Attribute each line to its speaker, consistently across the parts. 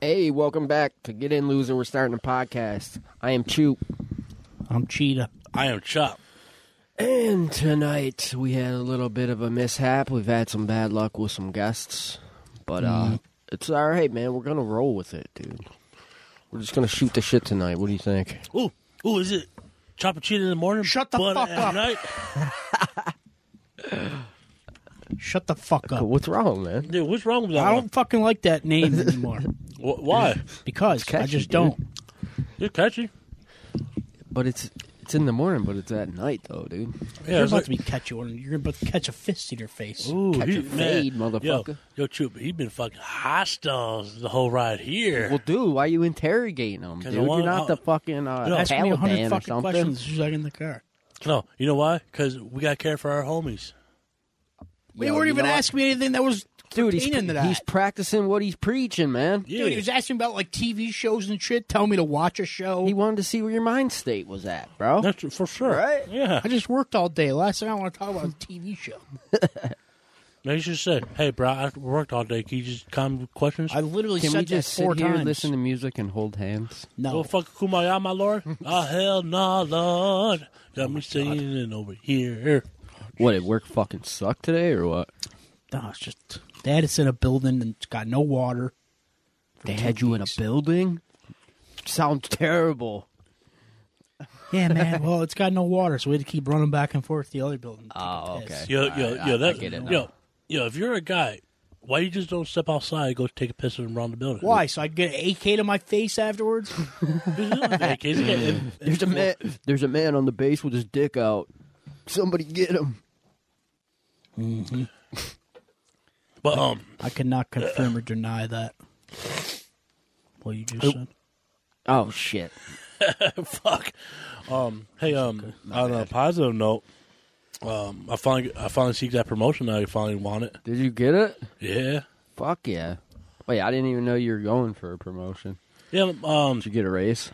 Speaker 1: Hey, welcome back to Get In Losing. We're starting a podcast. I am Chu.
Speaker 2: I'm Cheetah.
Speaker 3: I am Chop.
Speaker 1: And tonight we had a little bit of a mishap. We've had some bad luck with some guests. But uh it's all right, man. We're going to roll with it, dude. We're just going to shoot the shit tonight. What do you think?
Speaker 3: Ooh, ooh, is it Chop and Cheetah in the morning?
Speaker 2: Shut the
Speaker 3: but
Speaker 2: fuck
Speaker 3: at
Speaker 2: up.
Speaker 3: Night?
Speaker 2: Shut the fuck up.
Speaker 1: What's wrong, man?
Speaker 3: Dude, what's wrong with that?
Speaker 2: I don't fucking like that name anymore
Speaker 3: one? Wh- Why?
Speaker 2: because I
Speaker 1: catchy,
Speaker 2: just
Speaker 1: dude.
Speaker 2: don't.
Speaker 3: You're catchy.
Speaker 1: But it's it's in the morning, but it's at night, though, dude.
Speaker 3: Yeah,
Speaker 2: You're
Speaker 3: it's
Speaker 2: about
Speaker 3: like,
Speaker 2: to be catch one. You're about to catch a fist in your face.
Speaker 3: ooh,
Speaker 1: catch
Speaker 3: he-
Speaker 1: a
Speaker 3: man,
Speaker 1: fade, motherfucker.
Speaker 3: Yo, yo Chup, he's been fucking hostile the whole ride here.
Speaker 1: Well, dude, why you interrogating them,
Speaker 3: 'Cause I
Speaker 1: dude? You're
Speaker 3: wanna-
Speaker 1: not the
Speaker 3: I-
Speaker 1: fucking uh,
Speaker 3: Yo,
Speaker 2: Ask me a hundred
Speaker 1: Taliban or
Speaker 2: fucking
Speaker 1: something.
Speaker 2: questions as soon as I get in the car.
Speaker 3: no, you know why? Because we got to care for our homies.
Speaker 2: Well,
Speaker 1: Yo,
Speaker 2: you weren't
Speaker 1: you
Speaker 2: even
Speaker 1: know what?
Speaker 2: asking me anything that was
Speaker 1: Dude, he's,
Speaker 2: pertaining to that.
Speaker 1: he's practicing what he's preaching, man.
Speaker 3: Yeah.
Speaker 2: Dude, he was asking about like TV shows and shit. Tell me to watch a show.
Speaker 1: He wanted to see where your mind state was at, bro.
Speaker 3: That's for sure.
Speaker 1: Right?
Speaker 3: Yeah.
Speaker 2: I just worked all day. Last thing I want to talk about is a TV show.
Speaker 3: Now you should say, hey, bro, I worked all day. Can you just come with questions?
Speaker 2: I literally
Speaker 1: Can
Speaker 2: said
Speaker 1: we just
Speaker 2: that four
Speaker 1: sit here,
Speaker 2: times.
Speaker 1: listen to music, and hold hands?
Speaker 3: Go
Speaker 2: no,
Speaker 3: fuck Kumaya, my lord. oh, hell no, Lord.
Speaker 2: Oh
Speaker 3: Got me singing over here.
Speaker 1: What did work fucking suck today, or what?
Speaker 2: no, it's just they had us in a building and it's got no water.
Speaker 1: They had you in a building. Sounds terrible.
Speaker 2: Yeah, man. well, it's got no water, so we had to keep running back and forth to the other building. to take
Speaker 1: Oh,
Speaker 2: a piss.
Speaker 1: okay.
Speaker 3: Yo,
Speaker 1: All
Speaker 3: yo,
Speaker 1: right, I-
Speaker 3: yo,
Speaker 1: I
Speaker 3: that,
Speaker 1: get it now.
Speaker 3: yo, yo, if you're a guy, why you just don't step outside and go take a piss and run the building?
Speaker 2: Why? So I'd get an AK to my face afterwards?
Speaker 3: There's another thing, kids, you get- and- and-
Speaker 1: There's a man. There's a man on the base with his dick out. Somebody get him.
Speaker 3: But um,
Speaker 2: I could not confirm or deny that. What you just said.
Speaker 1: Oh shit!
Speaker 3: fuck. Um, hey, um, on a positive note, um, I finally, I finally seek that promotion that I finally want it.
Speaker 1: Did you get it?
Speaker 3: Yeah,
Speaker 1: Fuck yeah! Wait, I didn't even know you were going for a promotion.
Speaker 3: yeah, um,
Speaker 1: Did you get a raise?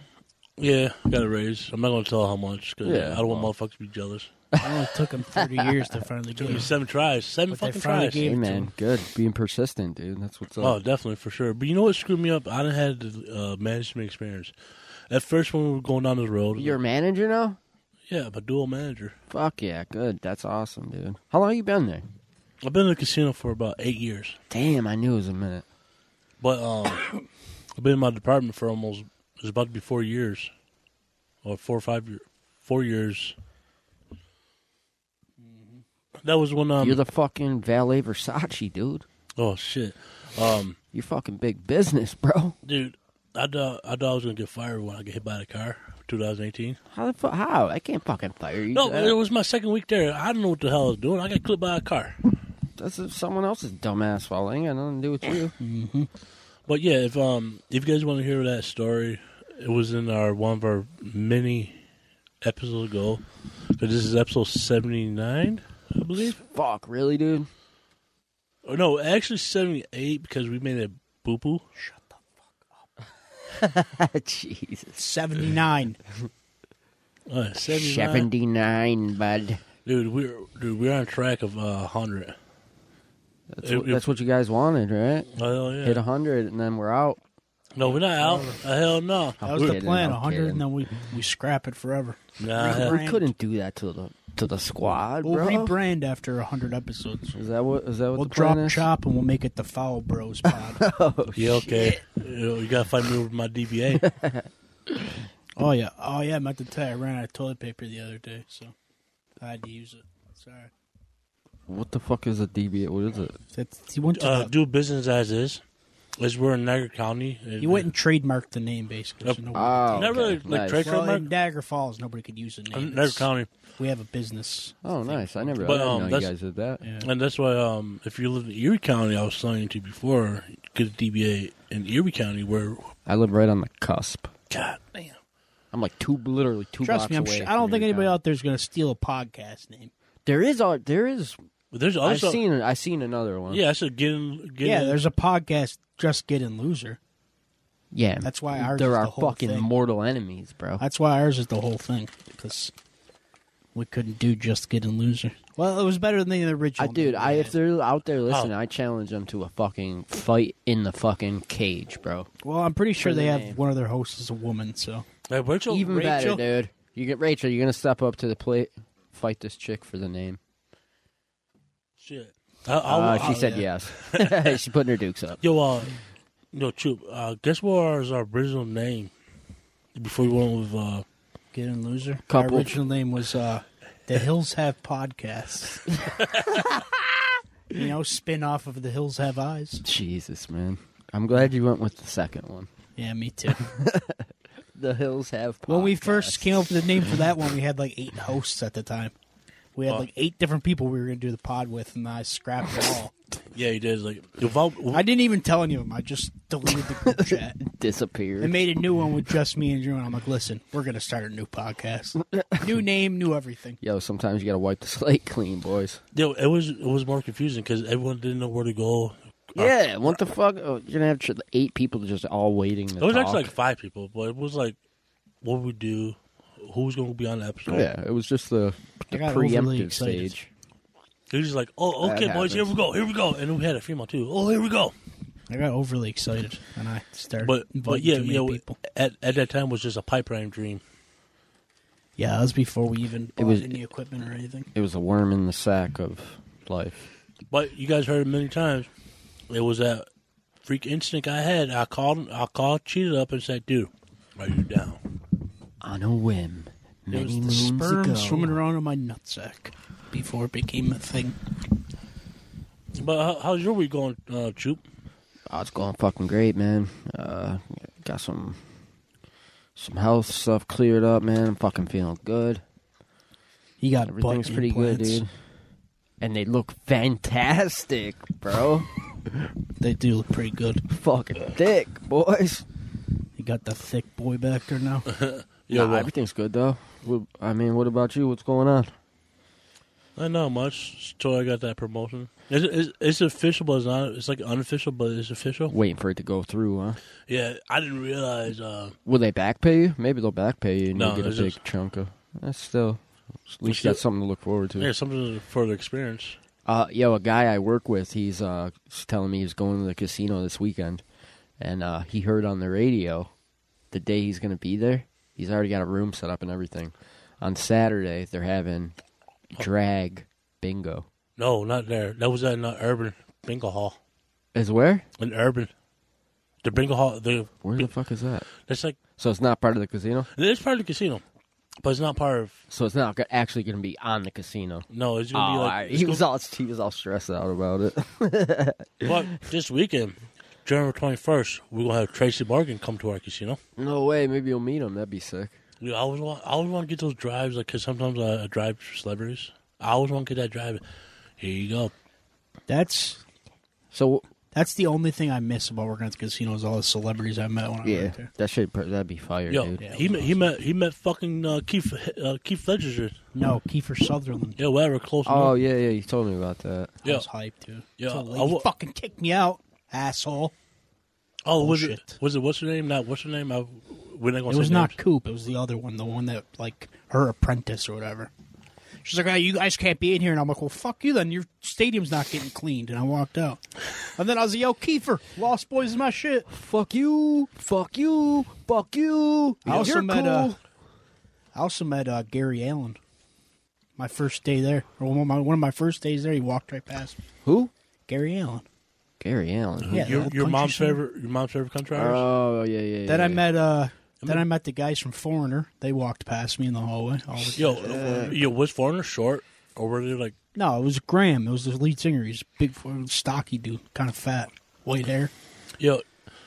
Speaker 3: yeah. Got a raise. I'm not gonna tell how much because
Speaker 1: Yeah,
Speaker 3: I don't want motherfuckers to be jealous.
Speaker 2: It only took him 30 years to finally get it.
Speaker 3: Seven tries, seven
Speaker 2: But they
Speaker 3: fucking
Speaker 2: finally
Speaker 3: tries.
Speaker 2: gave- Give it
Speaker 1: Hey
Speaker 2: to
Speaker 1: man,
Speaker 2: him.
Speaker 1: good being persistent, dude. That's what's up.
Speaker 3: Oh, definitely for sure. But you know what screwed me up? I didn't had the uh, management experience. At first, when we were going down this road,
Speaker 1: You're a manager now.
Speaker 3: yeah, I'm a dual manager.
Speaker 1: Fuck yeah, good. That's awesome, dude. How long you been there?
Speaker 3: I've been in the casino for about eight years.
Speaker 1: Damn, I knew it was a minute.
Speaker 3: But um, I've been in my department for almost it's about to be four years, or four or five year, four years. Mm-hmm. That was when um
Speaker 1: You're the fucking valet Versace, dude.
Speaker 3: oh shit, um
Speaker 1: You're fucking big business, bro.
Speaker 3: dude, I thought I thought I was gonna get fired when I get hit by the car, 2018.
Speaker 1: How the fuck? How? I can't fucking fire you. Uh,
Speaker 3: No,
Speaker 1: for that.
Speaker 3: it was my second week there. I don't know what the hell I was doing. I got clipped by a car.
Speaker 1: that's uh, someone else's dumbass fault. Ain't got nothing to do with you.
Speaker 3: But yeah, if um if you guys want to hear that story, it was in our one of our many episodes ago. 'Cause this is episode seventy nine, I believe.
Speaker 1: fuck, really, dude?
Speaker 3: Oh no, actually seventy eight because we made a boo boo.
Speaker 1: Jesus.
Speaker 2: 79.
Speaker 3: Uh, seventy nine,
Speaker 1: Seventy nine, bud.
Speaker 3: dude. We're dude, we're on track of uh, hundred.
Speaker 1: That's,
Speaker 3: It-
Speaker 1: what,
Speaker 3: it-
Speaker 1: that's what you guys wanted, right?
Speaker 3: Oh yeah.
Speaker 1: Hit a hundred and then we're out.
Speaker 3: no, we're not out. Uh, hell no.
Speaker 2: That was the
Speaker 1: kidding,
Speaker 2: plan.
Speaker 1: I'm
Speaker 2: 100,
Speaker 1: kidding.
Speaker 2: and then we, we scrap it forever.
Speaker 3: Nah, hell-
Speaker 1: We
Speaker 2: Rebrand.
Speaker 1: couldn't do that to the to the squad,
Speaker 2: We'll
Speaker 1: bro.
Speaker 2: rebrand after 100 episodes.
Speaker 1: Is that what? Is that what
Speaker 2: We'll
Speaker 1: the plan
Speaker 2: drop
Speaker 1: is?
Speaker 2: Chop and we'll make it the Foul Bros pod.
Speaker 3: yeah, okay. You, you gotta find me over my DBA.
Speaker 2: oh, yeah. Oh, yeah. I meant to tell you, I ran out of toilet paper the other day, so I had to use it. Sorry.
Speaker 1: What the fuck is a DB? What is it?
Speaker 2: That's, he went to
Speaker 3: Uh,
Speaker 2: the-
Speaker 3: do business as is. As we're in Niagara County, it-
Speaker 2: You went and trademarked the name basically. So
Speaker 3: Yep.
Speaker 2: nobody
Speaker 1: Oh,
Speaker 3: Not
Speaker 1: okay.
Speaker 3: really, like,
Speaker 1: nice.
Speaker 3: trade-
Speaker 2: well,
Speaker 3: trademark?
Speaker 2: in Niagara Falls, nobody could use the
Speaker 3: uh,
Speaker 2: name.
Speaker 3: Niagara
Speaker 2: It's-
Speaker 3: County,
Speaker 2: We have a business.
Speaker 1: Oh, nice. I never
Speaker 3: But,
Speaker 1: I didn't
Speaker 3: um,
Speaker 1: know you
Speaker 3: that's-
Speaker 1: guys did that.
Speaker 2: Yeah.
Speaker 3: and that's why um, if you live in Erie County, I was telling you before, get a DBA in Erie County where
Speaker 1: I live right on the cusp.
Speaker 3: God damn.
Speaker 1: I'm like two, literally two blocks
Speaker 2: Trust me, I'm
Speaker 1: away
Speaker 2: sh-
Speaker 1: from
Speaker 2: I don't
Speaker 1: your
Speaker 2: think anybody
Speaker 1: town.
Speaker 2: out there is going to steal a podcast name.
Speaker 1: There is a there is.
Speaker 3: But there's
Speaker 1: I've
Speaker 3: also
Speaker 1: seen I seen another one.
Speaker 3: yeah, I said get in, get
Speaker 2: Yeah,
Speaker 3: in.
Speaker 2: there's a podcast, Just Get in Loser.
Speaker 1: yeah.
Speaker 2: That's why ours
Speaker 1: There
Speaker 2: is
Speaker 1: are
Speaker 2: the whole
Speaker 1: fucking
Speaker 2: thing.
Speaker 1: mortal enemies, bro.
Speaker 2: That's why ours is the whole thing because we couldn't do Just Get in Loser. Well, it was better than the
Speaker 1: I
Speaker 2: original.
Speaker 1: dude,
Speaker 2: name
Speaker 1: I
Speaker 2: we
Speaker 1: if
Speaker 2: had.
Speaker 1: they're out there listening,
Speaker 3: Oh.
Speaker 1: I challenge them to a fucking fight in the fucking cage, bro.
Speaker 2: Well, I'm pretty sure
Speaker 1: for the
Speaker 2: they have
Speaker 1: name.
Speaker 2: one of their hosts is a woman. So
Speaker 3: Hey, Rachel,
Speaker 1: Even
Speaker 3: Rachel,
Speaker 1: better, dude. You get Rachel. You're gonna step up to the plate, fight this chick for the name.
Speaker 3: Shit. I, I,
Speaker 1: Uh,
Speaker 3: I-
Speaker 1: she said yes. She's putting her dukes up.
Speaker 3: Yo, uh, yo, Troop, uh, guess what was our original name before we went with, uh,
Speaker 2: Get in Loser.
Speaker 1: Couple.
Speaker 2: Our original name was uh, The Hills Have Podcasts. you know, spin off of The Hills Have Eyes.
Speaker 1: Jesus, man. I'm glad you went with the second one.
Speaker 2: Yeah, me too.
Speaker 1: The hills have.
Speaker 2: When we first came up with the name for that one, we had like eight hosts at the time. We had
Speaker 3: Oh.
Speaker 2: like eight different people we were going to do the pod with, and I scrapped it all.
Speaker 3: yeah, he did. Like, if I, if
Speaker 2: I didn't even tell any of them. I just deleted the group chat
Speaker 1: disappeared.
Speaker 2: and made a new one with just me and Drew. And I'm like, listen, we're going to start a new podcast. New name, new everything.
Speaker 1: Yo, sometimes you gotta wipe the slate clean, boys.
Speaker 3: yo, it was it was more confusing because everyone didn't know where to go.
Speaker 2: Uh,
Speaker 1: Yeah, what the fuck? Oh, you're gonna have tr- eight people just all waiting. To
Speaker 3: It was
Speaker 1: talk.
Speaker 3: actually like five people, but it was like, what we do, who's going to be on the episode.
Speaker 1: yeah, it was just the, the
Speaker 2: I got overly
Speaker 1: preemptive
Speaker 2: excited.
Speaker 1: stage.
Speaker 3: It was just like, oh,
Speaker 1: That
Speaker 3: okay, boys, here we
Speaker 1: happens.
Speaker 3: go, here we go, and we had a female too. Oh, here we go.
Speaker 2: I got overly excited, and I started.
Speaker 3: But but
Speaker 2: inviting
Speaker 3: yeah,
Speaker 2: too many
Speaker 3: yeah. we-
Speaker 2: people.
Speaker 3: At at that time was just a pipeline dream.
Speaker 2: Yeah, that was before we even bought
Speaker 1: was-
Speaker 2: any equipment or anything.
Speaker 1: It was a worm in the sack of life.
Speaker 3: But you guys heard it many times. It was that freak instinct I had. I called I called cheated up and said, dude, are you down?
Speaker 1: On a whim,
Speaker 2: It
Speaker 1: many
Speaker 2: was the
Speaker 1: moons
Speaker 2: sperm
Speaker 1: ago.
Speaker 2: swimming around in my nutsack before it became a thing.
Speaker 3: But how, how's your week going, uh, Choop?
Speaker 1: Oh, it's going fucking great, man. Uh, got some some health stuff cleared up, man. I'm fucking feeling good.
Speaker 2: He got
Speaker 1: Everything's
Speaker 2: butt
Speaker 1: pretty
Speaker 2: implants.
Speaker 1: good, dude. And they look fantastic, bro.
Speaker 2: They do look pretty good.
Speaker 1: fucking thick, boys.
Speaker 2: He got the thick boy back there now.
Speaker 3: Uh. Yeah,
Speaker 1: nah,
Speaker 3: well-
Speaker 1: everything's good though. What- I mean, what about you? What's going on?
Speaker 3: Uh, Not much. Until I got that promotion. It's, it's, it's official, but it's not. It's like unofficial, but it's official.
Speaker 1: Waiting for it to go through, huh?
Speaker 3: Yeah, I didn't realize. Uh,
Speaker 1: Will they back pay you? Maybe they'll back pay you and
Speaker 3: No,
Speaker 1: you get a
Speaker 3: it's
Speaker 1: big
Speaker 3: just-
Speaker 1: chunk of. That's still. At least you
Speaker 3: still-
Speaker 1: got something to look forward to.
Speaker 3: yeah, something for the experience.
Speaker 1: Uh, yo, a guy I work with, he's uh s- telling me he's going to the casino this weekend, and uh, he heard on the radio the day he's going to be there. He's already got a room set up and everything. On Saturday, they're having drag bingo.
Speaker 3: No, not there. That was at an urban bingo hall.
Speaker 1: Is where?
Speaker 3: An urban, the bingo hall. The
Speaker 1: Where the fuck is that?
Speaker 3: that's like
Speaker 1: So it's not part of the casino.
Speaker 3: it's part of the casino, but it's not part of.
Speaker 1: So it's not go- actually going to be on the casino.
Speaker 3: No, it's
Speaker 1: Oh,
Speaker 3: gonna be like.
Speaker 1: I-
Speaker 3: it's
Speaker 1: he
Speaker 3: gonna-
Speaker 1: was all he was all stressed out about it.
Speaker 3: But this weekend, January twenty first, we're gonna have Tracy Morgan come to our casino.
Speaker 1: no way. Maybe you'll meet him. That'd be sick.
Speaker 3: We I always want, I always want to get those drives, like because sometimes I, I drive celebrities. I always want to get that drive. Here you go.
Speaker 2: that's
Speaker 1: So
Speaker 2: that's the only thing I miss about working at the casino is all the celebrities I met when I
Speaker 1: yeah,
Speaker 2: worked there.
Speaker 1: that should pr- that'd be fire,
Speaker 3: Yo,
Speaker 1: dude.
Speaker 2: Yeah,
Speaker 3: he
Speaker 2: it
Speaker 3: met, he met he met fucking uh, Keith uh, Keith Ledger.
Speaker 2: No, Kiefer Sutherland.
Speaker 3: Yeah, whatever, close
Speaker 1: Oh
Speaker 3: enough.
Speaker 1: yeah, yeah. You told me about that.
Speaker 2: I
Speaker 3: Yeah.
Speaker 2: was hyped, dude.
Speaker 3: Yeah,
Speaker 2: So
Speaker 3: I
Speaker 2: lady
Speaker 3: wa-
Speaker 2: fucking kicked me out, asshole.
Speaker 3: Oh, was it
Speaker 2: bullshit.
Speaker 3: was it what's her name? Not what's her name? I, we're not gonna
Speaker 2: It was
Speaker 3: say
Speaker 2: not
Speaker 3: names.
Speaker 2: Coop. It was the other one, the one that like her apprentice or whatever. She's like, oh, "You guys can't be in here," and I'm like, "Well, fuck you then. Your stadium's not getting cleaned." And I walked out. And then I was like, "Yo, Kiefer, Lost Boys is my shit."
Speaker 1: Fuck you, fuck you, fuck you.
Speaker 2: I also
Speaker 1: You're
Speaker 2: met
Speaker 1: cool.
Speaker 2: uh, I also met uh, Gary Allen. My first day there, or one of my one of my first days there, he walked right past me.
Speaker 1: Who?
Speaker 2: Gary Allen.
Speaker 1: Gary Allen.
Speaker 2: Yeah,
Speaker 3: Your,
Speaker 2: that
Speaker 3: your
Speaker 2: punchy
Speaker 3: mom's
Speaker 2: son.
Speaker 3: favorite your mom's favorite country artist?
Speaker 1: Oh yeah, yeah. yeah,
Speaker 2: Then I
Speaker 1: yeah.
Speaker 2: met uh, then I met the guys from Foreigner. They walked past me in the hallway. All the-
Speaker 3: Yo, yo, was Foreigner short or were they like?
Speaker 2: No, it was Graham. It was the lead singer. He's a big, stocky dude, kind of fat, white hair.
Speaker 3: Yo,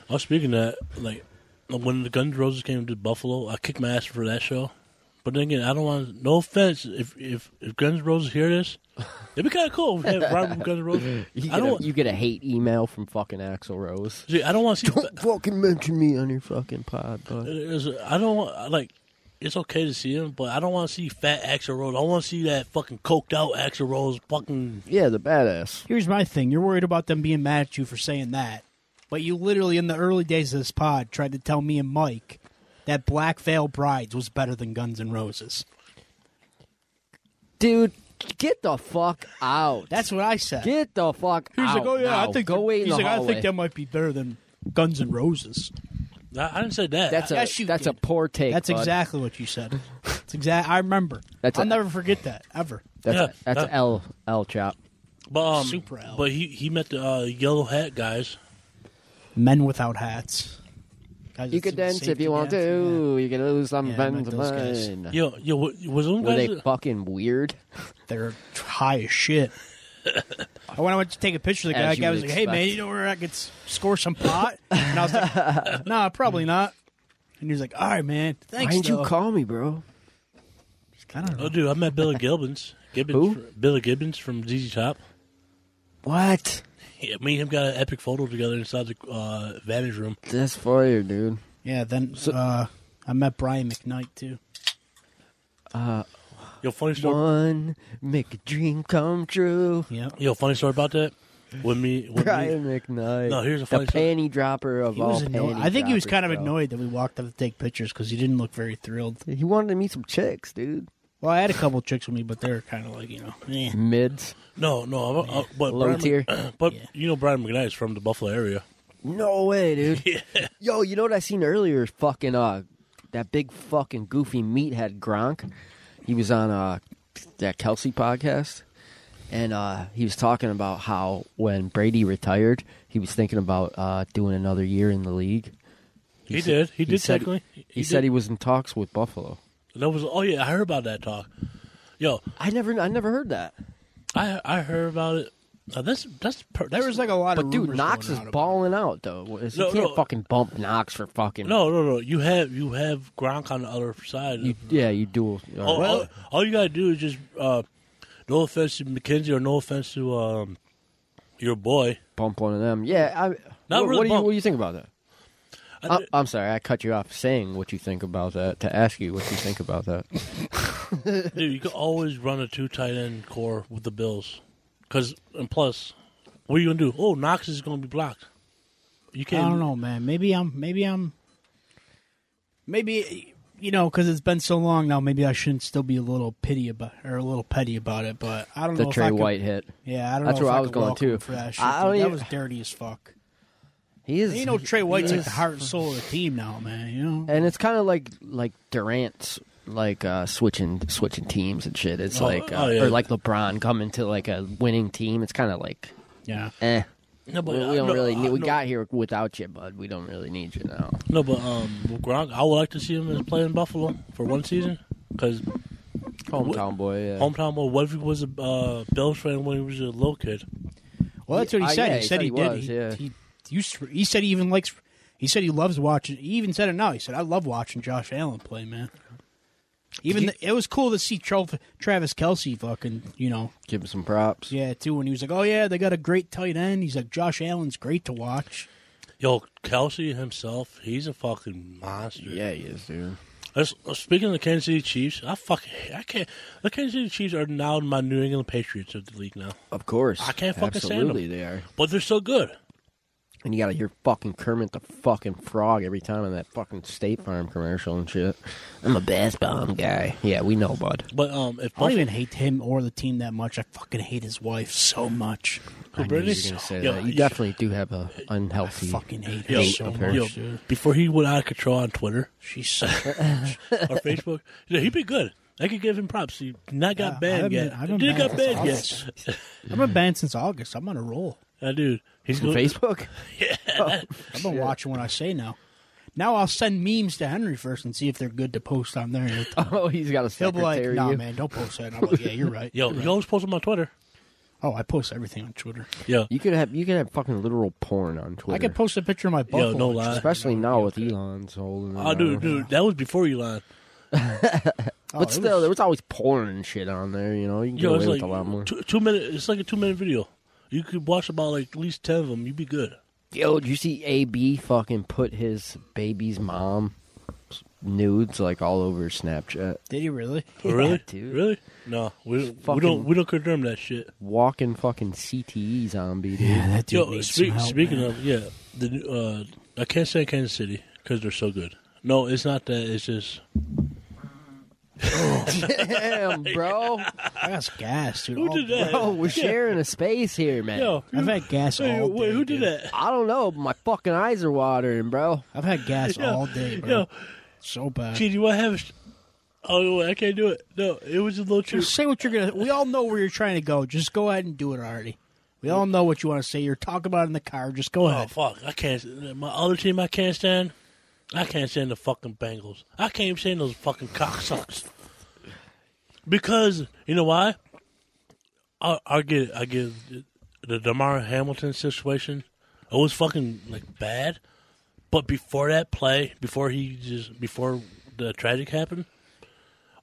Speaker 3: I was speaking of that like when the Guns N' Roses came to Buffalo, I kicked my ass for that show. But then again, I don't want no offense if if if Guns N' Roses hear this, it'd be kind of cool. If we had Robert Guns N' Roses.
Speaker 1: You
Speaker 3: I
Speaker 1: get,
Speaker 3: don't.
Speaker 1: a, you get a hate email from fucking Axl Rose.
Speaker 3: see, I don't want to see.
Speaker 1: Don't fucking mention me on your fucking pod, bud.
Speaker 3: It's- I don't want like. It's okay to see him, but I don't want to see fat Axel Rose. I want to see that fucking coked out Axel Rose. Fucking
Speaker 1: Yeah, the badass.
Speaker 2: Here's my thing. You're worried about them being mad at you for saying that. But you literally, in the early days of this pod, tried to tell me and Mike that Black Veil Brides was better than Guns N' Roses.
Speaker 1: Dude, get the fuck out.
Speaker 2: That's what I said.
Speaker 1: Get the fuck
Speaker 2: He's
Speaker 1: out.
Speaker 2: like, oh yeah,
Speaker 1: now.
Speaker 2: I think
Speaker 1: go wait in
Speaker 2: He's
Speaker 1: the
Speaker 2: like, I
Speaker 1: hallway.
Speaker 2: think that might be better than Guns N' Roses.
Speaker 3: I, I didn't say that.
Speaker 1: that's a
Speaker 2: Yes, you
Speaker 1: that's
Speaker 2: did.
Speaker 1: a poor take.
Speaker 2: That's
Speaker 1: bud.
Speaker 2: exactly what you said. It's exact. I remember.
Speaker 1: That's
Speaker 2: I'll
Speaker 1: a-
Speaker 2: never forget that ever.
Speaker 1: That's
Speaker 3: Yeah,
Speaker 1: that's
Speaker 3: uh,
Speaker 1: L L chop.
Speaker 3: but, um,
Speaker 2: Super Al.
Speaker 3: But he he met the uh, yellow hat guys.
Speaker 2: Men without hats. Guys,
Speaker 1: You
Speaker 2: it's
Speaker 1: can dance if
Speaker 2: safety
Speaker 1: you want
Speaker 2: dance, yeah.
Speaker 1: to. You can lose some
Speaker 2: Yeah,
Speaker 1: friends
Speaker 2: like
Speaker 1: of
Speaker 2: those guys.
Speaker 1: mine.
Speaker 3: Yo yo, wa- was those
Speaker 1: Were
Speaker 3: guys?
Speaker 1: they fucking weird?
Speaker 2: They're high as shit. I went, I went to take a picture of the guy.
Speaker 1: As
Speaker 2: The guy
Speaker 1: you
Speaker 2: was
Speaker 1: would
Speaker 2: like, "Hey man,
Speaker 1: expect.
Speaker 2: you know where I could s- score some pot?" And I was like, "Nah, probably not." And he was like, "All right, man, thanks." though."
Speaker 1: call me, bro?
Speaker 2: I don't know.
Speaker 3: Oh, dude, I met Billy Gibbons. Gibbons
Speaker 1: Who?
Speaker 3: fr- Billy Gibbons from ZZ Top.
Speaker 1: What?
Speaker 3: Yeah, me and him got an epic photo together inside the uh, vantage room.
Speaker 1: That's fire, dude.
Speaker 2: Yeah, then uh, I met Brian McKnight too.
Speaker 3: Yo, funny story.
Speaker 1: One make a dream come true.
Speaker 2: Yeah,
Speaker 3: Yo, funny story about that. When me, when me
Speaker 1: Brian McKnight.
Speaker 3: No, here's a
Speaker 1: the
Speaker 3: funny story.
Speaker 1: panty dropper of
Speaker 2: he
Speaker 1: all
Speaker 2: was. Annoyed.
Speaker 1: panty
Speaker 2: I think he was kind of
Speaker 1: droppers, bro.
Speaker 2: annoyed that we walked up to take pictures because he didn't look very thrilled.
Speaker 1: He wanted to meet some chicks, dude.
Speaker 2: Well, I had a couple chicks with me, but they were kind of like you know, eh.
Speaker 1: Mids.
Speaker 3: no, no, I'm- uh, but
Speaker 1: Low
Speaker 3: Brian,
Speaker 1: tier.
Speaker 3: but
Speaker 2: Yeah.
Speaker 3: you know Brian McKnight is from the Buffalo area.
Speaker 1: No way, dude. Yo, you know what I seen earlier? is Fucking uh, that big fucking goofy meathead Gronk. He was on uh that Kelsey podcast, and uh he was talking about how when Brady retired, he was thinking about uh doing another year in the league.
Speaker 3: He,
Speaker 1: said-
Speaker 3: did. He did
Speaker 1: said-
Speaker 3: technically.
Speaker 1: He, said
Speaker 3: did.
Speaker 1: he was in talks with Buffalo.
Speaker 3: That was. Oh yeah, I heard about that talk. Yo,
Speaker 1: I never, I never heard that.
Speaker 3: I I heard about it. Now, that's that's per-
Speaker 2: There was like a lot
Speaker 1: But
Speaker 2: of
Speaker 1: dude,
Speaker 2: rumors
Speaker 1: Knox
Speaker 2: going
Speaker 1: is
Speaker 2: on about it.
Speaker 1: balling out though. He
Speaker 3: No,
Speaker 1: can't
Speaker 3: no.
Speaker 1: fucking bump Knox for fucking
Speaker 3: no no no. You have you have Gronk on the other side.
Speaker 1: You, yeah, you do. uh,
Speaker 3: all, all, all you gotta do is just uh, no offense to McKenzie or no offense to um, your boy.
Speaker 1: bump one of them. Yeah, I.
Speaker 3: Not
Speaker 1: what, what
Speaker 3: really
Speaker 1: do you
Speaker 3: bump.
Speaker 1: What do you think about that?
Speaker 3: I-
Speaker 1: I, I'm sorry, I cut you off saying what you think about that to ask you what you think about that.
Speaker 3: Dude, you can always run a two tight end core with the Bills. Cause and plus, what are you gonna do? Oh, Knox is gonna be blocked. You
Speaker 2: I
Speaker 3: can't.
Speaker 2: don't know, man. Maybe I'm. Maybe I'm. Maybe you know, because it's been so long now. Maybe I shouldn't still be a little pity about or a little petty about it. But I don't
Speaker 1: The
Speaker 2: know. if I
Speaker 1: Trey
Speaker 2: could-
Speaker 1: White hit.
Speaker 2: Yeah, I don't
Speaker 1: That's
Speaker 2: know. if
Speaker 1: where I
Speaker 2: I
Speaker 1: was
Speaker 2: could
Speaker 1: going,
Speaker 2: welcome
Speaker 1: too.
Speaker 2: For that, shit,
Speaker 1: I
Speaker 2: dude.
Speaker 1: don't
Speaker 2: that
Speaker 1: even-
Speaker 2: was dirty as fuck.
Speaker 1: He is.
Speaker 2: You know, Trey White's
Speaker 1: he
Speaker 2: like the
Speaker 1: is-
Speaker 2: heart and soul of the team now, man. You know.
Speaker 1: and it's kind of like like Durant's like uh, switching switching teams and shit. It's
Speaker 3: Oh,
Speaker 1: like uh,
Speaker 3: oh, yeah.
Speaker 1: or like LeBron coming to like a winning team. It's kind of like
Speaker 2: Yeah.
Speaker 1: eh. We,
Speaker 3: No, but,
Speaker 1: we
Speaker 3: uh,
Speaker 1: don't
Speaker 3: no,
Speaker 1: really
Speaker 3: uh,
Speaker 1: need. We
Speaker 3: no,
Speaker 1: got here without you, bud. We don't really need you now.
Speaker 3: no, but um, with Gronk. I would like to see him as play in Buffalo for one season. Cause
Speaker 1: Hometown boy. Yeah.
Speaker 3: hometown boy. What if he was a uh, Bills fan when he was a little kid?
Speaker 2: Well, that's what he
Speaker 1: Uh,
Speaker 2: said.
Speaker 1: yeah,
Speaker 2: he, said he,
Speaker 1: was,
Speaker 2: did.
Speaker 1: yeah.
Speaker 2: He, he used to- he said he even likes. He said he loves watching. He even said it now. He said I love watching Josh Allen play, man. Even the, it was cool to see Trel- Travis Kelsey fucking, you know,
Speaker 1: Give him some props.
Speaker 2: yeah, too. When he was like, "Oh yeah, they got a great tight end." He's like, "Josh Allen's great to watch."
Speaker 3: Yo, Kelsey himself, he's a fucking monster.
Speaker 1: Yeah, he is, dude.
Speaker 3: Let's- uh, speaking of the Kansas City Chiefs, I fucking I can't. The Kansas City Chiefs are now my New England Patriots of the league now,
Speaker 1: Of course.
Speaker 3: I can't fucking stand 'em.
Speaker 1: Absolutely they are.
Speaker 3: but they're so good.
Speaker 1: And you gotta hear fucking Kermit the fucking frog every time in that fucking State Farm commercial and shit. I'm a bass bomb guy. Yeah, we know, bud.
Speaker 3: But um, if
Speaker 2: I don't
Speaker 3: Buffalo,
Speaker 2: even hate him or the team that much. I fucking hate his wife so much.
Speaker 3: I
Speaker 1: I knew you were gonna say that. You definitely do have a unhealthy.
Speaker 2: Fucking hate her
Speaker 3: Yo,
Speaker 2: so
Speaker 1: of her.
Speaker 2: much.
Speaker 3: yo,
Speaker 2: dude.
Speaker 3: before he went out of control on Twitter
Speaker 2: She's so.
Speaker 3: or Facebook, yeah, he'd be good. I could give him props. He not got
Speaker 2: I haven't
Speaker 3: banned yet.
Speaker 2: been- I haven't
Speaker 3: Didn't
Speaker 2: been
Speaker 3: got
Speaker 2: banned
Speaker 3: banned
Speaker 2: since
Speaker 3: yet.
Speaker 2: I've been banned since August. I'm on a roll.
Speaker 3: That dude, he's
Speaker 1: From
Speaker 3: going
Speaker 1: Facebook.
Speaker 2: I've been watching what I say now. Now I'll send memes to Henry first and see if they're good to post on there. He'll-
Speaker 1: Oh, he's got a
Speaker 2: He'll be
Speaker 1: secretary.
Speaker 2: like, "Nah,
Speaker 1: you.
Speaker 2: man, don't post that." And I'm like, "Yeah, you're right."
Speaker 3: Yo,
Speaker 2: you're
Speaker 3: you always post on my Twitter.
Speaker 2: Oh, I post everything on Twitter.
Speaker 3: Yo,
Speaker 1: You could have you could have fucking literal porn on Twitter.
Speaker 2: I could post a picture of my buffalo.
Speaker 3: yo, no lie.
Speaker 1: especially now with Elon's holding. it
Speaker 3: Oh, dude,
Speaker 1: up.
Speaker 3: dude, that was before Elon.
Speaker 2: Oh,
Speaker 1: But
Speaker 2: it
Speaker 1: still,
Speaker 2: was-
Speaker 1: there was always porn and shit on there. You know, you can
Speaker 3: Yo,
Speaker 1: get
Speaker 3: it's
Speaker 1: away
Speaker 3: like
Speaker 1: with a lot more.
Speaker 3: two, two minute. It's like a two minute video. You could watch about like at least ten of them. You'd be good.
Speaker 1: Yo, did you see AB fucking put his baby's mom nudes like all over Snapchat?
Speaker 2: Did he really?
Speaker 1: Yeah,
Speaker 3: really,
Speaker 1: dude.
Speaker 3: really? No, we, we
Speaker 1: fucking-
Speaker 3: don't we don't condemn that shit.
Speaker 1: Walking fucking CTE zombie, dude.
Speaker 2: that
Speaker 3: Yo, speak, speaking of yeah, the new- uh, I can't say Kansas City because they're so good. No, it's not that. It's just
Speaker 1: Damn, bro.
Speaker 2: I got gas, dude.
Speaker 3: who
Speaker 2: all
Speaker 3: did
Speaker 2: day.
Speaker 3: that?
Speaker 1: Bro, we're sharing a space here, man.
Speaker 3: Yo,
Speaker 2: I've had gas
Speaker 3: hey,
Speaker 2: all day.
Speaker 3: wait, who did
Speaker 2: dude.
Speaker 3: that?
Speaker 1: I don't know. But my fucking eyes are watering, bro.
Speaker 2: I've had gas all day, bro.
Speaker 3: Yo,
Speaker 2: So bad.
Speaker 3: Gee, do I have? a sh- Oh, wait, I can't do it. No, it was a little
Speaker 2: Just
Speaker 3: trick.
Speaker 2: Say what you're gonna. We all know where you're trying to go. Just go ahead and do it already. We all know what you want to say. You're talking about it in the car. Just go
Speaker 3: Oh
Speaker 2: ahead.
Speaker 3: fuck! I can't. My other team, I can't stand. I can't stand the fucking Bengals. I can't even stand those fucking cocksuckers. Because you know why? I I get I get the Damar Hamilton situation. It was fucking like bad, but before that play, before he just before the tragic happened,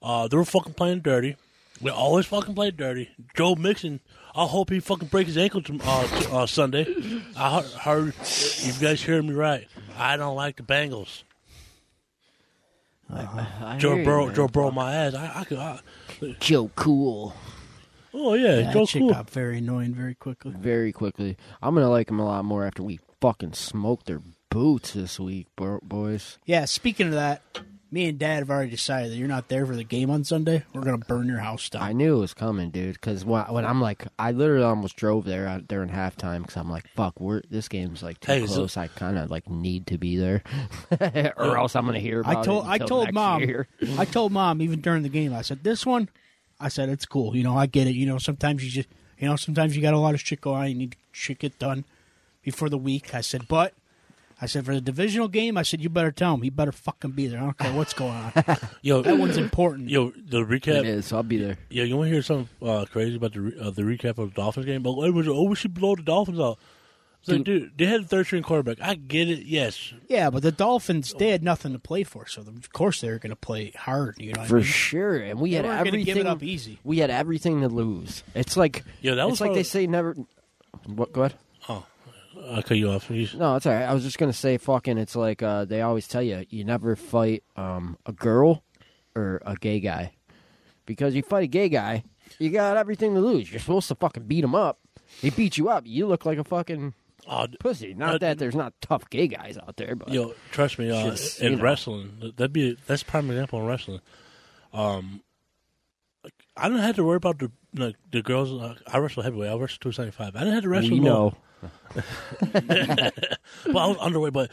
Speaker 3: uh, they were fucking playing dirty. We always fucking play dirty. Joe Mixon, I hope he fucking breaks his ankle tom uh, t- uh, Sunday. I he- heard you guys heard me right. I don't like the Bengals.
Speaker 1: I hear
Speaker 3: Joe
Speaker 1: you,
Speaker 3: Burrow,
Speaker 1: man.
Speaker 3: Joe Burrow, my ass. I, I could. I,
Speaker 1: Joe Cool.
Speaker 3: oh yeah,
Speaker 2: That
Speaker 3: Joe
Speaker 2: shit
Speaker 3: Cool.
Speaker 2: got very annoying very quickly.
Speaker 1: very quickly. I'm gonna like them a lot more after we fucking smoke their boots this week, bro- boys.
Speaker 2: Yeah. Speaking of that, me and Dad have already decided that you're not there for the game on Sunday. We're gonna burn your house
Speaker 1: I
Speaker 2: down.
Speaker 1: knew it was coming, dude. Because when, when I'm like, I literally almost drove there out there in halftime because I'm like, fuck, we're this game's like too
Speaker 3: Hey, is it-
Speaker 1: close. I kind of like need to be there, or else I'm gonna hear about
Speaker 2: I told
Speaker 1: it.
Speaker 2: I
Speaker 1: until
Speaker 2: told
Speaker 1: next
Speaker 2: mom
Speaker 1: year.
Speaker 2: I told mom even during the game I said this one I said it's cool you know I get it you know sometimes you just you know sometimes you got a lot of shit going on you need shit get done before the week I said but I said for the divisional game I said you better tell him he better fucking be there I don't care what's going on that
Speaker 3: Yo,
Speaker 2: one's important
Speaker 3: yo, the recap.
Speaker 1: It is. I'll be there.
Speaker 3: Yeah, you want to hear something uh, crazy about the re- uh, the recap of the Dolphins game? But oh, we should- oh, we should blow the Dolphins out. It's like, dude, they had a third string quarterback. I get it. Yes,
Speaker 2: yeah but the Dolphins they had nothing to play for so of course they were going to play hard you know what I
Speaker 1: For
Speaker 2: mean?
Speaker 1: sure, and we
Speaker 2: They
Speaker 1: had
Speaker 2: weren't gonna
Speaker 1: everything.
Speaker 2: give it up easy.
Speaker 1: We had everything to lose. It's like
Speaker 3: Yeah, that was
Speaker 1: it's like
Speaker 3: probably-
Speaker 1: they say never. What? Go ahead.
Speaker 3: I cut you off. You-
Speaker 1: No, it's all right. I was just gonna say, fucking, it's like uh, they always tell you, you never fight um, a girl or a gay guy, because you fight a gay guy, you got everything to lose. You're supposed to fucking beat him up. He beat you up. You look like a fucking
Speaker 3: Oh, d-
Speaker 1: pussy. Not
Speaker 3: Uh,
Speaker 1: that there's not tough gay guys out there, but
Speaker 3: Yo, trust me. Uh,
Speaker 1: Just,
Speaker 3: in
Speaker 1: you know.
Speaker 3: wrestling, th- that'd be that's a prime example in wrestling. Um, like, I didn't have to worry about the like, the girls. Uh, I wrestle heavyweight. I wrestle two seventy five. I didn't have to wrestle.
Speaker 1: we
Speaker 3: no-
Speaker 1: know.
Speaker 3: Well, I was underweight, but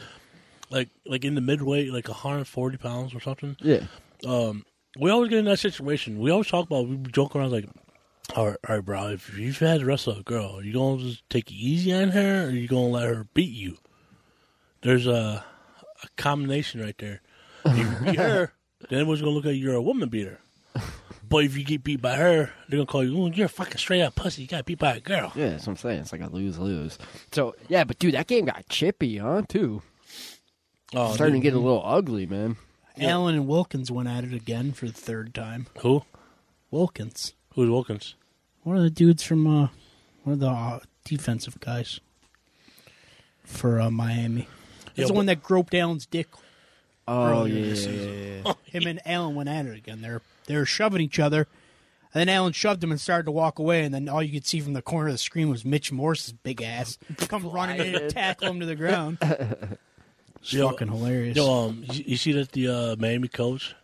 Speaker 3: like like in the midweight, like one hundred forty pounds or something.
Speaker 1: Yeah,
Speaker 3: we always get in that situation. We always talk about we joke around like, all right, all right, bro. If you've had to wrestle a girl, you gonna just take it easy on her, or you gonna let her beat you? There's a a combination right there. You beat her, then everyone's gonna look at you, you're a woman beater. But if you get beat by her, they're gonna call you. "Ooh, You're a fucking straight up pussy. You got beat by a girl.
Speaker 1: yeah. That's what I'm saying. It's like a lose lose. So yeah, but dude, that game got chippy, huh? Too
Speaker 3: Oh,
Speaker 1: starting to get a little ugly, man.
Speaker 2: Allen and Wilkins went at it again for the third time
Speaker 3: dude. who?
Speaker 2: Wilkins
Speaker 3: Who's Wilkins?
Speaker 2: One of the dudes from uh, one of the uh, defensive guys for uh, Miami. It's
Speaker 3: Yeah,
Speaker 2: the
Speaker 3: but-
Speaker 2: one that groped Allen's dick.
Speaker 1: Oh
Speaker 2: Earlier
Speaker 1: yeah,
Speaker 2: this
Speaker 1: yeah, yeah,
Speaker 2: season.
Speaker 1: yeah.
Speaker 2: Him and Allen went at it again. They're they're shoving each other, and then Allen shoved him and started to walk away. And then all you could see from the corner of the screen was Mitch Morse's big ass come running in and tackle him to the ground. It's
Speaker 3: Yo,
Speaker 2: fucking hilarious.
Speaker 1: uh,
Speaker 3: Yo, um, you, you see that the uh, Miami coach?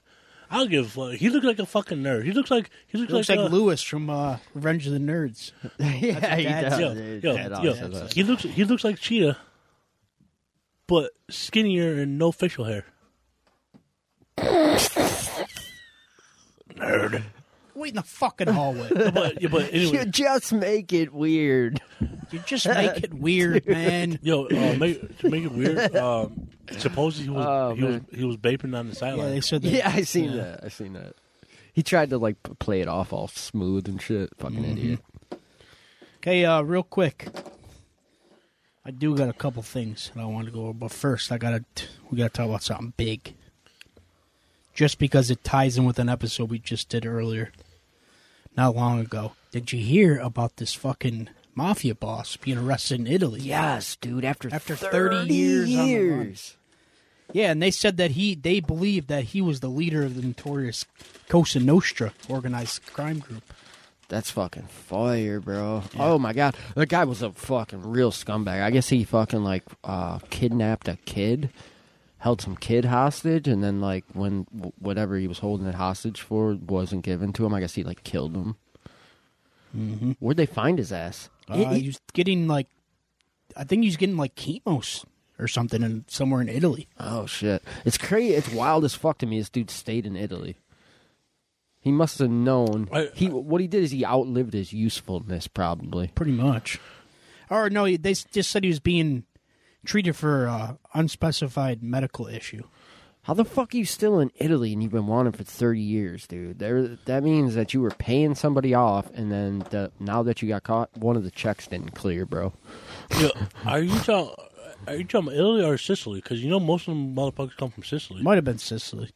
Speaker 3: I don't give a fuck. He looked like a fucking nerd. He looks like he looks,
Speaker 2: Looks
Speaker 3: like,
Speaker 2: like
Speaker 3: uh,
Speaker 2: Lewis from uh, Revenge of the Nerds.
Speaker 1: yeah, he
Speaker 2: Dad
Speaker 1: does.
Speaker 3: yo,
Speaker 1: dude.
Speaker 3: yo,
Speaker 1: Dad
Speaker 3: yo,
Speaker 1: always says that.
Speaker 3: he looks he looks like Cheetah, but skinnier and no facial hair. Nerd.
Speaker 2: Wait in the fucking hallway.
Speaker 3: But yeah, but
Speaker 1: You
Speaker 3: anyway,
Speaker 1: just make it weird.
Speaker 2: you just make it weird, man.
Speaker 3: yo, uh, make to make it weird. Um, supposedly he was
Speaker 1: Oh,
Speaker 3: he was
Speaker 1: man.
Speaker 3: he was vaping on
Speaker 2: Yeah,
Speaker 3: the sideline.
Speaker 2: they said that.
Speaker 1: Yeah, I seen that. I seen Mm-hmm. that. He tried to like p- play it off all smooth and shit. Fucking idiot.
Speaker 2: Okay, uh, real quick. I do got a couple things that I want to go over, but first I gotta we gotta talk about something big. Just because it ties in with an episode we just did earlier, not long ago. Did you hear about this fucking mafia boss being arrested in Italy?
Speaker 1: Yes, dude. After
Speaker 2: After 30 years on the run.
Speaker 1: years.
Speaker 2: Yeah, and they said that he they believed that he was the leader of the notorious Cosa Nostra organized crime group.
Speaker 1: That's fucking fire, bro. Oh my god, that guy was a fucking real scumbag. I guess he fucking like uh, kidnapped a kid, held some kid hostage, and then like when w- whatever he was holding it hostage for wasn't given to him, I guess he like killed him. Mm-hmm. Where'd they find his ass?
Speaker 2: Uh, he was getting like, I think he was getting like chemos or something, in, somewhere in Italy.
Speaker 1: Oh shit! It's crazy. It's wild as fuck to me. This dude stayed in Italy. He must have known.
Speaker 3: I-
Speaker 1: he what he did is he outlived his usefulness, probably.
Speaker 2: Pretty much. Or no, they s- just said he was being treated for uh, unspecified medical issue.
Speaker 1: How the fuck are you still in Italy and you've been wanted for 30 years, dude? There, that means that you were paying somebody off, and then the, now that you got caught, one of the checks didn't clear, bro.
Speaker 3: Yo, are you talking? Are you talking about Italy or Sicily? Because you know most of them motherfuckers come from Sicily.
Speaker 2: Might have been Sicily.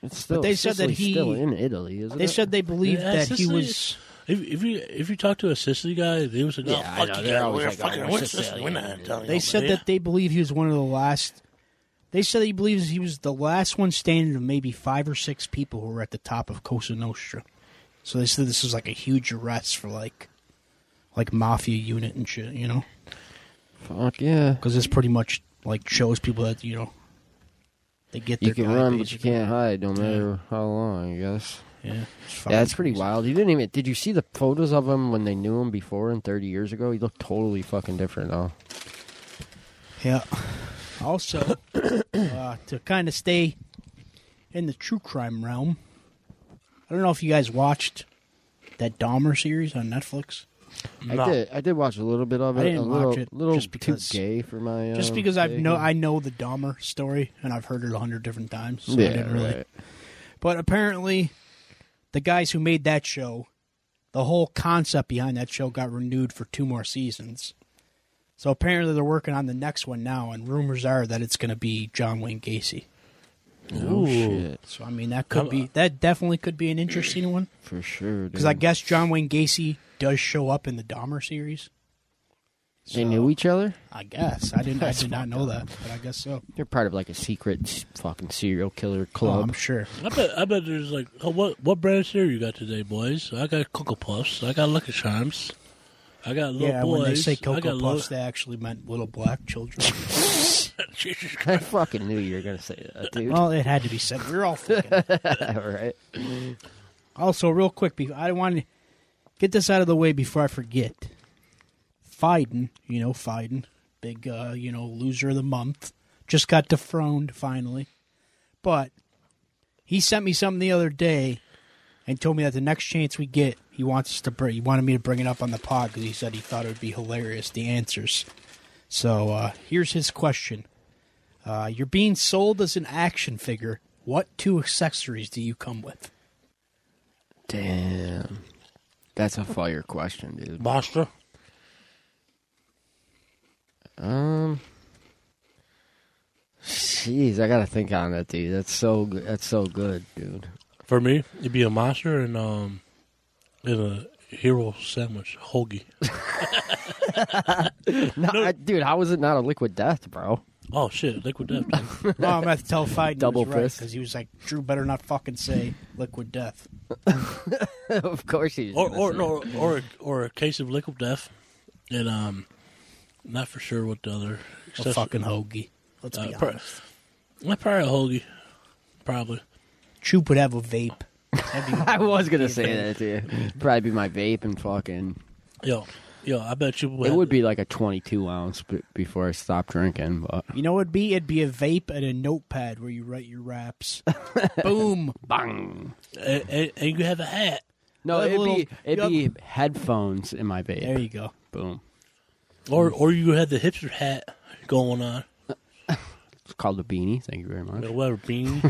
Speaker 1: It's still,
Speaker 2: they said that
Speaker 1: Sicily's still
Speaker 2: he-
Speaker 1: in Italy, isn't
Speaker 2: They
Speaker 1: it?
Speaker 2: said they believed
Speaker 3: Yeah,
Speaker 2: that he
Speaker 3: Sicily-
Speaker 2: was.
Speaker 3: If, if you if you talk to a Sicily guy, they was like,
Speaker 1: Yeah,
Speaker 3: "Oh,
Speaker 1: I
Speaker 3: fuck
Speaker 1: know,
Speaker 3: you,
Speaker 1: they're
Speaker 3: yeah,
Speaker 1: always
Speaker 3: we're
Speaker 1: like,
Speaker 3: fucking
Speaker 1: "Oh,
Speaker 3: we're
Speaker 1: Sicily,
Speaker 3: Sicily, we're not Italian."
Speaker 2: They said that they believe he was one of the last. They said he believes he was the last one standing of maybe five or six people who were at the top of Cosa Nostra. So they said this was like a huge arrest for like, like mafia unit and shit, you know,
Speaker 1: Fuck yeah.
Speaker 2: because this pretty much like shows people that you know they get their
Speaker 1: You can
Speaker 2: guy,
Speaker 1: run, but you
Speaker 2: basically.
Speaker 1: can't hide, no matter how long, I guess.
Speaker 2: Yeah,
Speaker 1: Yeah, that's pretty wild. You didn't even. Did you see the photos of him when they knew him before and 30 years ago? He looked totally fucking different now.
Speaker 2: Yeah. Also, uh, to kind of stay in the true crime realm, I don't know if you guys watched that Dahmer series on Netflix.
Speaker 1: I
Speaker 3: No.
Speaker 1: did. I did watch a little bit of it.
Speaker 2: I didn't
Speaker 1: a little,
Speaker 2: watch it,
Speaker 1: Little
Speaker 2: just because-
Speaker 1: too gay for my.
Speaker 2: Just
Speaker 1: um,
Speaker 2: because I've no,
Speaker 1: taste.
Speaker 2: I know the Dahmer story and I've heard it a hundred different times. So I
Speaker 1: yeah,
Speaker 2: didn't really.
Speaker 1: right.
Speaker 2: But apparently, the guys who made that show, the whole concept behind that show got renewed for two more seasons. So apparently, they're working on the next one now, and rumors are that it's going to be John Wayne Gacy.
Speaker 1: Oh
Speaker 3: Ooh.
Speaker 1: shit,
Speaker 2: So I mean, that could
Speaker 3: I'm- uh,
Speaker 2: be that definitely could be an interesting one
Speaker 1: for sure.
Speaker 2: because
Speaker 1: dude.
Speaker 2: I guess John Wayne Gacy does show up in the Dahmer series.
Speaker 1: They knew each other.
Speaker 2: I guess I didn't. I did not know that, but I guess so.
Speaker 1: They're part of like a secret s- fucking serial killer
Speaker 2: Oh, I'm
Speaker 1: club.
Speaker 2: sure.
Speaker 3: I bet I bet there's like, oh, what what brand of cereal you got today, boys? I got Cocoa Puffs. I got Lucky Charms. I got little
Speaker 2: yeah,
Speaker 3: boys.
Speaker 2: when they say
Speaker 3: I got
Speaker 2: Cocoa
Speaker 3: Lil-
Speaker 2: Puffs, they actually meant little black children.
Speaker 3: Jesus Christ.
Speaker 1: I fucking knew you were gonna say that, dude.
Speaker 2: well, it had to be said. We're all thinking.
Speaker 1: All right.
Speaker 2: also, real quick, be- I want to get this out of the way before I forget. Fiden, you know Fiden, big uh, you know loser of the month, just got dethroned finally. But he sent me something the other day and told me that the next chance we get, he wants us to bring. He wanted me to bring it up on the pod because he said he thought it would be hilarious the answers. So uh, here's his question: uh, You're being sold as an action figure. What two accessories do you come with?
Speaker 1: Damn, that's a fire question, dude.
Speaker 3: Monster.
Speaker 1: Um, jeez, I gotta think on that, dude. That's so good. That's so good, dude.
Speaker 3: For me, it'd be a monster and um, and a hero sandwich, hoagie.
Speaker 1: No, I- dude, how is it not a liquid death, bro?
Speaker 3: Oh shit, liquid death. dude.
Speaker 2: Well, I'm gonna have to tell Fiden
Speaker 1: Double
Speaker 2: he was right
Speaker 1: fist.
Speaker 2: because he was like, "Drew, better not fucking say liquid death."
Speaker 1: of course he's.
Speaker 3: or
Speaker 1: gonna
Speaker 3: or
Speaker 1: say
Speaker 3: no, or or a case of liquid death, and um, not for sure what the other.
Speaker 2: A
Speaker 3: accessory-
Speaker 2: fucking hoagie. Let's
Speaker 3: Uh,
Speaker 2: be
Speaker 3: pro-
Speaker 2: honest.
Speaker 3: uh, probably a hoagie, probably.
Speaker 2: Troop would have a vape. That'd be-
Speaker 1: I was gonna say that to you. Probably be my vape and fucking.
Speaker 3: Yo, yo, I bet you
Speaker 1: It would be like a 22 ounce b- before I stopped drinking, but
Speaker 2: you know, it'd be it'd be a vape and a notepad where you write your raps. Boom.
Speaker 1: bang.
Speaker 3: and, and, and you have a hat.
Speaker 1: No,
Speaker 2: Like
Speaker 1: it'd
Speaker 2: little-
Speaker 1: be it'd be headphones in my vape.
Speaker 2: There you go.
Speaker 1: Boom.
Speaker 3: Or
Speaker 2: Mm.
Speaker 3: or you had the hipster hat going on,
Speaker 1: It's called a beanie. Thank you very much.
Speaker 3: or whatever bean.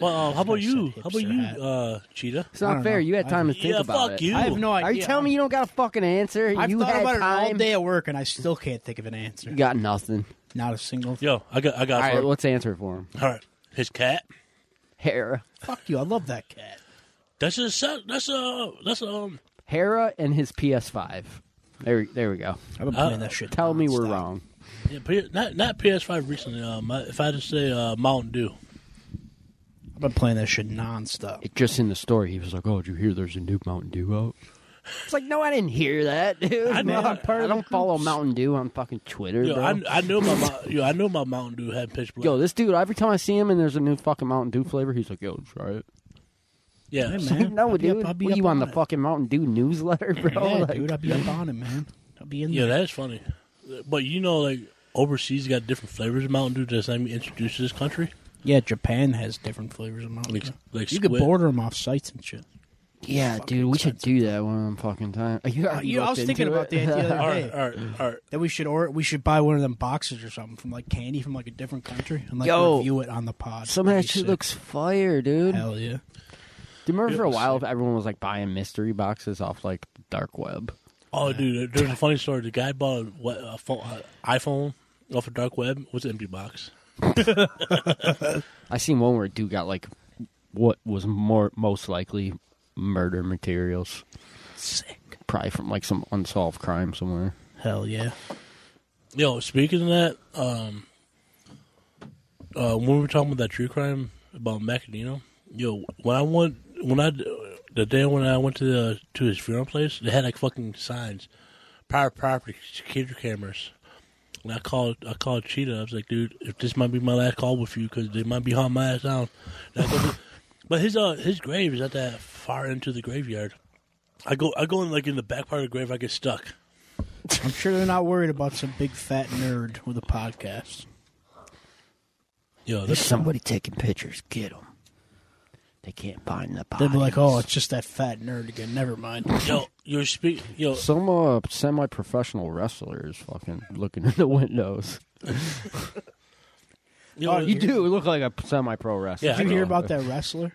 Speaker 3: Well, uh, how about you?
Speaker 2: Hipster
Speaker 3: How about you,
Speaker 2: hat.
Speaker 3: uh, Cheetah?
Speaker 1: It's
Speaker 2: I
Speaker 1: not
Speaker 2: don't
Speaker 1: fair.
Speaker 2: know.
Speaker 1: You had time to
Speaker 3: I-
Speaker 1: think
Speaker 3: yeah,
Speaker 1: about
Speaker 3: fuck
Speaker 1: it.
Speaker 3: you.
Speaker 2: I have no idea.
Speaker 1: Are you telling me you don't got a fucking answer?
Speaker 2: I've
Speaker 1: you
Speaker 2: thought
Speaker 1: had
Speaker 2: about
Speaker 1: time.
Speaker 2: it all day at work, and I still can't think of an answer.
Speaker 1: You got nothing.
Speaker 2: Not a single.
Speaker 3: Yo, I got, I
Speaker 1: All
Speaker 3: got.
Speaker 1: right,
Speaker 3: All
Speaker 1: let's answer it for him.
Speaker 3: All right. His cat.
Speaker 1: Hera,
Speaker 2: Fuck you! I love that cat.
Speaker 3: That's a. se- That's a. That's a. Um,
Speaker 1: Hera, and his PS5. There, there we go.
Speaker 2: I've been
Speaker 3: Uh,
Speaker 2: playing that shit.
Speaker 1: Tell me we're
Speaker 2: nonstop.
Speaker 1: wrong.
Speaker 3: yeah, P- not not PS5 recently. Um, I- if I had to say uh, Mountain Dew.
Speaker 2: I've been playing that shit nonstop.
Speaker 1: It, just in the story, he was like, "Oh, did you hear? There's a new Mountain Dew out." It's like, no, I didn't hear that, dude. I,
Speaker 3: know.
Speaker 1: I don't follow Mountain Dew on fucking Twitter,
Speaker 3: Yo,
Speaker 1: bro.
Speaker 3: I, I know my Mou- yo, I know my Mountain Dew had pitch black.
Speaker 1: Yo, this dude, every time I see him and there's a new fucking Mountain Dew flavor, he's like, yo, try it.
Speaker 3: yeah,
Speaker 2: Hey, man.
Speaker 1: no,
Speaker 2: I'll be
Speaker 1: dude.
Speaker 2: up- I'll be
Speaker 1: what,
Speaker 2: up
Speaker 1: you on the
Speaker 2: it.
Speaker 1: fucking Mountain Dew newsletter, bro?
Speaker 2: Yeah,
Speaker 1: Like,
Speaker 2: dude, I'll be up on it, man. I'll be in
Speaker 3: yeah,
Speaker 2: there.
Speaker 3: that's funny. But you know, like overseas, got different flavors of Mountain Dew that's not even introduced to this country.
Speaker 2: Yeah, Japan has different flavors of Mountain
Speaker 3: Like-
Speaker 2: Dew.
Speaker 3: like
Speaker 2: you could
Speaker 3: squid.
Speaker 2: border them off sites and shit.
Speaker 1: yeah, dude, we should do that one of them fucking time. You already
Speaker 2: Uh, you know, I
Speaker 1: looked
Speaker 2: was thinking
Speaker 1: into
Speaker 2: about
Speaker 1: it.
Speaker 2: the idea the
Speaker 3: All
Speaker 2: other
Speaker 3: right,
Speaker 2: day
Speaker 3: all right, all right.
Speaker 2: that we should or we should buy one of them boxes or something from like candy from like a different country and like
Speaker 1: Yo.
Speaker 2: review it on the pod.
Speaker 1: Some of that
Speaker 2: That'd be
Speaker 1: shit
Speaker 2: sick.
Speaker 1: looks fire, dude. Do
Speaker 2: hell yeah.
Speaker 1: you remember for a
Speaker 3: Yeah,
Speaker 1: while everyone was like buying mystery boxes off like the dark web?
Speaker 3: Oh, dude, there's a funny story. The guy bought a, what, a phone, a iPhone off a dark web. It was an empty box.
Speaker 1: I seen one where a dude got like what was more most likely murder materials,
Speaker 2: Sick.
Speaker 1: probably from like some unsolved crime somewhere.
Speaker 2: Hell yeah.
Speaker 3: Yo, speaking of that, um, uh, when we were talking about that true crime about Macadino, yo, when I went, when I, the day when I went to the to his funeral place, they had like fucking signs, private property, security cameras. And I called, I called Cheetah. I was like, dude, if this might be my last call with you, because they might be hauling my ass down. And I go to- but his uh, his grave is not that far into the graveyard. I go, I go in like in the back part of the grave. I get stuck.
Speaker 2: I'm sure they're not worried about some big fat nerd with a podcast.
Speaker 3: Yo,
Speaker 1: There's
Speaker 3: that's
Speaker 1: somebody taking pictures. Get them. They can't find the body.
Speaker 2: They'd be like, "Oh, it's just that fat nerd again. Never mind."
Speaker 3: yo, you're speak, yo.
Speaker 1: Some uh, semi-professional wrestler is fucking looking in the windows.
Speaker 3: Yo,
Speaker 1: You do look like a semi-pro wrestler.
Speaker 3: Yeah, I
Speaker 2: Did you hear
Speaker 3: know.
Speaker 2: about that wrestler?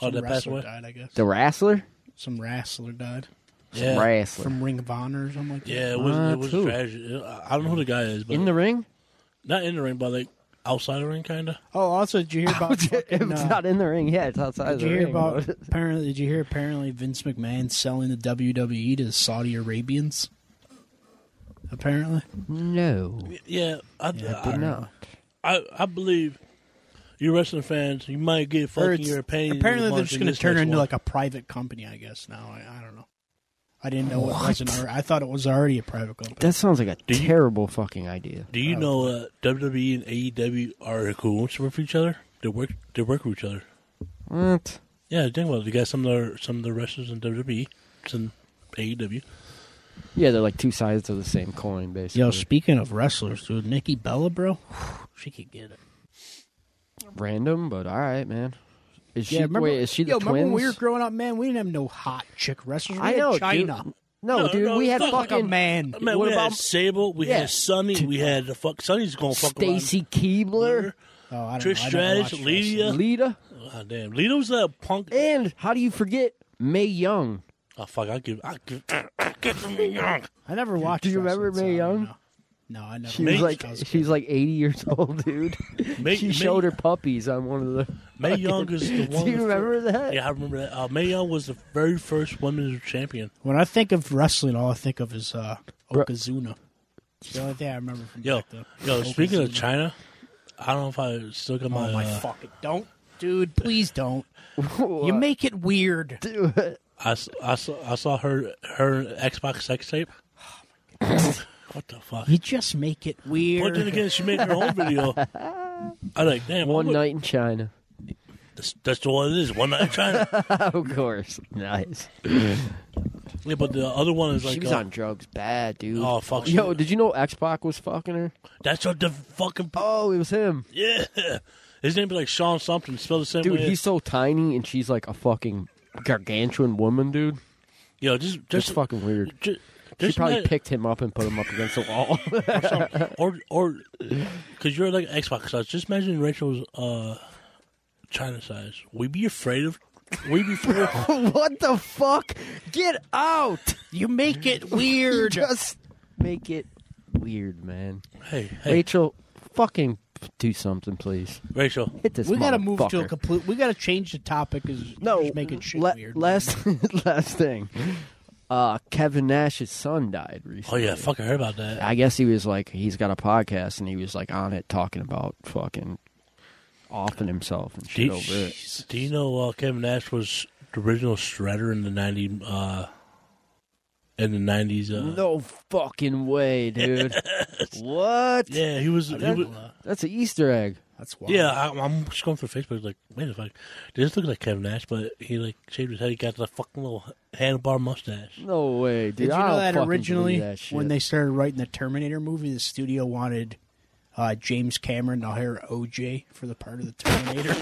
Speaker 3: Oh, that passed
Speaker 2: wrestler
Speaker 3: away.
Speaker 2: died, I guess.
Speaker 1: The wrestler?
Speaker 2: Some wrestler died
Speaker 3: Yeah,
Speaker 1: Wrestler.
Speaker 2: from Ring of Honor or something like that.
Speaker 3: yeah, it was
Speaker 1: Uh,
Speaker 3: it was
Speaker 1: too.
Speaker 3: tragic. I I don't know who the guy is, but
Speaker 1: in the ring?
Speaker 3: not in the ring, but like outside the ring, kind of.
Speaker 2: Oh, also, did you hear about?
Speaker 1: if
Speaker 2: fucking,
Speaker 1: it's
Speaker 2: uh,
Speaker 1: not in the ring, yeah, it's outside
Speaker 2: did
Speaker 1: the
Speaker 2: you hear
Speaker 1: ring.
Speaker 2: about?
Speaker 1: but-
Speaker 2: Apparently, did you hear? Apparently, Vince McMahon selling the WWE to Saudi Arabians. Apparently,
Speaker 1: no,
Speaker 3: Yeah, I
Speaker 2: Yeah,
Speaker 3: I,
Speaker 1: did not.
Speaker 3: I, I believe you wrestling fans, you might get
Speaker 2: Or
Speaker 3: fucking
Speaker 2: it's-
Speaker 3: your opinion.
Speaker 2: apparently they're
Speaker 3: watching
Speaker 2: just going to
Speaker 3: this
Speaker 2: turn
Speaker 3: next
Speaker 2: into
Speaker 3: one.
Speaker 2: like a private company. I guess now I, I don't know. I didn't know it wasn't. alre- I thought it was already a private company.
Speaker 1: That sounds like a
Speaker 3: Do you-
Speaker 1: terrible fucking idea.
Speaker 3: Do you know uh, WWE and AEW are in cahoots with each other? They work. They work with each other.
Speaker 1: What?
Speaker 3: Yeah, think about it. You got some of the some of the wrestlers in WWE, some E AEW.
Speaker 1: Yeah, they're like two sides of the same coin, basically.
Speaker 2: Yo, speaking of wrestlers, dude, Nikki Bella, bro, she could get it.
Speaker 1: random, but all right, man. Is she?
Speaker 2: Yeah, remember,
Speaker 1: wait, is she the
Speaker 2: yo, remember
Speaker 1: twins?
Speaker 2: when we were growing up, man? We didn't have no hot chick wrestlers. We
Speaker 1: I
Speaker 2: had
Speaker 1: know,
Speaker 2: China.
Speaker 1: dude. No,
Speaker 3: No,
Speaker 1: dude,
Speaker 3: no,
Speaker 1: we had
Speaker 3: fuck like
Speaker 2: Like a
Speaker 1: fucking
Speaker 2: man.
Speaker 3: Man,
Speaker 1: What
Speaker 3: we
Speaker 1: about-
Speaker 3: had Sable, we
Speaker 1: Yeah.
Speaker 3: had Sonny, we had the fuck Sonny's gonna fuck around.
Speaker 1: Stacy Keebler,
Speaker 2: Oh, I don't
Speaker 3: Trish
Speaker 2: know. I never
Speaker 3: Stratus,
Speaker 2: watched
Speaker 3: Lydia.
Speaker 2: wrestling.
Speaker 1: Lita,
Speaker 3: Ah, damn, Lito's a punk.
Speaker 1: and how do you forget May Young?
Speaker 3: Oh fuck! I give, I give, I give them me young.
Speaker 2: I never watched.
Speaker 1: do you remember
Speaker 2: wrestling,
Speaker 1: Mae
Speaker 2: so I don't
Speaker 1: Young?
Speaker 2: know. No, I never.
Speaker 1: She
Speaker 2: watched
Speaker 1: was like,
Speaker 2: wrestling.
Speaker 1: she's like eighty years old, dude.
Speaker 3: May-
Speaker 1: she
Speaker 3: May-
Speaker 1: showed her puppies on one of the.
Speaker 3: Mae Young is the one.
Speaker 1: Do you
Speaker 3: that-
Speaker 1: remember that?
Speaker 3: Yeah, I remember that. Uh, Mae Young was the very first women's champion.
Speaker 2: when I think of wrestling, all I think of is uh,
Speaker 1: Bro-
Speaker 2: Okazuna. It's the only thing I remember from
Speaker 3: Yo,
Speaker 2: back then.
Speaker 3: yo.
Speaker 2: Okazuna.
Speaker 3: Speaking of China, I don't know if I still got my.
Speaker 2: oh my
Speaker 3: uh,
Speaker 2: fucking don't, dude, please don't.
Speaker 1: What?
Speaker 2: you make it weird.
Speaker 1: Do it.
Speaker 3: I, s- I saw I saw her her Xbox sex tape. Oh, what the fuck?
Speaker 2: You just make it weird.
Speaker 3: But then again, she made her own video. I like damn. I
Speaker 1: one
Speaker 3: would-
Speaker 1: night in China.
Speaker 3: That's, that's the one it is. One night in China.
Speaker 1: Of course, nice.
Speaker 3: yeah, but the other one is like
Speaker 1: she was
Speaker 3: uh,
Speaker 1: on drugs, bad dude.
Speaker 3: Oh, fuck,
Speaker 1: Yo,
Speaker 3: she-
Speaker 1: did you know X Pac was fucking her?
Speaker 3: that's what the fucking
Speaker 1: Oh, it was him.
Speaker 3: yeah. His name is like Sean something. Spelled the same
Speaker 1: Dude,
Speaker 3: way.
Speaker 1: he's so tiny, and she's like a fucking gargantuan woman, dude.
Speaker 3: yo. Just
Speaker 1: It's
Speaker 3: just
Speaker 1: fucking weird.
Speaker 3: Just,
Speaker 1: She
Speaker 3: just
Speaker 1: probably
Speaker 3: imagine-
Speaker 1: picked him up and put him up against the wall.
Speaker 3: or or because you're like Xbox. So just imagine Rachel's uh, China size. We be afraid of. We be afraid of.
Speaker 1: what the fuck? Get out!
Speaker 2: You make it
Speaker 1: You
Speaker 2: weird.
Speaker 1: just make it weird, man.
Speaker 3: Hey, hey,
Speaker 1: Rachel, fucking do something, please.
Speaker 3: Rachel.
Speaker 1: Hit this.
Speaker 2: we gotta move to a
Speaker 1: motherfucker.
Speaker 2: complete. We gotta change the topic. Is
Speaker 1: no.
Speaker 2: just making shit
Speaker 1: la-
Speaker 2: weird.
Speaker 1: Last last thing. Uh, Kevin Nash's son died
Speaker 3: Oh
Speaker 1: recently.
Speaker 3: yeah, fuck! I heard about that.
Speaker 1: I guess he was like he's got a podcast and he was like on it talking about fucking offing himself and
Speaker 3: Do
Speaker 1: shit
Speaker 3: you,
Speaker 1: over it.
Speaker 3: do you know uh, Kevin Nash was the original shredder in the ninety uh, in the nineties? Uh,
Speaker 1: No fucking way, dude. what?
Speaker 3: Yeah, he was. He was
Speaker 1: That's an Easter egg.
Speaker 2: That's wild.
Speaker 3: yeah, I, I'm just going through Facebook. Like, wait a fuck, this looks like Kevin Nash, but he like shaved his head. He got the fucking little handlebar mustache.
Speaker 1: No way, dude.
Speaker 2: Did you
Speaker 1: I
Speaker 2: know
Speaker 1: don't
Speaker 2: that
Speaker 1: fucking
Speaker 2: originally,
Speaker 1: believe that shit.
Speaker 2: when they started writing the Terminator movie, the studio wanted uh, James Cameron to hire OJ for the part of the Terminator?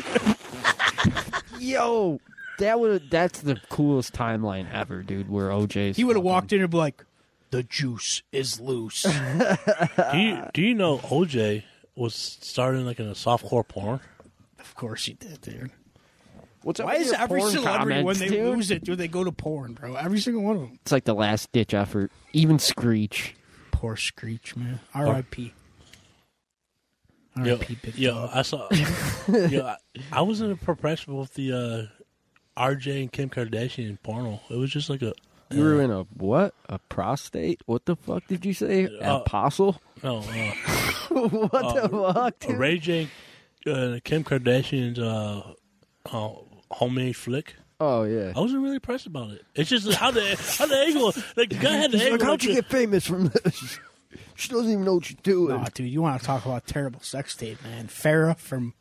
Speaker 1: Yo, that would that's the coolest timeline ever, dude. Where OJ's
Speaker 2: he would have walked in and be like, "The juice is loose."
Speaker 3: do you do you know OJ was starting like in a softcore porn?
Speaker 2: of course he did, dude.
Speaker 1: What's
Speaker 2: Why is every celebrity when they lose it, do they go to porn, bro? Every single one of them.
Speaker 1: It's like the last ditch effort. Even Screech.
Speaker 2: Poor Screech, man. R.I.P.
Speaker 3: Yo,
Speaker 2: R.I.P. Big
Speaker 3: yo
Speaker 2: Dog.
Speaker 3: I saw. yo, I, I was in a progression with the uh, RJ and Kim Kardashian porno. It was just like a
Speaker 1: You were in a what? A prostate? What the fuck did you say?
Speaker 3: Uh,
Speaker 1: Apostle?
Speaker 3: no uh,
Speaker 1: what the fuck?
Speaker 3: a Ray J, uh, Kim Kardashian's uh, uh, homemade flick.
Speaker 1: Oh yeah.
Speaker 2: uh,
Speaker 3: I wasn't really impressed about it. It's just how the how the angle like the guy had the
Speaker 1: He's
Speaker 3: angle.
Speaker 1: like, how'd
Speaker 3: like
Speaker 1: you
Speaker 3: the-
Speaker 1: get famous from this? She doesn't even know what you're doing.
Speaker 2: Aw, dude, you want to talk about terrible sex tape, man? Farah from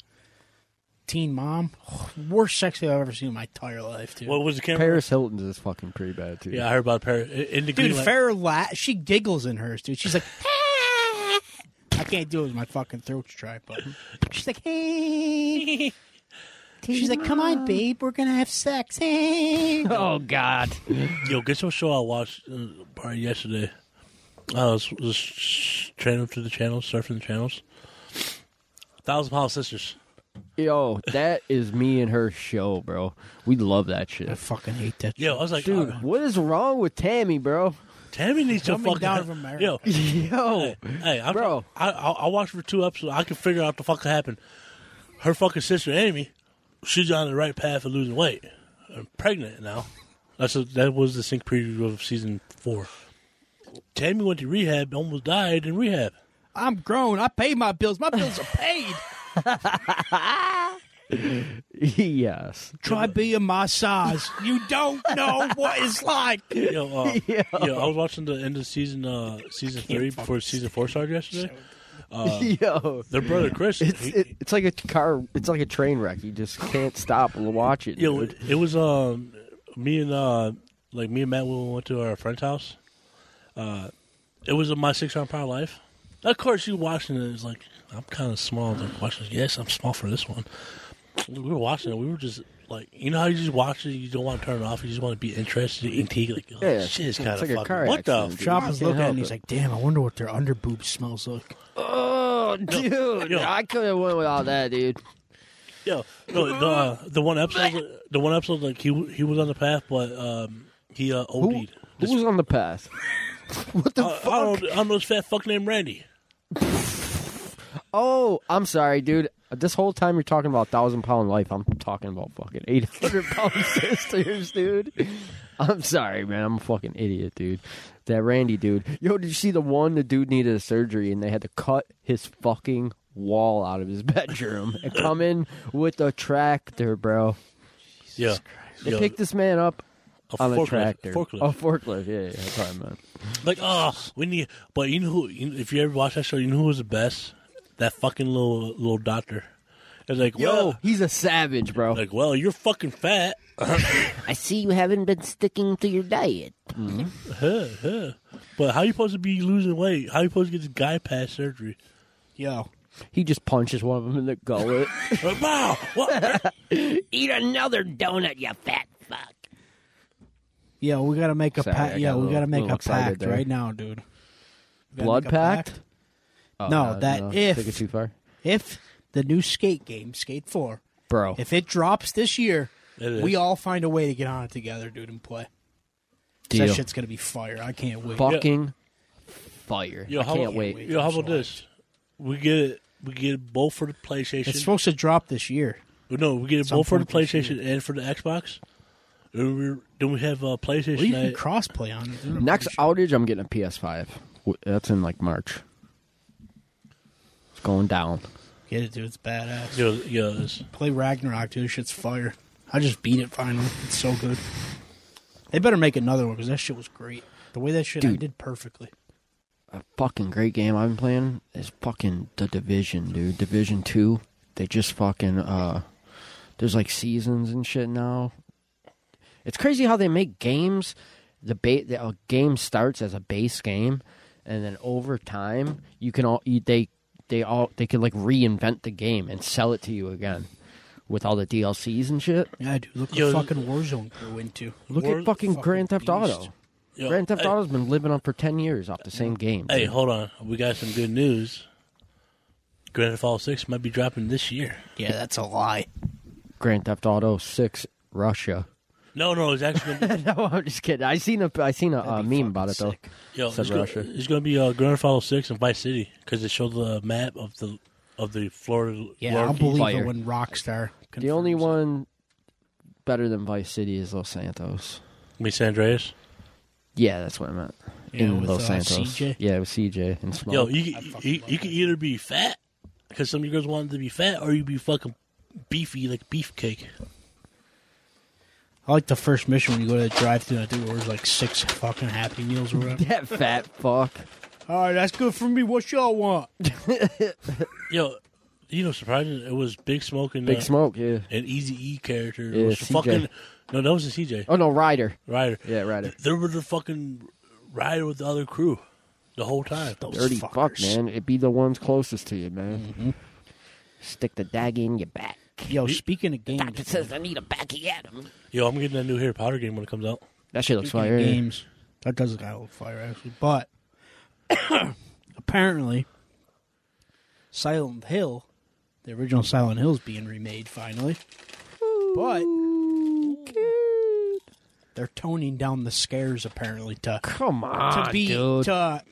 Speaker 2: Teen Mom, worst sex tape I've ever seen in my entire life, dude.
Speaker 3: What was the camera?
Speaker 1: Paris Hilton's is fucking pretty bad too.
Speaker 3: Yeah, I heard about Paris. In the
Speaker 2: dude,
Speaker 3: green light-
Speaker 2: Farrah la- she giggles in hers, dude. She's like, "Ah!" I can't do it with my fucking throat's dry, but she's like, hey. She's like, come on, babe, we're gonna have sex. Hey.
Speaker 1: Oh God.
Speaker 3: Yo, guess what show I watched uh, probably yesterday? I was just training through the channels, surfing the channels. Thousand Pound Sisters.
Speaker 1: Yo, that is me and her show, bro. We love that
Speaker 2: I
Speaker 1: shit.
Speaker 2: fucking hate that.
Speaker 3: Yo, I was like,
Speaker 1: Dude,
Speaker 3: uh,
Speaker 1: what is wrong with Tammy, bro?
Speaker 3: Tammy needs to
Speaker 2: Coming
Speaker 3: fucking
Speaker 2: down from America.
Speaker 3: Yo,
Speaker 1: Yo,
Speaker 3: hey, I'm,
Speaker 1: Bro.
Speaker 3: I, I I watched for two episodes. I could figure out what the fuck happened. Her fucking sister Amy, she's on the right path of losing weight. I'm pregnant now. That's a, that was the sync preview of season four. Tammy went to rehab, almost died in rehab.
Speaker 2: I'm grown. I pay my bills. My bills are paid.
Speaker 1: yes.
Speaker 2: Try being my size. You don't know what it's like.
Speaker 3: Yo, uh, yo. I was watching the end of season uh, season three before season four started yesterday.
Speaker 1: Yo,
Speaker 3: Their brother Chris,
Speaker 1: it's
Speaker 3: Uh, he-
Speaker 1: it, it's like a car. It's like a train wreck. You just can't stop and watch it.
Speaker 3: yo,
Speaker 1: dude.
Speaker 3: it was um me and uh like me and Matt when we went to our friend's house. Uh, it was my six round power life. Of course, you watching it is like I'm kind of small. I'm like watching, yes, I'm small for this one. We were watching it. We were just like, you know how you just watch it, you don't want to turn it off. You just want to be interested, intrigued. Like, oh,
Speaker 1: Yeah,
Speaker 3: shit is
Speaker 1: it's
Speaker 3: kind of
Speaker 1: like a
Speaker 3: fucking.
Speaker 1: car
Speaker 3: what the?
Speaker 1: accident,
Speaker 3: F-
Speaker 1: dude.
Speaker 2: Chop is
Speaker 1: Can't
Speaker 2: looking
Speaker 1: help
Speaker 2: and he's
Speaker 1: it.
Speaker 2: like, damn, I wonder what their underboob smells like.
Speaker 1: oh, dude,
Speaker 3: yo.
Speaker 1: I could have went without that, dude.
Speaker 3: Yo, no, the uh, the one episode, the one episode, like he w- he was on the path, but um, he uh, OD'd.
Speaker 1: Who, who was on the path? what the
Speaker 3: Uh,
Speaker 1: fuck?
Speaker 3: I don't, know- I don't know this fat fuck named Randy.
Speaker 1: Oh, I'm sorry, dude. This whole time you're talking about thousand pound life, I'm talking about fucking eight hundred pound sisters, dude. I'm sorry, man. I'm a fucking idiot, dude. That Randy dude. Yo, did you see the one the dude needed a surgery and they had to cut his fucking wall out of his bedroom and come in with a tractor, bro.
Speaker 3: yeah,
Speaker 1: They
Speaker 3: Yo,
Speaker 1: picked this man up
Speaker 3: a
Speaker 1: on
Speaker 3: forklift-
Speaker 1: a tractor. Oh.
Speaker 3: Forklift.
Speaker 1: A forklift, yeah, yeah. That's what I meant.
Speaker 3: Like, oh, we need. But you know who? You know, if you ever watch that show, you know who was the best? That fucking little little doctor. It's like,
Speaker 1: Yo,
Speaker 3: well,
Speaker 1: he's a savage, bro.
Speaker 3: like, well, you're fucking fat.
Speaker 1: I see you haven't been sticking to your diet.
Speaker 3: Huh, huh. But how you supposed to be losing weight? How you supposed to get this guy past surgery?
Speaker 2: Yo,
Speaker 1: He just punches one of them in the gullet.
Speaker 3: Like, wow, what?
Speaker 1: Eat another donut, you fat fuck.
Speaker 2: yo, we gotta make a
Speaker 1: Sorry, I
Speaker 2: pact.
Speaker 1: got
Speaker 2: Yeah,
Speaker 1: a
Speaker 2: we
Speaker 1: little-
Speaker 2: gotta make
Speaker 1: little
Speaker 2: a
Speaker 1: excited
Speaker 2: pact
Speaker 1: there.
Speaker 2: right now, dude. We gotta
Speaker 1: Blood
Speaker 2: make a
Speaker 1: pact? Oh,
Speaker 2: No, that if-
Speaker 1: Uh, Take it too far.
Speaker 2: If the new skate game, Skate Four,
Speaker 1: bro.
Speaker 2: If it drops this year,
Speaker 3: It is.
Speaker 2: we all find a way to get on it together, dude, and play.
Speaker 1: Deal.
Speaker 2: That shit's gonna be fire. I can't wait.
Speaker 1: Fucking fire.
Speaker 3: Yo,
Speaker 1: I
Speaker 3: how
Speaker 1: can't
Speaker 3: about-
Speaker 1: wait.
Speaker 2: wait.
Speaker 3: Yo, how
Speaker 2: I'm
Speaker 3: about
Speaker 2: so
Speaker 3: this? We get it. We get it both for the PlayStation.
Speaker 2: It's supposed to drop this year.
Speaker 3: no, we get it
Speaker 2: some
Speaker 3: both for the
Speaker 2: point this year.
Speaker 3: PlayStation and for the Xbox. Then we, then we have uh, PlayStation.
Speaker 2: Well, you can
Speaker 3: night.
Speaker 2: crossplay on it. dude, I'm
Speaker 1: Next
Speaker 2: pretty sure.
Speaker 1: outage, I'm getting a PS5. W- That's in like March. It's going down.
Speaker 2: get it, dude. It's badass.
Speaker 3: Yo, yo, it's-
Speaker 2: Play Ragnarok, dude. This shit's fire. I just beat it finally. It's so good. They better make another one because that shit was great. The way that shit I
Speaker 1: Dude.
Speaker 2: did perfectly.
Speaker 1: A fucking great game I've been playing is fucking The Division, dude. Division 2. They just fucking, uh, there's like seasons and shit now. It's crazy how they make games. The, ba- the a game starts as a base game, and then over time, you can all, you, they, they all, they can like reinvent the game and sell it to you again with all the DLCs and shit.
Speaker 2: Yeah, dude. Look
Speaker 3: Yo,
Speaker 2: what fucking Warzone grew into.
Speaker 1: Look
Speaker 3: War-
Speaker 1: at fucking,
Speaker 2: fucking
Speaker 1: Grand Theft
Speaker 2: beast.
Speaker 1: Auto.
Speaker 3: yo,
Speaker 1: Grand Theft
Speaker 3: hey,
Speaker 1: Auto's been living on for ten years off the same game.
Speaker 3: Hey,
Speaker 1: dude.
Speaker 3: hold on. We got some good news. Grand Theft Auto Six might be dropping this year.
Speaker 2: Yeah, that's a lie.
Speaker 1: Grand Theft Auto Six Russia.
Speaker 3: No, no, it's actually gonna
Speaker 1: no, I'm just kidding. I seen a I seen a uh,
Speaker 2: That'd be
Speaker 1: meme
Speaker 2: fucking
Speaker 1: about it though.
Speaker 2: sick.
Speaker 3: be, yo,
Speaker 1: Said
Speaker 3: it's, gonna,
Speaker 1: Russia.
Speaker 3: it's gonna be uh, Grand Theft Auto Six and Vice City because it showed the map of the of the Florida.
Speaker 2: Yeah,
Speaker 3: Florida
Speaker 2: I'll believe
Speaker 1: Fire.
Speaker 2: it when Rockstar.
Speaker 1: The only
Speaker 2: confirms it.
Speaker 1: one better than Vice City is Los Santos.
Speaker 3: Me, San Andreas.
Speaker 1: Yeah, that's what I meant.
Speaker 2: Yeah,
Speaker 1: In
Speaker 2: with,
Speaker 1: Los
Speaker 2: uh,
Speaker 1: Santos.
Speaker 2: CJ.
Speaker 1: Yeah, with CJ and Smoke.
Speaker 3: Yo, you you, you, you can either be fat because some of you girls wanted to be fat, or you be fucking beefy like beefcake.
Speaker 2: I like the first mission when you go to the drive-thru. I think it was like six fucking Happy Meals or whatever.
Speaker 1: that fat fuck.
Speaker 2: All right, that's good for me. What y'all want?
Speaker 3: Yo, you know, surprising it was Big Smoke and
Speaker 1: Big
Speaker 3: uh,
Speaker 1: Smoke. Yeah.
Speaker 3: and Easy E character.
Speaker 1: Yeah,
Speaker 3: was the
Speaker 1: CJ.
Speaker 3: fucking no, that was a CJ
Speaker 1: Oh no, Ryder.
Speaker 3: rider.
Speaker 1: Yeah, Ryder.
Speaker 3: They were the fucking rider with the other crew the whole time.
Speaker 2: Those
Speaker 1: Dirty fuck,
Speaker 2: fuckers. Mm-hmm.
Speaker 1: man. It be the ones closest to you, man. Stick the dag in your back.
Speaker 2: Yo, speaking of games,
Speaker 1: Doctor says I need a backy Adam.
Speaker 3: Yo, I'm getting that new Harry Potter game when it comes out.
Speaker 1: That shit looks
Speaker 2: Speaking
Speaker 1: fire.
Speaker 2: of
Speaker 1: yeah.
Speaker 2: games. That does kind of look fire, actually. But apparently, Silent Hill, the original Silent Hill, is being remade finally. But they're toning down the scares apparently to
Speaker 1: Come on,
Speaker 2: to be
Speaker 1: dude.
Speaker 2: to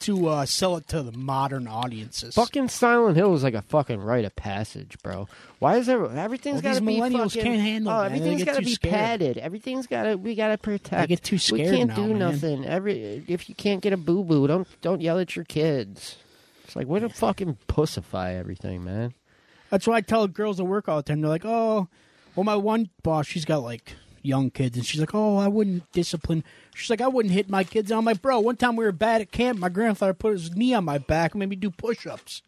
Speaker 2: to uh, sell it to the modern audiences.
Speaker 1: fucking Silent Hill is like a fucking rite of passage, bro. Why is there everything's
Speaker 2: Well,
Speaker 1: got to
Speaker 2: these
Speaker 1: be
Speaker 2: millennials
Speaker 1: fucking,
Speaker 2: can't handle it,
Speaker 1: oh,
Speaker 2: man. They
Speaker 1: everything's
Speaker 2: get
Speaker 1: got to
Speaker 2: too
Speaker 1: be
Speaker 2: scared.
Speaker 1: padded. Everything's got to we got to protect.
Speaker 2: They get too
Speaker 1: We
Speaker 2: scared
Speaker 1: can't
Speaker 2: now,
Speaker 1: do
Speaker 2: man.
Speaker 1: nothing. Every if you can't get a boo boo, don't don't yell at your kids. It's like what a fucking pussify everything, man.
Speaker 2: That's why I tell girls at work all the time. They're like, "Oh, well, my one boss, she's got like young kids, and she's like, oh, I wouldn't discipline.' She's like, I wouldn't hit my kids. And I'm like, bro, one time we were bad at camp. My grandfather put his knee on my back and made me do push-ups.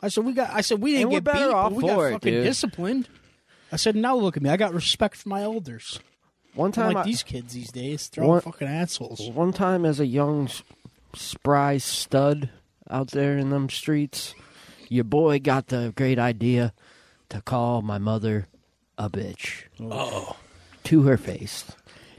Speaker 2: I said, we got. I said, we didn't
Speaker 1: And we're
Speaker 2: get
Speaker 1: better
Speaker 2: beat,
Speaker 1: off
Speaker 2: but we got
Speaker 1: for it,
Speaker 2: fucking
Speaker 1: dude.
Speaker 2: disciplined. I said, now look at me. I got respect for my elders.
Speaker 1: One
Speaker 2: I'm
Speaker 1: time,
Speaker 2: like
Speaker 1: I-
Speaker 2: these kids these days, they're all
Speaker 1: One-
Speaker 2: fucking assholes.
Speaker 1: One time, as a young, s- spry stud out there in them streets, your boy got the great idea to call my mother a bitch
Speaker 3: Oh,
Speaker 1: to her face.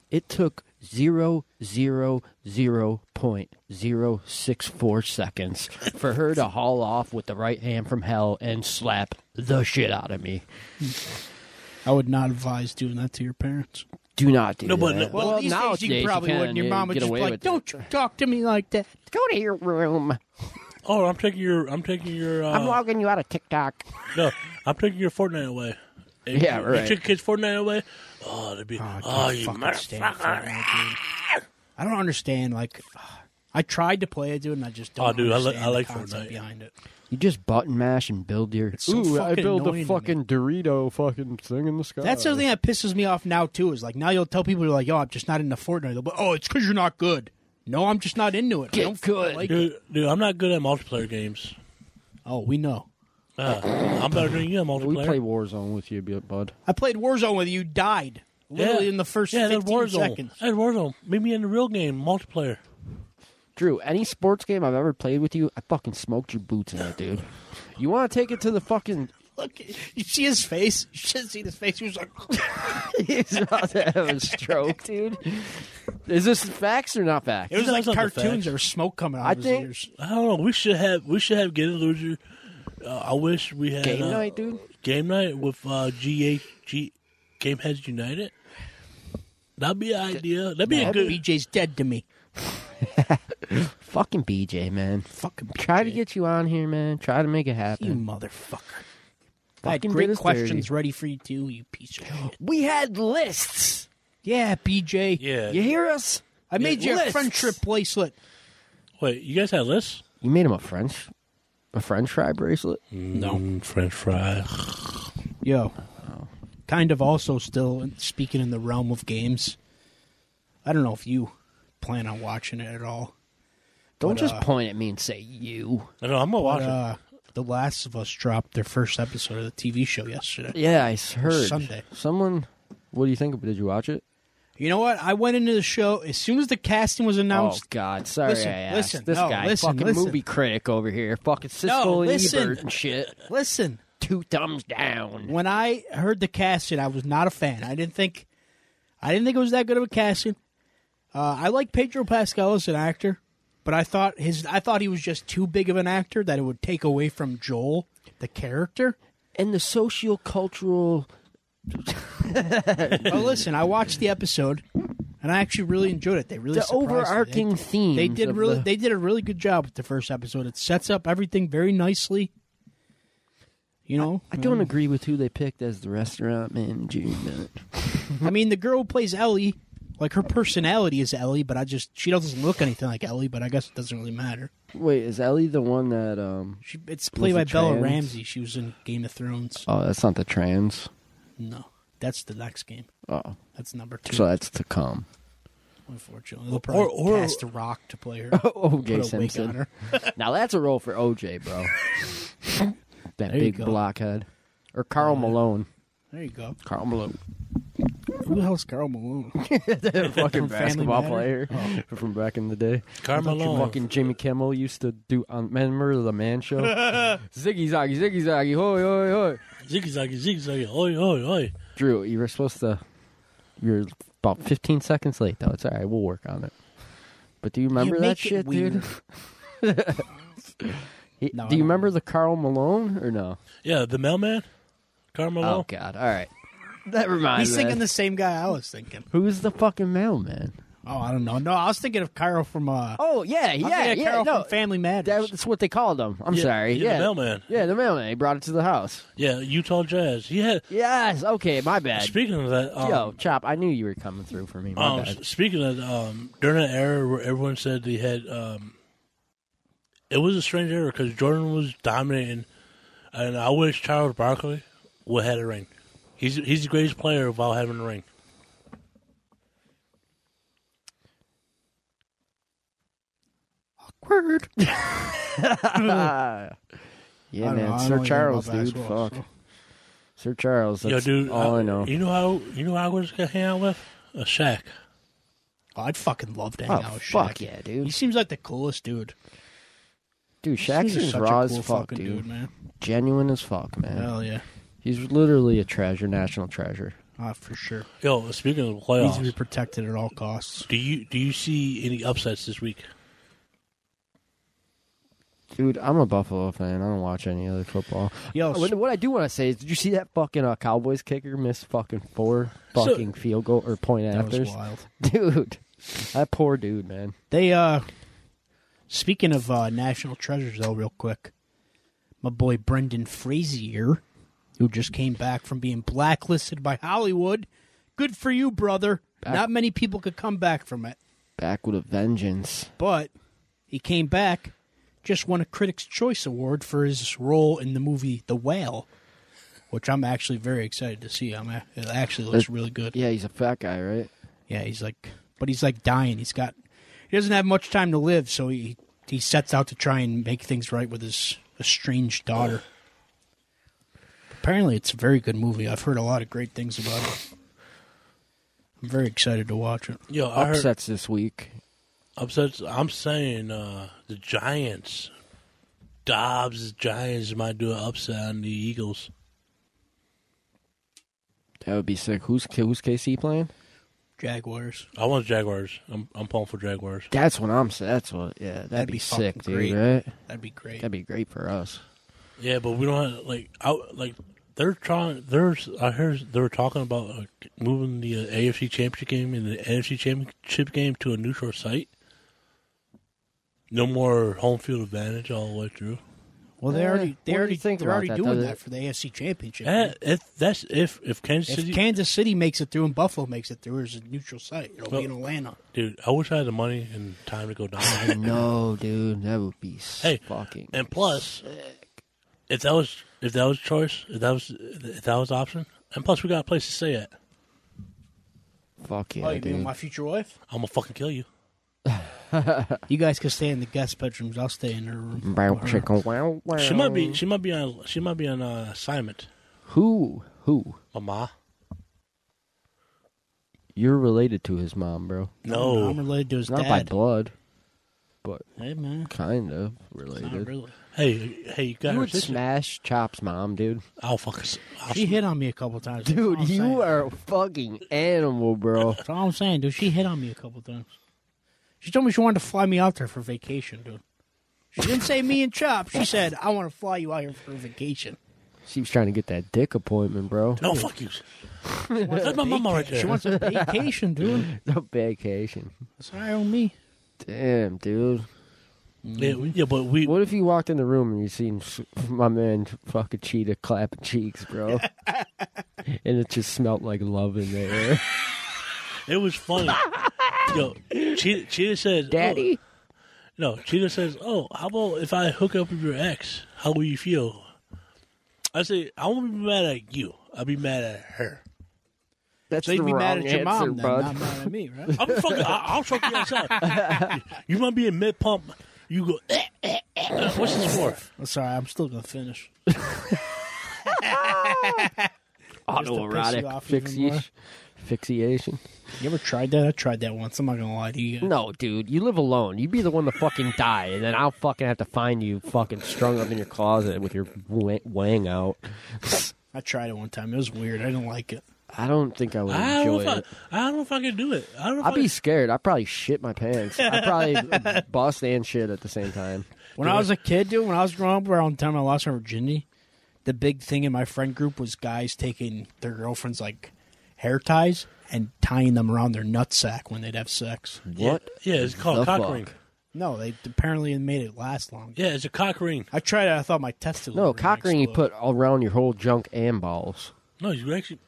Speaker 1: It took zero zero zero point zero six four seconds for her to haul off with the right hand from hell and slap the shit out of me.
Speaker 2: I would not advise doing that to your parents.
Speaker 1: Do not do
Speaker 3: No, but
Speaker 1: that.
Speaker 3: no-
Speaker 2: Well, these days you
Speaker 1: nowadays
Speaker 2: probably
Speaker 1: can,
Speaker 2: wouldn't. Your
Speaker 1: you
Speaker 2: mom would
Speaker 1: get
Speaker 2: just be
Speaker 1: away
Speaker 2: like,
Speaker 1: with it.
Speaker 2: "Don't you talk to me like that."
Speaker 1: go to your room.
Speaker 3: oh, I'm taking your, I'm taking your, uh,
Speaker 1: I'm logging you out of TikTok.
Speaker 3: no, I'm taking your Fortnite away. If
Speaker 1: Yeah,
Speaker 3: you-
Speaker 1: right.
Speaker 3: If your kids Fortnite away, oh, they'd be, oh, you
Speaker 2: stand for
Speaker 3: motherfucker.
Speaker 2: it, dude. I don't understand. Like, I tried to play it, dude, and I just don't.
Speaker 3: Oh, dude, I li-
Speaker 2: understand
Speaker 3: I like
Speaker 2: the concept
Speaker 3: Fortnite.
Speaker 2: behind it.
Speaker 1: You just button mash and build your.
Speaker 2: so Ooh, I fucking build a annoying to me. fucking
Speaker 1: Dorito fucking thing in the sky.
Speaker 2: That's the other thing that pisses me off now too. Is like now you'll tell people you're like, "Yo, I'm just not into Fortnite." They'll be, "Oh, it's because you're not good." No, I'm just not into it. I
Speaker 1: Get
Speaker 2: don't fucking
Speaker 1: good.
Speaker 2: Like it.
Speaker 3: Dude, dude, I'm not good at multiplayer games.
Speaker 2: Oh, we know.
Speaker 3: Uh, I'm better than you at
Speaker 1: We
Speaker 3: multiplayer.
Speaker 1: play Warzone with you, bud.
Speaker 2: I played Warzone with you. you Died literally in the first
Speaker 3: yeah, that's
Speaker 2: 15
Speaker 3: Warzone.
Speaker 2: seconds.
Speaker 3: That's Warzone. Meet me in the real game, multiplayer.
Speaker 1: Drew, any sports game I've ever played with you, I fucking smoked your boots in it, dude. You want to take it to the fucking?
Speaker 2: Look, you see his face. You should have seen his face. He was like,
Speaker 1: He's about to have a stroke, dude. Is this facts or not facts?
Speaker 2: "It was
Speaker 3: That's
Speaker 2: like
Speaker 3: not the
Speaker 2: cartoons.
Speaker 3: facts.
Speaker 2: There was smoke coming out
Speaker 1: I
Speaker 2: of his
Speaker 1: think-
Speaker 2: ears."
Speaker 3: I don't know. We should have. We should have get a loser. Uh, I wish we had
Speaker 1: Game
Speaker 3: uh,
Speaker 1: night, dude.
Speaker 3: game night with uh, GH, G, Game Heads United. That'd be an idea. That'd be a good.
Speaker 2: BJ's dead to me.
Speaker 1: Fucking BJ, man.
Speaker 2: Fucking BJ.
Speaker 1: Try to get you on here, man. Try to make it
Speaker 2: you,
Speaker 1: happen.
Speaker 2: motherfucker. I had
Speaker 1: Fucking did
Speaker 2: great
Speaker 1: us
Speaker 2: questions
Speaker 1: dirty.
Speaker 2: ready for you too, you piece of shit.
Speaker 1: We had lists.
Speaker 2: Yeah, BJ.
Speaker 3: yeah.
Speaker 1: You hear us?
Speaker 2: I made you a
Speaker 1: Lists.
Speaker 2: friendship bracelet.
Speaker 3: Wait, you guys had lists?
Speaker 1: You made him a French, a French fry bracelet.
Speaker 2: No.
Speaker 3: Mm, French fries.
Speaker 2: Yo.
Speaker 3: Oh.
Speaker 2: Kind of also still in- speaking in the realm of games. I don't know if you plan on watching it at all.
Speaker 1: Don't
Speaker 2: But,
Speaker 1: just
Speaker 2: uh,
Speaker 1: point at me and say you.
Speaker 3: I know. I'm gonna watch
Speaker 2: But,
Speaker 3: it.
Speaker 2: uh, The Last of Us dropped their first episode of the TV show yesterday.
Speaker 1: Yeah, I s- heard.
Speaker 2: Sunday.
Speaker 1: Someone. What do you think? of it? Did you watch it?
Speaker 2: You know what? I went into the show as soon as the casting was
Speaker 1: Oh
Speaker 2: announced.
Speaker 1: God! Sorry,
Speaker 2: Listen,
Speaker 1: I asked.
Speaker 2: listen,
Speaker 1: this
Speaker 2: no,
Speaker 1: guy,
Speaker 2: listen,
Speaker 1: fucking
Speaker 2: listen.
Speaker 1: movie critic over here, fucking Siskel
Speaker 2: No,
Speaker 1: and
Speaker 2: listen.
Speaker 1: Ebert and shit.
Speaker 3: Oh.
Speaker 2: Listen,
Speaker 1: Two thumbs down.
Speaker 2: when I heard the casting, I was not a fan. I didn't think, I didn't think it was that good of a casting. Uh, I like Pedro Pascal as an actor, but I thought his, I thought he was just too big of an actor that it would take away from Joel, the character.
Speaker 1: And the socio-cultural.
Speaker 2: But listen, I watched the episode, and I actually really enjoyed it. They really
Speaker 1: the
Speaker 2: surprised me. They-
Speaker 1: overarching theme.
Speaker 2: They did really, they did a really good job with the first episode. It sets up everything very nicely. You know,
Speaker 1: I don't agree with who they picked as the restaurant manager. but-
Speaker 2: I mean, the girl who plays Ellie, like her personality is Ellie, but I just she doesn't look anything like Ellie. But I guess it doesn't really matter.
Speaker 1: Wait, is Ellie the one that? um
Speaker 2: She it's played
Speaker 1: Was
Speaker 2: by
Speaker 1: it
Speaker 2: Bella
Speaker 1: trans?
Speaker 2: Ramsey. She was in Game of Thrones.
Speaker 1: Oh, that's not the trans.
Speaker 2: No, that's the next game.
Speaker 1: Oh,
Speaker 2: That's number two.
Speaker 1: so that's to come.
Speaker 2: unfortunately, they'll probably
Speaker 3: or-
Speaker 2: cast a rock to play her. Put Oh, a
Speaker 1: OJ
Speaker 2: wig on
Speaker 1: Oh, Simpson.
Speaker 2: her.
Speaker 1: now that's a role for OJ, bro. that
Speaker 2: There you
Speaker 1: big
Speaker 2: go.
Speaker 1: blockhead, or Carl Malone.
Speaker 2: There you go.
Speaker 1: Carl Malone,
Speaker 2: Who the hell's Carl Malone?
Speaker 1: fucking
Speaker 2: From Family Oh.
Speaker 1: basketball
Speaker 2: Matter?
Speaker 1: player from back in the day.
Speaker 3: Carmelo.
Speaker 1: Fucking Jimmy Kimmel used to do. On, remember the Man Show? ziggy zaggy, ziggy zaggy, hoy hoy hoy.
Speaker 3: Ziggy zaggy, ziggy zaggy. Oi, oi, oi.
Speaker 1: Drew, you were supposed to. You're about 15 seconds late, though. It's all right. We'll work on it. But do you remember that
Speaker 2: make it
Speaker 1: shit, dude? He-
Speaker 2: No, I
Speaker 1: do you
Speaker 2: don't
Speaker 1: remember the Carl Malone or no?
Speaker 3: Yeah, the mailman. Carmelo.
Speaker 1: Oh God! All right, that reminds
Speaker 2: He's
Speaker 1: me.
Speaker 2: thinking the same guy I was thinking.
Speaker 1: Who's the fucking mailman?
Speaker 2: Oh, I don't know. No, I was thinking of Carl from. uh
Speaker 1: Oh yeah, yeah,
Speaker 2: I was thinking of
Speaker 1: yeah.
Speaker 2: Carl
Speaker 1: No,
Speaker 2: from Family Matters.
Speaker 1: that- that's what they called him. I'm
Speaker 3: Yeah,
Speaker 1: sorry.
Speaker 3: yeah, the
Speaker 1: Yeah,
Speaker 3: mailman.
Speaker 1: Yeah, the mailman. He brought it to the house.
Speaker 3: Yeah, Utah Jazz. He had.
Speaker 1: Yes. Okay, my bad.
Speaker 3: Speaking of that, um,
Speaker 2: Oh.
Speaker 1: Yo, chop! I knew you were coming through for me. My
Speaker 3: um,
Speaker 1: bad.
Speaker 3: s- speaking of um, during that era where everyone said they had, um, it was a strange era because Jordan was dominating, and I wish Charles Barkley would had a ring. He's he's the greatest player without having a ring.
Speaker 2: Awkward. I
Speaker 1: Yeah,
Speaker 2: don't know. I
Speaker 1: man.
Speaker 2: don't
Speaker 1: Sir
Speaker 2: even know
Speaker 1: Charles,
Speaker 2: about
Speaker 1: dude.
Speaker 2: basketball,
Speaker 1: Fuck.
Speaker 2: so. uh,
Speaker 1: Sir Charles. That's
Speaker 3: Yo, dude,
Speaker 1: all I, know.
Speaker 3: You know how you know how I was gonna hang out with a Shaq.
Speaker 2: Oh, I'd fucking love to hang
Speaker 1: Oh,
Speaker 2: out with
Speaker 1: fuck
Speaker 2: Shaq.
Speaker 1: yeah,
Speaker 2: He
Speaker 1: dude.
Speaker 2: seems like the coolest dude.
Speaker 1: Dude, Shaq
Speaker 2: He's
Speaker 1: seems
Speaker 2: such
Speaker 1: raw
Speaker 2: a cool
Speaker 1: as fuck,
Speaker 2: fucking
Speaker 1: dude.
Speaker 2: dude, man.
Speaker 1: Genuine as fuck, man.
Speaker 2: Hell yeah.
Speaker 1: He's literally a treasure, national treasure.
Speaker 2: Ah, for sure.
Speaker 3: Yo, speaking of the
Speaker 2: Needs to be
Speaker 3: playoffs,
Speaker 2: protected at all costs.
Speaker 3: do you do you see any upsets this week?
Speaker 1: Dude, I'm a Buffalo fan. I don't watch any other football.
Speaker 2: Yo,
Speaker 1: Uh, what, what I do want to say is, did you see that fucking uh, Cowboys kicker miss fucking four fucking field goal or point
Speaker 2: that was
Speaker 1: afters?
Speaker 2: wild.
Speaker 1: Dude, that poor dude, man.
Speaker 2: They uh, speaking of uh, national treasures, though, real quick, my boy Brendan Frazier, who just came back from being blacklisted by Hollywood. Good for you, brother. Not many people could come back from it,
Speaker 1: Back with a vengeance.
Speaker 2: but he came back. Just won a Critics' Choice Award for his role in the movie The Whale, which I'm actually very excited to see. I'm a- it actually looks really good.
Speaker 1: Yeah, he's a fat guy, right?
Speaker 2: Yeah, he's like, but he's like dying. He's got, he doesn't have much time to live, so he he sets out to try and make things right with his estranged daughter. Apparently, it's a very good movie. I've heard a lot of great things about it. I'm very excited to watch it.
Speaker 3: Yo, I heard
Speaker 1: Upsets this week.
Speaker 3: upsets. I'm saying uh, the Giants, Dobbs Giants might do an upset on the Eagles.
Speaker 1: That would be sick. Who's who's KC playing?
Speaker 2: Jaguars.
Speaker 3: I want Jaguars. I'm I'm pulling for Jaguars.
Speaker 1: That's what I'm. s- That's what. Yeah, that'd,
Speaker 2: That'd
Speaker 1: be,
Speaker 2: be
Speaker 1: sick,
Speaker 2: fucking
Speaker 1: dude.
Speaker 2: great.
Speaker 1: Right?
Speaker 2: That'd be great.
Speaker 1: That'd be great for us.
Speaker 3: Yeah, but we don't have like out like they're trying. There's I heard they were talking about uh, moving the uh, AFC Championship game and the NFC Championship game to a neutral site. No more home field advantage all the way through.
Speaker 2: Well, they
Speaker 1: Eh,
Speaker 2: already
Speaker 1: what do
Speaker 2: they
Speaker 1: you
Speaker 2: already
Speaker 1: think
Speaker 2: they're
Speaker 1: about
Speaker 2: already
Speaker 1: that,
Speaker 2: doing
Speaker 1: though?
Speaker 2: that for the AFC Championship.
Speaker 3: That, if that's if if Kansas
Speaker 2: if
Speaker 3: City,
Speaker 2: Kansas City makes it through and Buffalo makes it through, there's a neutral site. It'll
Speaker 3: Well-
Speaker 2: be in Atlanta.
Speaker 3: dude, I wish I had the money and time to go down.
Speaker 1: I know, dude. That would be
Speaker 3: hey,
Speaker 1: fucking.
Speaker 3: and plus, if that was if that was choice, if that was if that was option, and plus we got a place to stay at.
Speaker 1: fuck yeah,
Speaker 2: oh, you
Speaker 1: dude.
Speaker 2: mean my future wife?
Speaker 3: I'm gonna fucking kill you.
Speaker 2: You guys can stay in the guest bedrooms. I'll stay in her room.
Speaker 1: Bow, chicka, wow, wow.
Speaker 3: She might be she might be on she might be on uh, assignment.
Speaker 1: Who? Who?
Speaker 3: Mama,
Speaker 1: You're related to his mom, bro.
Speaker 3: no,
Speaker 2: I'm related to his
Speaker 1: Not by
Speaker 2: dad.
Speaker 1: blood, but
Speaker 2: hey man,
Speaker 1: kind of
Speaker 2: not
Speaker 1: related.
Speaker 2: really.
Speaker 3: Hey, hey, you got
Speaker 1: You
Speaker 3: her
Speaker 1: would
Speaker 3: sister.
Speaker 1: smash Chop's mom, dude.
Speaker 3: I'll fuck. s- I'll
Speaker 2: She hit on me a couple times, That's all
Speaker 1: Dude,
Speaker 2: I'm
Speaker 1: you
Speaker 2: saying.
Speaker 1: are a fucking animal, bro.
Speaker 2: That's all I'm saying, dude. She hit on me a couple times. She told me she wanted to fly me out there for vacation, dude. She didn't say me and Chop. She said, I want to fly you out here for vacation.
Speaker 1: She was trying to get that dick appointment, bro.
Speaker 3: No, fuck you. That's my mama right there.
Speaker 2: She wants a vacation, dude.
Speaker 1: No vacation.
Speaker 2: That's what I owe me.
Speaker 1: Damn, dude.
Speaker 3: yeah, we- yeah, but we
Speaker 1: What if you walked in the room and you seen s- my man fucking cheetah clapping cheeks, bro? and it just smelt like love in the air.
Speaker 3: it was funny. Yo, Cheetah, Cheetah says,
Speaker 1: Daddy?
Speaker 3: Oh, no, Cheetah says, "Oh, how about if I hook up with your ex? How will you feel?" I say, "I won't be mad at you. I'll be mad at her."
Speaker 1: That's
Speaker 2: So you'd
Speaker 1: the
Speaker 2: be mad
Speaker 1: wrong
Speaker 2: at your
Speaker 1: answer,
Speaker 2: mom,
Speaker 1: bud.
Speaker 2: then, not mad at me, right?
Speaker 3: I'm fucking. I, I'll fuck you outside. You might be in mid pump. You go. Eh, eh, eh. What's this for?
Speaker 2: I'm sorry, I'm still gonna finish.
Speaker 1: Autoerotic
Speaker 2: off even more.
Speaker 1: fixi- fixation.
Speaker 2: You ever tried that? I tried that once. I'm not gonna lie to you. guys.
Speaker 1: No, dude, you live alone. You'd be the one to fucking die, and then I'll fucking have to find you fucking strung up in your closet with your wa- wang out.
Speaker 2: I tried it one time. It was weird. I didn't like it.
Speaker 1: I don't think I would
Speaker 3: I
Speaker 1: enjoy
Speaker 3: don't, know if
Speaker 1: it.
Speaker 3: I, I don't know if I can do it. I don't know if
Speaker 1: I'd be
Speaker 3: I-
Speaker 1: scared. I'd probably shit my pants. I'd probably bust and shit at the same time.
Speaker 2: When I was a kid, dude, when I was growing up around the time I lost my virginity, the big thing in my friend group was guys taking their girlfriends like hair ties and tying them around their nutsack when they'd have sex.
Speaker 1: What?
Speaker 3: Yeah, it's called
Speaker 1: the
Speaker 3: cock
Speaker 1: fuck?
Speaker 3: ring.
Speaker 2: No, they apparently made it last long.
Speaker 3: Yeah, it's a cock ring.
Speaker 2: I tried it. I thought my testicles.
Speaker 1: No,
Speaker 2: were gonna
Speaker 1: cock ring you
Speaker 2: explode.
Speaker 1: put around your whole junk and balls.
Speaker 3: No, you actually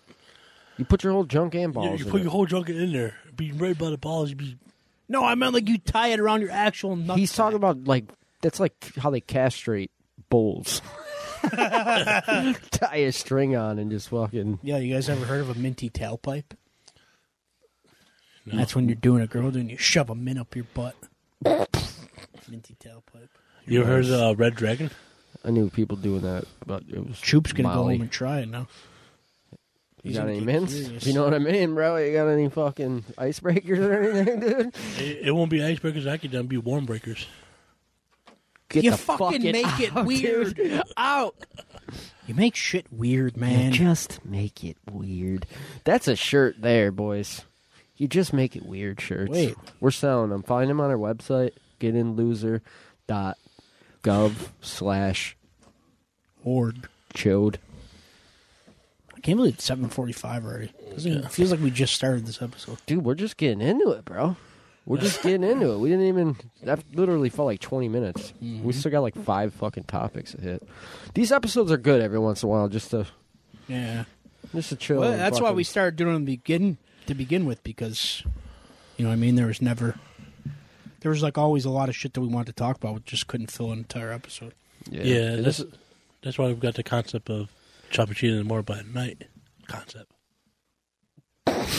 Speaker 1: You put your whole junk and
Speaker 3: you,
Speaker 1: balls.
Speaker 3: you
Speaker 1: in
Speaker 3: put
Speaker 1: it.
Speaker 3: your whole junk in there. Be right by the balls. You be
Speaker 2: No, I meant like you tie it around your actual nut.
Speaker 1: He's talking about like that's like how they castrate bulls. Tie a string on and just fucking.
Speaker 2: Yeah, you guys ever heard of a minty tailpipe? That's when you're doing a girl, and you shove a mint up your butt. minty tailpipe.
Speaker 3: you ever heard of uh, Red Dragon?
Speaker 1: I knew people doing that, but it was
Speaker 2: Troop's gonna go
Speaker 1: Molly.
Speaker 2: home and try it now.
Speaker 1: You
Speaker 2: He's
Speaker 1: got
Speaker 2: gonna
Speaker 1: any
Speaker 2: get
Speaker 1: mints?
Speaker 2: furious.
Speaker 1: You know what I mean, bro? You got any fucking icebreakers or anything, dude?
Speaker 3: It, it won't be icebreakers. I could done be warm breakers.
Speaker 1: Get
Speaker 2: you
Speaker 1: the
Speaker 2: fucking,
Speaker 1: fucking
Speaker 2: make it weird. out. You make shit weird, man.
Speaker 1: Just make it weird. That's a shirt there, boys. You just make it weird shirts.
Speaker 2: Wait.
Speaker 1: We're selling them. Find them on our website, getinloser.gov slash
Speaker 2: Horde.
Speaker 1: chode.
Speaker 2: I can't believe it's seven forty-five already. Doesn't even- It feels like we just started this episode.
Speaker 1: Dude, we're just getting into it, bro. We're just getting into it. We didn't even. That literally felt like 20 minutes.
Speaker 2: Mm-hmm.
Speaker 1: We still got like five fucking topics to hit. These episodes are good every once in a while, just to
Speaker 2: Yeah.
Speaker 1: just to chill.
Speaker 2: Well,
Speaker 1: and
Speaker 2: that's why
Speaker 1: fucking-
Speaker 2: we started doing them to begin to begin with because you know what I mean there was never there was like always a lot of shit that we wanted to talk about we just couldn't fill an entire episode.
Speaker 1: Yeah,
Speaker 3: Yeah,
Speaker 1: and
Speaker 3: that's
Speaker 1: this-
Speaker 3: that's why we've got the concept of chopper cheating and more by night concept.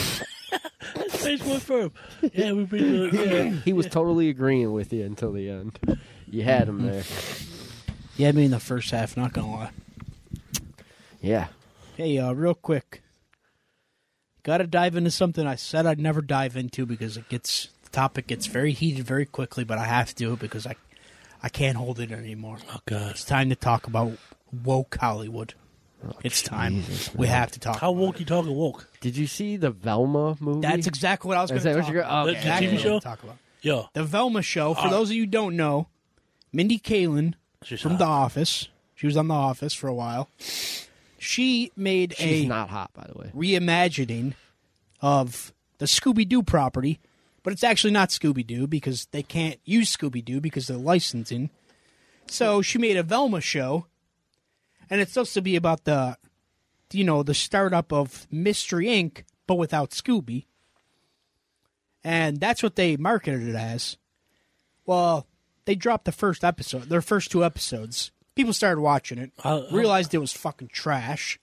Speaker 3: Face one firm. Yeah, we've been. Uh, yeah.
Speaker 1: he was totally agreeing with you until the end. You had him there.
Speaker 2: Yeah, I mean the first half, not gonna lie.
Speaker 1: Yeah.
Speaker 2: Hey, uh, real quick. Gotta dive into something I said I'd never dive into because it gets the topic gets very heated very quickly, but I have to do it because I I can't hold it anymore.
Speaker 3: Oh God,
Speaker 2: It's time to talk about woke Hollywood. it's time.
Speaker 1: Jesus,
Speaker 2: we have to talk
Speaker 3: how
Speaker 2: about
Speaker 3: woke you talking woke?
Speaker 1: Did you see the Velma movie?
Speaker 2: That's exactly what I was going
Speaker 1: Is
Speaker 2: to
Speaker 1: that what
Speaker 2: talk
Speaker 1: you're-
Speaker 2: about.
Speaker 1: okay.
Speaker 3: The
Speaker 2: Exactly what
Speaker 3: TV
Speaker 2: I was
Speaker 3: show?
Speaker 2: gonna talk about.
Speaker 3: Yo,
Speaker 2: The Velma Show. For
Speaker 3: Uh,
Speaker 2: those of you who don't know, Mindy Kaling
Speaker 3: she's
Speaker 2: from
Speaker 3: hot.
Speaker 2: The Office. She was on The Office for a while. She made
Speaker 1: She's
Speaker 2: a
Speaker 1: not hot, by the way.
Speaker 2: reimagining of the Scooby Doo property, but it's actually not Scooby Doo because they can't use Scooby Doo because they're licensing. So she made a Velma show, and it's supposed to be about the, you know, the startup of Mystery Inc. but without Scooby, and that's what they marketed it as. Well, they dropped the first episode, their first two episodes. People started watching it,
Speaker 3: How- how-
Speaker 2: realized it was fucking trash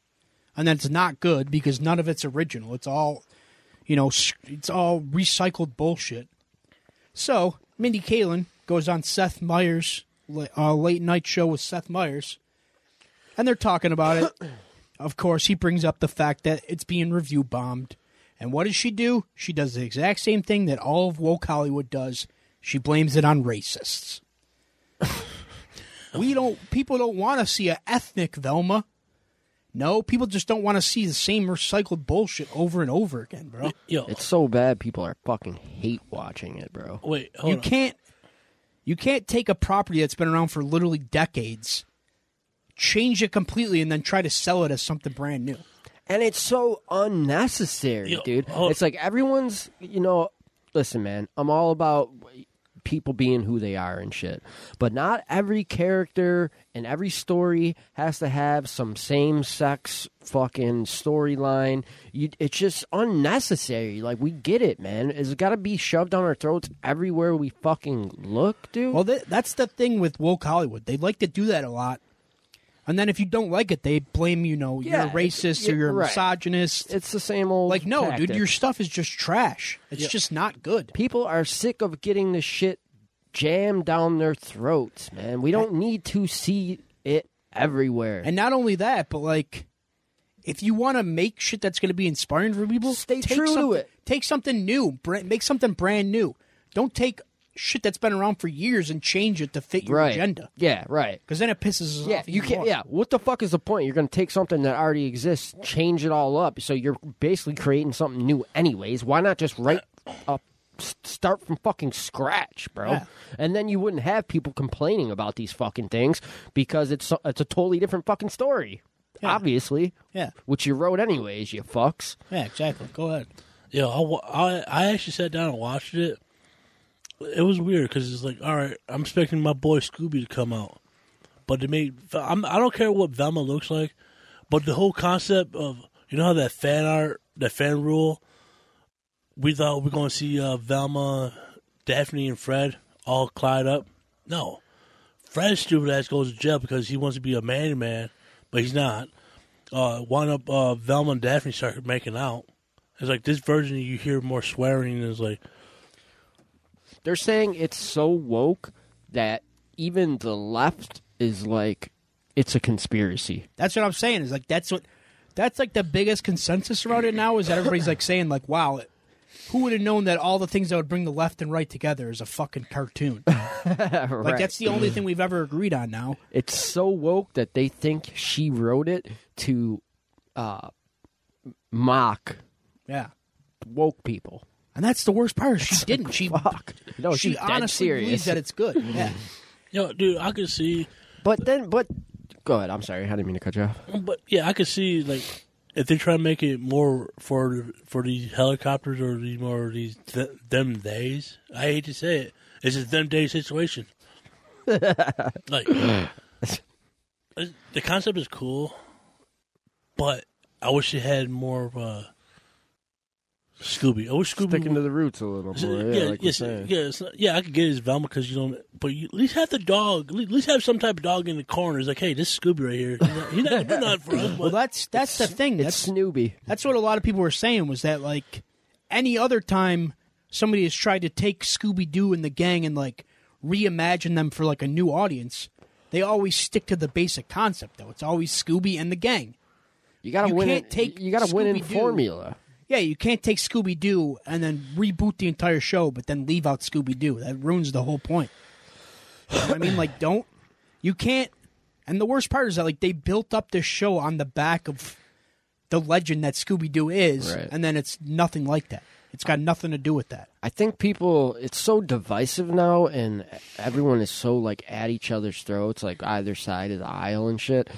Speaker 2: and that's not good because none of it's original. It's all, you know, s- it's all recycled bullshit. So Mindy Kaling goes on Seth Meyers' la- uh, late night show with Seth Meyers, and they're talking about it. of course, he brings up the fact that it's being review bombed, and what does she do? She does the exact same thing that all of woke Hollywood does. She blames it on racists. we don't. People don't want to see a ethnic Velma. No, people just don't want to see the same recycled bullshit over and over again, bro.
Speaker 3: Yo,
Speaker 1: It's so bad people are fucking hate watching it, bro.
Speaker 3: wait, hold
Speaker 2: You
Speaker 3: on.
Speaker 2: can't you can't take a property that's been around for literally decades, change it completely and then try to sell it as something brand new.
Speaker 1: And it's so unnecessary,
Speaker 3: Yo,
Speaker 1: dude.
Speaker 3: hold-
Speaker 1: It's like everyone's, you know, listen, man, I'm all about people being who they are and shit. But not every character and every story has to have some same sex fucking storyline. You it's just unnecessary. Like we get it, man. It's got to be shoved down our throats everywhere we fucking look, dude.
Speaker 2: Well, th- that's the thing with woke Hollywood. They like to do that a lot. And then if you don't like it, they blame you know
Speaker 1: Yeah,
Speaker 2: you're a racist
Speaker 1: yeah,
Speaker 2: or you're a
Speaker 1: right.
Speaker 2: misogynist.
Speaker 1: it's the same old
Speaker 2: like no, dude,
Speaker 1: tactic.
Speaker 2: your stuff is just trash. It's just not good.
Speaker 1: people are sick of getting this shit jammed down their throats, man. We don't need to see it everywhere.
Speaker 2: And not only that, but like, if you want to make shit that's going to be inspiring for people,
Speaker 1: Stay
Speaker 2: take
Speaker 1: true to
Speaker 2: something-
Speaker 1: it.
Speaker 2: Take something new, brand, make something brand new. Don't take shit that's been around for years and change it to fit your
Speaker 1: right.
Speaker 2: agenda,
Speaker 1: Yeah, right.
Speaker 2: because then it pisses us
Speaker 1: Yeah,
Speaker 2: off.
Speaker 1: you
Speaker 2: even
Speaker 1: can't.
Speaker 2: more.
Speaker 1: Yeah, what the fuck is the point? You're gonna take something that already exists, change it all up, so you're basically creating something new, anyways. Why not just write up, s- start from fucking scratch, bro?
Speaker 2: Yeah.
Speaker 1: And then you wouldn't have people complaining about these fucking things because it's so- it's a totally different fucking story, obviously.
Speaker 2: Yeah.
Speaker 1: which you wrote anyways, you fucks.
Speaker 2: yeah, exactly. Go ahead.
Speaker 3: Yo, I, wa- I, I actually sat down and watched it. It was weird because it's like, all right, I'm expecting my boy Scooby to come out, but they made I'm, I don't care what Velma looks like, but the whole concept of you know how that fan art, that fan rule, we thought we are going to see uh, Velma, Daphne, and Fred all clyde up. No, Fred's stupid ass goes to jail because he wants to be a man man, but he's not. Uh, wind up uh, Velma and Daphne start making out. It's like this version you hear more swearing is like
Speaker 1: They're saying it's so woke that even the left is like, it's a conspiracy.
Speaker 2: That's what I'm saying. Is like that's what that's like the biggest consensus around it now is that everybody's like saying like, wow. It, who would have known that all the things that would bring the left and right together is a fucking cartoon? Like
Speaker 1: Right.
Speaker 2: that's the only thing we've ever agreed on now.
Speaker 1: it's so woke that they think she wrote it to uh, mock
Speaker 2: Yeah.
Speaker 1: woke people.
Speaker 2: And that's the worst part. is She didn't. She
Speaker 1: Fuck. No,
Speaker 2: she
Speaker 1: she's dead
Speaker 2: honestly
Speaker 1: serious.
Speaker 2: believes that it's good. Yeah.
Speaker 3: Yo, dude, I could see
Speaker 1: But then, but go ahead. I'm sorry. I didn't mean to cut you off.
Speaker 3: but yeah, I could see like if they try to make it more for for these helicopters or these more of these th- them days. I hate to say it. It's a them day situation. like it's- the concept is cool, but I wish it had more of a Scooby. I wish Scooby
Speaker 1: Sticking to the roots a little
Speaker 3: So,
Speaker 1: more. Yeah,
Speaker 3: yeah,
Speaker 1: like
Speaker 3: yes,
Speaker 1: we're saying.
Speaker 3: yeah, it's not, yeah. I could get his Velma because you don't, but you at least have the dog. At least have some type of dog in the corner. It's like, hey, this is Scooby right here. He's not, he's not gonna do nothing for us. But
Speaker 2: Well, that's that's the thing.
Speaker 1: It's
Speaker 2: That's
Speaker 1: Snoopy.
Speaker 2: that's what a lot of people were saying was that like any other time somebody has tried to take Scooby Doo and the gang and like reimagine them for like a new audience, they always stick to the basic concept though. It's always Scooby and the gang.
Speaker 1: You gotta
Speaker 2: You
Speaker 1: win.
Speaker 2: can't
Speaker 1: in-
Speaker 2: take
Speaker 1: you gotta win in
Speaker 2: Scooby-Doo.
Speaker 1: formula.
Speaker 2: Yeah, you can't take Scooby Doo and then reboot the entire show, but then leave out Scooby Doo. That ruins the whole point. You know what I mean, like, don't you can't. And the worst part is that like they built up this show on the back of the legend that Scooby Doo is,
Speaker 1: Right.
Speaker 2: and then it's nothing like that. It's got nothing to do with that.
Speaker 1: I think people it's so divisive now and everyone is so like at each other's throats like either side of the aisle and shit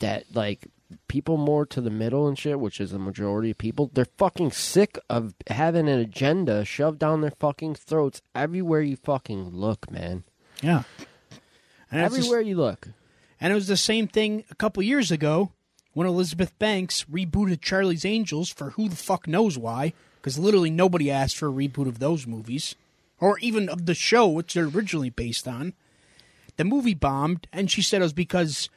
Speaker 1: that like people more to the middle and shit, which is the majority of people, they're fucking sick of having an agenda shoved down their fucking throats everywhere you fucking look, man.
Speaker 2: Yeah. And it's just-
Speaker 1: Everywhere you look.
Speaker 2: And it was the same thing a couple years ago when Elizabeth Banks rebooted Charlie's Angels for who the fuck knows why, because literally nobody asked for a reboot of those movies, or even of the show which they're originally based on. The movie bombed, and she said it was because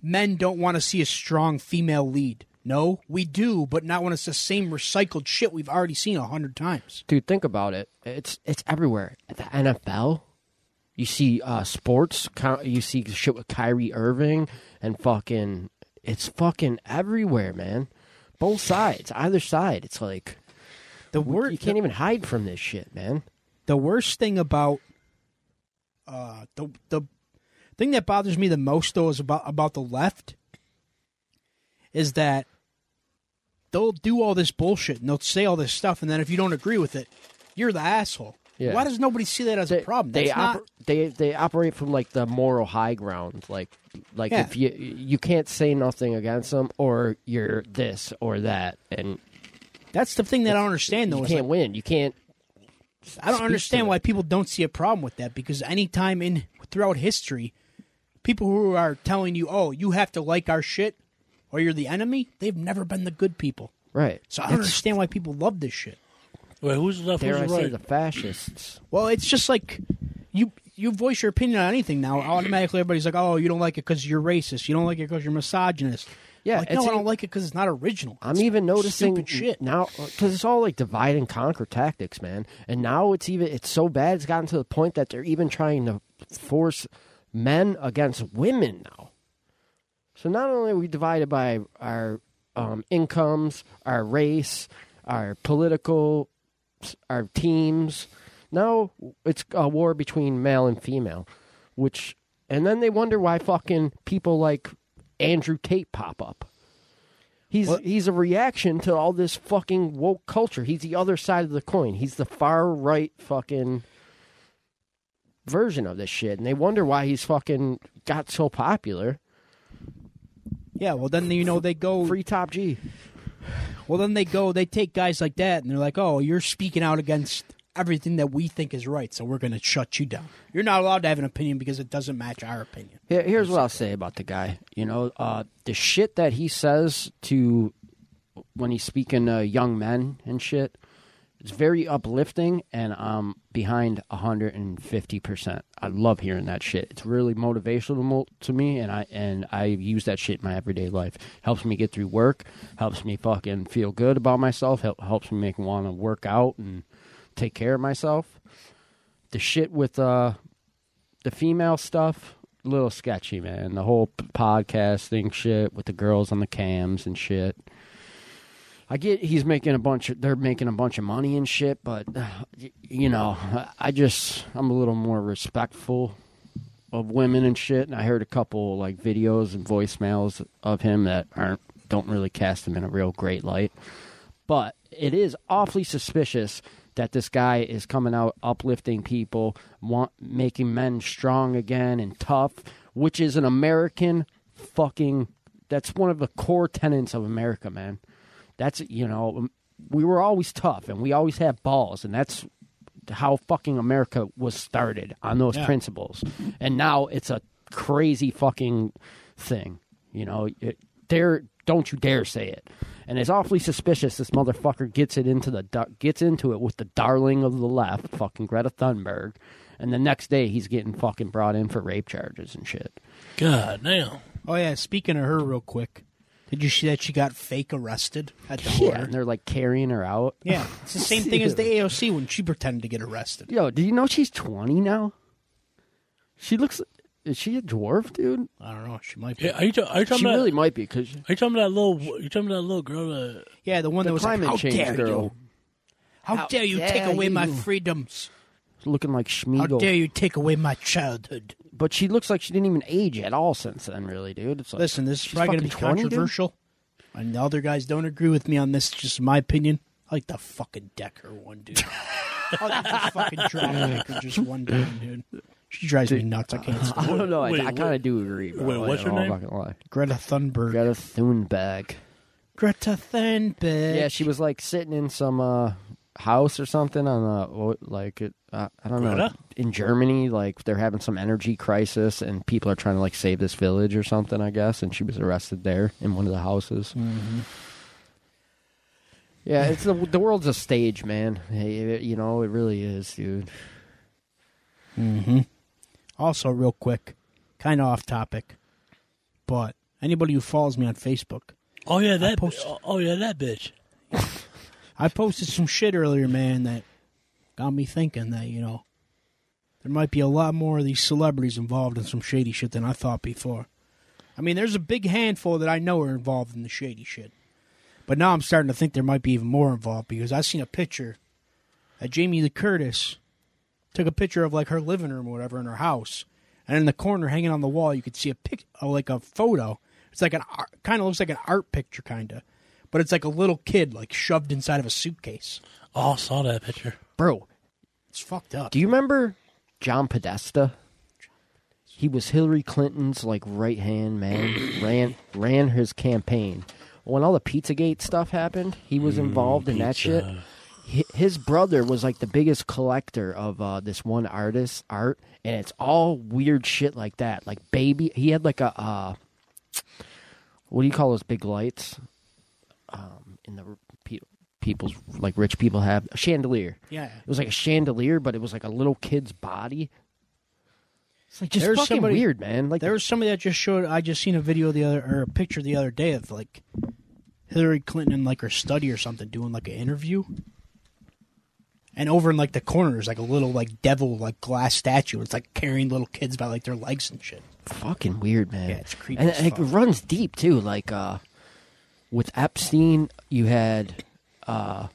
Speaker 2: men don't want to see a strong female lead. No, we do, but not when it's the same recycled shit we've already seen a hundred times.
Speaker 1: Dude, think about it. It's it's everywhere. At The NFL, you see uh, sports. co- You see shit with Kyrie Irving and fucking. It's fucking everywhere, man. Both sides, either side. It's like
Speaker 2: The word
Speaker 1: you can't even hide from this shit, man.
Speaker 2: the worst thing about uh the the thing that bothers me the most though is about about the left is that they'll do all this bullshit and they'll say all this stuff and then if you don't agree with it you're the asshole
Speaker 1: Yeah.
Speaker 2: why does nobody see that as a problem
Speaker 1: They
Speaker 2: That's not-
Speaker 1: oper- they they operate from like the moral high ground. Like like
Speaker 2: Yeah.
Speaker 1: if you you can't say nothing against them or you're this or that, and
Speaker 2: that's the thing that i don't understand though
Speaker 1: you
Speaker 2: is
Speaker 1: can't
Speaker 2: like,
Speaker 1: win. You can't.
Speaker 2: i don't
Speaker 1: to
Speaker 2: understand
Speaker 1: them.
Speaker 2: why people don't see a problem with that because anytime in throughout history people who are telling you oh you have to like our shit or you're the enemy they've never been the good people
Speaker 1: Right.
Speaker 2: So I don't
Speaker 1: It's-
Speaker 2: understand why people love this shit.
Speaker 3: Wait, who's left?
Speaker 1: Dare I
Speaker 3: Who's
Speaker 1: say
Speaker 3: right?
Speaker 1: the fascists?
Speaker 2: Well, it's just like you you voice your opinion on anything now. Automatically, everybody's like, "Oh, you don't like it because you're racist. You don't like it because you're misogynist."
Speaker 1: Yeah,
Speaker 2: like, no,
Speaker 1: it's
Speaker 2: I don't
Speaker 1: in-
Speaker 2: like it because it's not original.
Speaker 1: I'm
Speaker 2: It's
Speaker 1: even noticing
Speaker 2: stupid shit.
Speaker 1: now because it's all like divide and conquer tactics, man. And now it's even it's so bad it's gotten to the point that they're even trying to force men against women now. So not only are we divided by our um, incomes, our race, our political, our teams. Now it's a war between male and female, which and then they wonder why fucking people like Andrew Tate pop up. He's he's a reaction to all this fucking woke culture. He's the other side of the coin. He's the far right fucking version of this shit, and they wonder why he's fucking got so popular.
Speaker 2: Yeah, well, then you know they go.
Speaker 1: Free top G.
Speaker 2: Well, then they go. They take guys like that, and they're like, "Oh, you're speaking out against everything that we think is right, so we're going to shut you down. You're not allowed to have an opinion because it doesn't match our opinion."
Speaker 1: Here, here's what I'll say about the guy. You know, uh, the shit that he says to when he's speaking to young men and shit, it's very uplifting, and I'm behind 150%. I love hearing that shit. It's really motivational to me, and I and I use that shit in my everyday life. Helps me get through work, helps me fucking feel good about myself, help, helps me make want to work out and take care of myself. The shit with uh, the female stuff a little sketchy man the whole p- podcasting shit with the girls on the cams and shit i get he's making a bunch of they're making a bunch of money and shit but uh, y- you know I- i just i'm a little more respectful of women and shit and i heard a couple like videos and voicemails of him that aren't don't really cast him in a real great light but it is awfully suspicious that this guy is coming out uplifting people, want, making men strong again and tough, which is an American fucking. That's one of the core tenets of America, man. That's you know, we were always tough and we always had balls, and that's how fucking America was started on those
Speaker 2: Yeah.
Speaker 1: principles. And now it's a crazy fucking thing. You know, it, dare don't you dare say it. And it's awfully suspicious this motherfucker gets it into the dar- gets into it with the darling of the left, fucking Greta Thunberg. And the next day he's getting fucking brought in for rape charges and shit.
Speaker 3: God damn.
Speaker 2: Oh yeah, speaking of her, real quick, did you see that she got fake arrested at the
Speaker 1: Yeah,
Speaker 2: border?
Speaker 1: and they're like carrying her out.
Speaker 2: Yeah, it's the same thing as the AOC when she pretended to get arrested.
Speaker 1: Yo, do you know she's 20 now? She looks is she a dwarf, dude?
Speaker 2: I don't know. She might be.
Speaker 3: Yeah,
Speaker 2: Yeah,
Speaker 3: are you, ta- are you talking
Speaker 1: She
Speaker 3: about?
Speaker 1: really might be cuz
Speaker 3: are you talking about that little? You talking about that little girl? uh, That,
Speaker 2: the one that was like,
Speaker 1: climate
Speaker 2: "How
Speaker 1: change
Speaker 2: dare
Speaker 1: girl
Speaker 2: you? How,
Speaker 1: How
Speaker 2: dare you take
Speaker 1: dare
Speaker 2: away my
Speaker 1: you."
Speaker 2: freedoms?
Speaker 1: looking like
Speaker 2: How
Speaker 1: Schmiegel.
Speaker 2: dare you take away my childhood?"
Speaker 1: But she looks like she didn't even age at all since then, really, dude. It's like
Speaker 2: Listen, this is
Speaker 1: she's
Speaker 2: probably going to
Speaker 1: fucking
Speaker 2: be
Speaker 1: 20, dude.
Speaker 2: controversial, and the other guys don't agree with me on this. Just my opinion. I like the fucking Decker one, dude. I like the fucking drop Decker just one time, dude. She drives me nuts. I can't. stand
Speaker 1: I don't know. I-
Speaker 3: Wait,
Speaker 1: I,
Speaker 3: what-
Speaker 1: kind of do agree. Bro.
Speaker 3: wait, what's
Speaker 1: I
Speaker 3: her
Speaker 1: am
Speaker 3: name?
Speaker 1: not gonna lie.
Speaker 2: her. Greta Thunberg.
Speaker 1: Greta Thunberg.
Speaker 2: Greta Thunberg.
Speaker 1: Yeah, she was like sitting in some uh, house or something on a what- like it, uh, I don't know
Speaker 3: Greta?
Speaker 1: in Germany. Like they're having some energy crisis and people are trying to like save this village or something. I guess, and she was arrested there in one of the houses. Yeah, it's the the world's a stage, man. Hey, it- you know it really is, dude.
Speaker 2: Also, real quick, kind of off topic, but anybody who follows me on Facebook,
Speaker 3: Oh yeah, that.
Speaker 2: post-
Speaker 3: bi- oh yeah, that bitch.
Speaker 2: I posted some shit earlier, man, that got me thinking that you know there might be a lot more of these celebrities involved in some shady shit than I thought before. I mean, there's a big handful that I know are involved in the shady shit, but now I'm starting to think there might be even more involved because I seen a picture that Jamie Lee Curtis took a picture of like her living room or whatever in her house, and in the corner hanging on the wall you could see a pic, uh, like a photo. It's like an kind of looks like an art picture, kind of, but it's like a little kid like shoved inside of a suitcase.
Speaker 3: Oh, I saw that picture.
Speaker 1: Bro,
Speaker 2: It's fucked up.
Speaker 1: do you remember John Podesta? He was Hillary Clinton's like right hand man. ran ran his campaign. When all the Pizzagate stuff happened, he was involved in that shit.
Speaker 3: pizza.
Speaker 1: Hi- His brother was like the biggest collector of uh, this one artist's art, and it's all weird shit like that. Like baby, he had like a uh, what do you call those big lights? Um, in the pe- people's like rich people have a chandelier.
Speaker 2: Yeah.
Speaker 1: It was like a chandelier, but it was like a little kid's body. It's like just
Speaker 2: There's
Speaker 1: fucking
Speaker 2: somebody-
Speaker 1: weird, man. Like
Speaker 2: There was somebody that just showed. I just seen a video the other or a picture the other day of like Hillary Clinton in like her study or something doing like an interview, and over in like the corner there's like a little like devil like glass statue. It's like carrying little kids by like their legs and shit.
Speaker 1: fucking weird, man.
Speaker 2: Yeah, it's creepy
Speaker 1: And
Speaker 2: as
Speaker 1: it, like,
Speaker 2: fuck.
Speaker 1: runs deep too. Like uh, with Epstein, you had uh,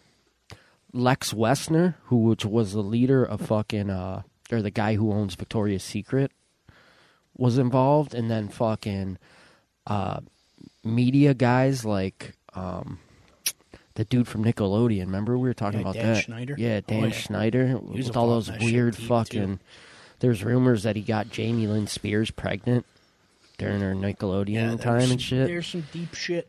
Speaker 1: Lex Wessner, who which was the leader of fucking uh, or the guy who owns Victoria's Secret, was involved, and then fucking uh, media guys like um. The dude from Nickelodeon, remember we were talking
Speaker 2: Yeah,
Speaker 1: about
Speaker 2: Dan
Speaker 1: that?
Speaker 2: Schneider.
Speaker 1: Yeah, Dan
Speaker 2: Oh, yeah.
Speaker 1: Schneider
Speaker 2: was
Speaker 1: with all
Speaker 2: involved
Speaker 1: those
Speaker 2: in that shit
Speaker 1: weird
Speaker 2: deep, too.
Speaker 1: fucking. There's rumors that he got Jamie Lynn Spears pregnant during her Nickelodeon
Speaker 2: there's
Speaker 1: time
Speaker 2: some-
Speaker 1: and shit.
Speaker 2: There's some deep shit.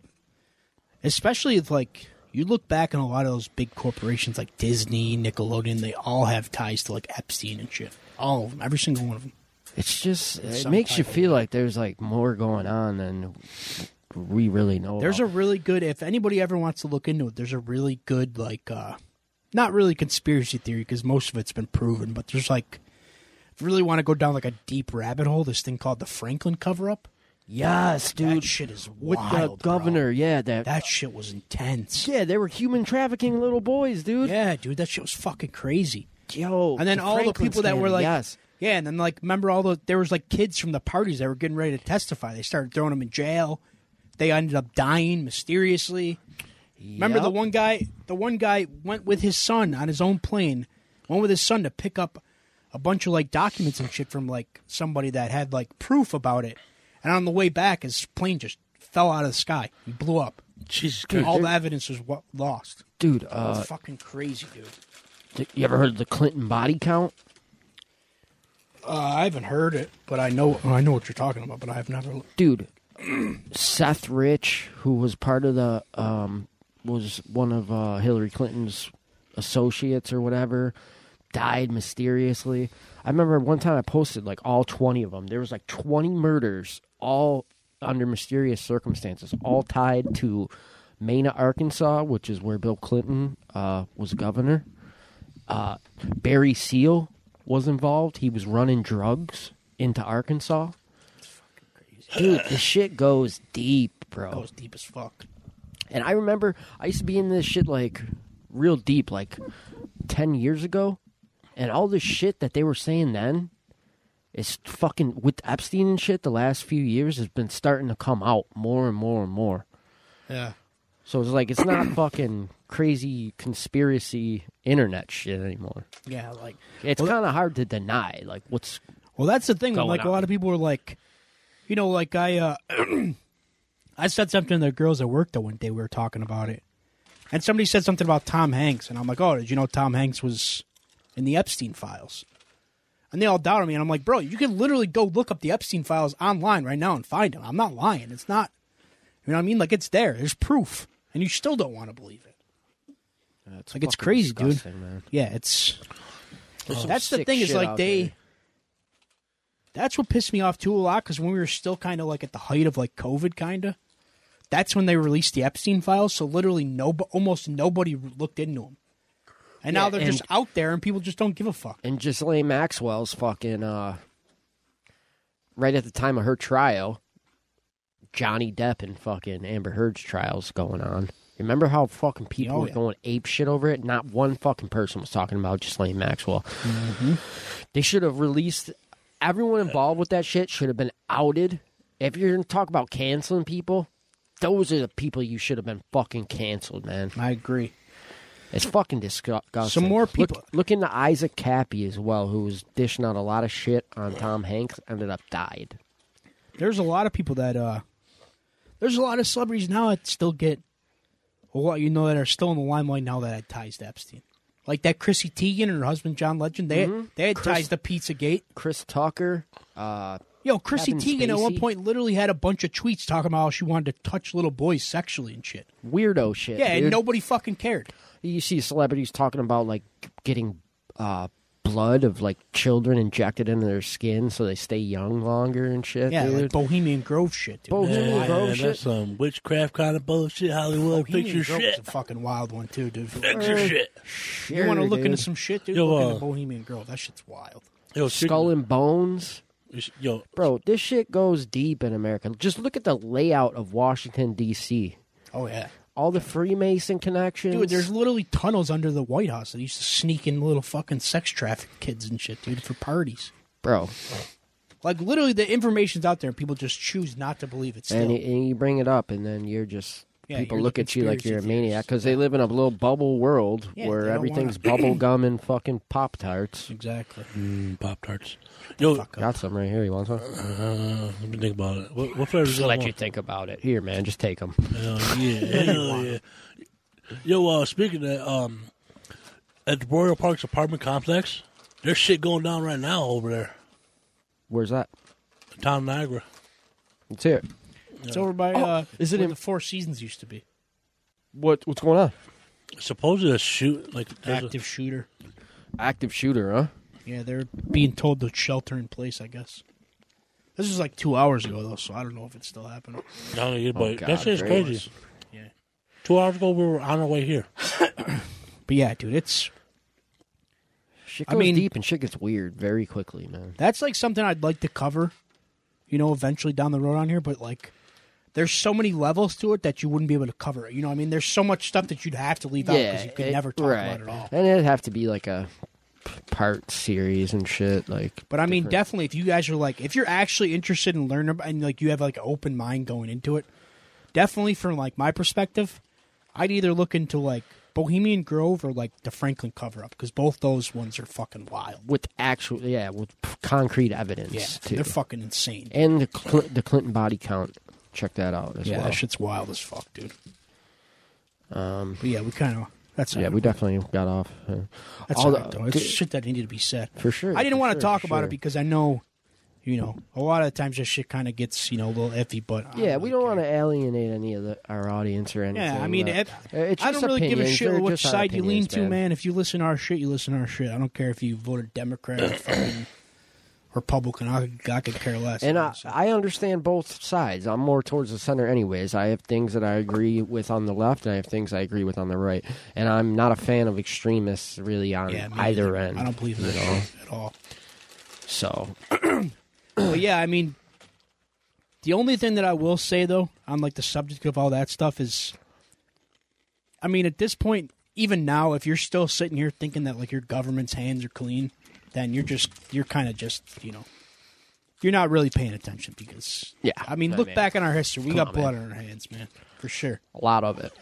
Speaker 2: Especially if like you look back on a lot of those big corporations like Disney, Nickelodeon, they all have ties to like Epstein and shit. All of them, every single one of them.
Speaker 1: It's just it
Speaker 2: some
Speaker 1: makes you
Speaker 2: type of
Speaker 1: feel like there's like more going on than we really know.
Speaker 2: There's a
Speaker 1: about.
Speaker 2: really good if anybody ever wants to look into it, there's a really good like uh not really conspiracy theory because most of it's been proven, but there's like if you really want to go down like a deep rabbit hole, this thing called the Franklin cover up.
Speaker 1: yes,
Speaker 2: That
Speaker 1: dude,
Speaker 2: shit is
Speaker 1: with
Speaker 2: wild,
Speaker 1: the
Speaker 2: bro.
Speaker 1: governor. Yeah, that,
Speaker 2: That shit was intense.
Speaker 1: yeah, they were human trafficking little boys, dude.
Speaker 2: Yeah, dude, that shit was fucking crazy.
Speaker 1: Yo,
Speaker 2: And then all
Speaker 1: Franklin
Speaker 2: the people that were
Speaker 1: scandal,
Speaker 2: like,
Speaker 1: yes,
Speaker 2: yeah, and then like remember all the there was like kids from the parties that were getting ready to testify. They started throwing them in jail. They ended up dying mysteriously. Remember the
Speaker 1: Yep.
Speaker 2: one guy? The one guy went with his son on his own plane. Went with his son to pick up a bunch of like documents and shit from like somebody that had like proof about it. And on the way back, his plane just fell out of the sky and blew up.
Speaker 3: Jesus
Speaker 2: Dude,
Speaker 3: Christ.
Speaker 2: all the evidence was wa- lost.
Speaker 1: dude. Uh,
Speaker 2: Fucking crazy, dude.
Speaker 1: th- you ever heard of the Clinton body count?
Speaker 2: Uh, I haven't heard it, but I know I know what you're talking about. But I have never.
Speaker 1: dude seth rich who was part of the um was one of uh hillary clinton's associates or whatever died mysteriously i remember one time i posted like all 20 of them there was like 20 murders all under mysterious circumstances all tied to mena arkansas which is where bill clinton uh was governor uh barry seal was involved he was running drugs into arkansas dude the shit goes deep bro
Speaker 2: That was oh, deep as fuck.
Speaker 1: and i remember i used to be in this shit like real deep like 10 years ago and all the shit that they were saying then is fucking with epstein and shit the last few years has been starting to come out more and more and more
Speaker 2: Yeah.
Speaker 1: so it's like it's not fucking crazy conspiracy internet shit anymore
Speaker 2: Yeah, like
Speaker 1: it's
Speaker 2: Well,
Speaker 1: kind of hard to deny like what's
Speaker 2: well, that's the thing. when,
Speaker 1: Going
Speaker 2: Like a
Speaker 1: on.
Speaker 2: lot of people were like, you know, like I, uh I said something to the girls at work the one day we were talking about it, and somebody said something about Tom Hanks, and I'm like, oh, did you know Tom Hanks was in the Epstein files? And they all doubted me. And I'm like, bro, you can literally go look up the Epstein files online right now and find them. I'm not lying. It's not, you know what I mean? Like, it's there. There's proof. And you still don't want to believe it.
Speaker 1: It's
Speaker 2: Like, it's crazy, dude.
Speaker 1: Man.
Speaker 2: Yeah, it's.
Speaker 1: There's some
Speaker 2: That's the
Speaker 1: sick
Speaker 2: thing is
Speaker 1: shit
Speaker 2: like
Speaker 1: out
Speaker 2: they.
Speaker 1: there.
Speaker 2: That's what pissed me off too a lot because when we were still kind of like at the height of like COVID, kind of. That's when they released the Epstein files, so literally no, almost nobody looked into them, and now
Speaker 1: Yeah,
Speaker 2: they're
Speaker 1: and-
Speaker 2: just out there, and people just don't give a fuck.
Speaker 1: and Ghislaine Maxwell's fucking uh right at the time of her trial, Johnny Depp and fucking Amber Heard's trials going on. Remember how fucking people
Speaker 2: Oh,
Speaker 1: were
Speaker 2: yeah.
Speaker 1: going ape shit over it? Not one fucking person was talking about Ghislaine Maxwell.
Speaker 2: Mm-hmm.
Speaker 1: They should have released everyone involved with that shit should have been outed. If you're gonna talk about canceling people, those are the people you should have been fucking canceled, man.
Speaker 2: I agree.
Speaker 1: It's fucking disgusting.
Speaker 2: Some more
Speaker 1: Look-
Speaker 2: people-
Speaker 1: Look, into Isaac Cappy as well, who was dishing out a lot of shit on Tom Hanks, ended up died.
Speaker 2: There's a lot of people that uh, there's a lot of celebrities now that still get, well, you know, that are still in the limelight now that had ties to Epstein, like that Chrissy Teigen and her husband John Legend. They
Speaker 1: Mm-hmm.
Speaker 2: they had ties to PizzaGate.
Speaker 1: Chris Tucker, uh,
Speaker 2: Yo, Chrissy
Speaker 1: Kevin
Speaker 2: Teigen at one
Speaker 1: Spacey.
Speaker 2: point literally had a bunch of tweets talking about how she wanted to touch little boys sexually and shit.
Speaker 1: weirdo shit.
Speaker 2: Yeah, and
Speaker 1: dude.
Speaker 2: nobody fucking cared.
Speaker 1: You see celebrities talking about like getting uh, blood of like children injected into their skin so they stay young longer and shit.
Speaker 2: Yeah,
Speaker 1: dude.
Speaker 2: like Bohemian Grove shit. Dude.
Speaker 1: Bohemian
Speaker 3: Yeah,
Speaker 1: Grove
Speaker 3: that's
Speaker 1: shit.
Speaker 3: some witchcraft kind of bullshit. Hollywood picture
Speaker 2: Grove
Speaker 3: shit.
Speaker 2: is a fucking wild one too, dude.
Speaker 3: Picture shit.
Speaker 1: Sure,
Speaker 2: You want to look
Speaker 1: dude.
Speaker 2: into some shit, dude?
Speaker 3: Yo,
Speaker 2: look
Speaker 3: uh,
Speaker 2: into Bohemian Grove. That shit's wild.
Speaker 1: skull
Speaker 3: Yo, speaking-
Speaker 1: and bones?
Speaker 3: Yo,
Speaker 1: Bro, this shit goes deep in America. Just look at the layout of Washington, D.C.
Speaker 2: Oh yeah,
Speaker 1: All the Freemason connections.
Speaker 2: dude. There's literally tunnels under the White House that used to sneak in little fucking sex traffic kids and shit, dude, for parties.
Speaker 1: bro,
Speaker 2: Like literally, the information's out there, and people just choose not to believe it. Still,
Speaker 1: and you, and you bring it up, and then you're just
Speaker 2: Yeah,
Speaker 1: people
Speaker 2: you're
Speaker 1: look
Speaker 2: the
Speaker 1: at you like
Speaker 2: conspiracy
Speaker 1: you're a
Speaker 2: theorist.
Speaker 1: maniac because they live in a little bubble world
Speaker 2: Yeah, they
Speaker 1: where
Speaker 2: don't
Speaker 1: everything's
Speaker 2: wanna-
Speaker 1: bubble gum and fucking pop tarts.
Speaker 2: exactly.
Speaker 3: mm, Pop Tarts. Yo,
Speaker 2: Fuck up.
Speaker 1: Got some right here. You want some?
Speaker 3: uh, let me think about it. What, what flavor
Speaker 1: Just
Speaker 3: do I
Speaker 1: let
Speaker 3: want?
Speaker 1: you think about it. Here, man, just take them.
Speaker 3: Hell yeah, hell yeah. Yo, uh, speaking of that, um, at the Royal Parks apartment complex, there's shit going down right now over there.
Speaker 1: Where's that?
Speaker 3: in Town of Niagara.
Speaker 1: It's here.
Speaker 2: It's over by. uh,
Speaker 1: Oh, is it
Speaker 2: where
Speaker 1: in-
Speaker 2: the Four Seasons used to be?
Speaker 1: What What's going on?
Speaker 3: Supposedly a shoot like there's a-
Speaker 2: Active shooter.
Speaker 1: Active shooter, huh?
Speaker 2: Yeah, they're being told to shelter in place, I guess. This was like two hours ago, though, so I don't know if it's still happening.
Speaker 3: I don't know, but
Speaker 1: Oh, God,
Speaker 3: that shit's
Speaker 1: very
Speaker 3: crazy.
Speaker 2: Yeah.
Speaker 3: Two hours ago, we were on our way here.
Speaker 2: But yeah, dude, it's
Speaker 1: Shit
Speaker 2: I
Speaker 1: goes
Speaker 2: mean-
Speaker 1: deep and shit gets weird very quickly, man.
Speaker 2: that's like something I'd like to cover, you know, eventually down the road on here. But like, there's so many levels to it that you wouldn't be able to cover it. You know, what I mean, there's so much stuff that you'd have to leave out because you could
Speaker 1: it-
Speaker 2: never talk
Speaker 1: right.
Speaker 2: about it all.
Speaker 1: And it'd have to be like a p- part series and shit, like.
Speaker 2: But I mean,
Speaker 1: different-
Speaker 2: definitely, if you guys are like, if you're actually interested in learning ab- and like you have like an open mind going into it, definitely from like my perspective, I'd either look into like Bohemian Grove or like the Franklin cover up because both those ones are fucking wild.
Speaker 1: with actual, yeah, with p- concrete evidence
Speaker 2: Yeah,
Speaker 1: too.
Speaker 2: they're fucking insane.
Speaker 1: and the Cl- the Clinton body count. Check that out as
Speaker 2: Yeah,
Speaker 1: well.
Speaker 2: that shit's wild as fuck, dude. Um, but yeah, we kind of that's
Speaker 1: yeah, we definitely got off uh,
Speaker 2: that's
Speaker 1: all
Speaker 2: all
Speaker 1: the-
Speaker 2: right, though. It's
Speaker 1: d-
Speaker 2: shit that needed to be said.
Speaker 1: for sure.
Speaker 2: I didn't
Speaker 1: for
Speaker 2: want to
Speaker 1: sure,
Speaker 2: talk
Speaker 1: for
Speaker 2: about
Speaker 1: sure.
Speaker 2: it because I know, you know, a lot of times this shit kind of gets you know a little iffy. But uh, I
Speaker 1: Yeah, we don't
Speaker 2: really care.
Speaker 1: want to alienate any of the, our audience or anything.
Speaker 2: Yeah, I mean,
Speaker 1: but,
Speaker 2: it,
Speaker 1: uh, it's
Speaker 2: I
Speaker 1: just
Speaker 2: don't really give a
Speaker 1: opinions.
Speaker 2: shit
Speaker 1: They're
Speaker 2: which
Speaker 1: just our
Speaker 2: side you lean
Speaker 1: opinions,
Speaker 2: to, man. If you listen to our shit, you listen to our shit. I don't care if you voted Democrat or fucking Republican. I, I could care less.
Speaker 1: And I,
Speaker 2: honestly.
Speaker 1: I understand both sides. I'm more towards the center, anyways. I have things that I agree with on the left, and I have things I agree with on the right. And I'm not a fan of extremists, really, on
Speaker 2: yeah, me
Speaker 1: either
Speaker 2: neither.
Speaker 1: end.
Speaker 2: I don't believe in that shit at all.
Speaker 1: So
Speaker 2: But yeah, I mean, the only thing that I will say though on like the subject of all that stuff is, I mean, at this point, even now, if you're still sitting here thinking that like your government's hands are clean, then you're just you're kind of just you know, you're not really paying attention because
Speaker 1: Yeah,
Speaker 2: I mean,
Speaker 1: I
Speaker 2: look
Speaker 1: mean,
Speaker 2: back on our history, we
Speaker 1: come
Speaker 2: got
Speaker 1: on,
Speaker 2: blood
Speaker 1: man.
Speaker 2: on our hands, man, for sure.
Speaker 1: a lot of it.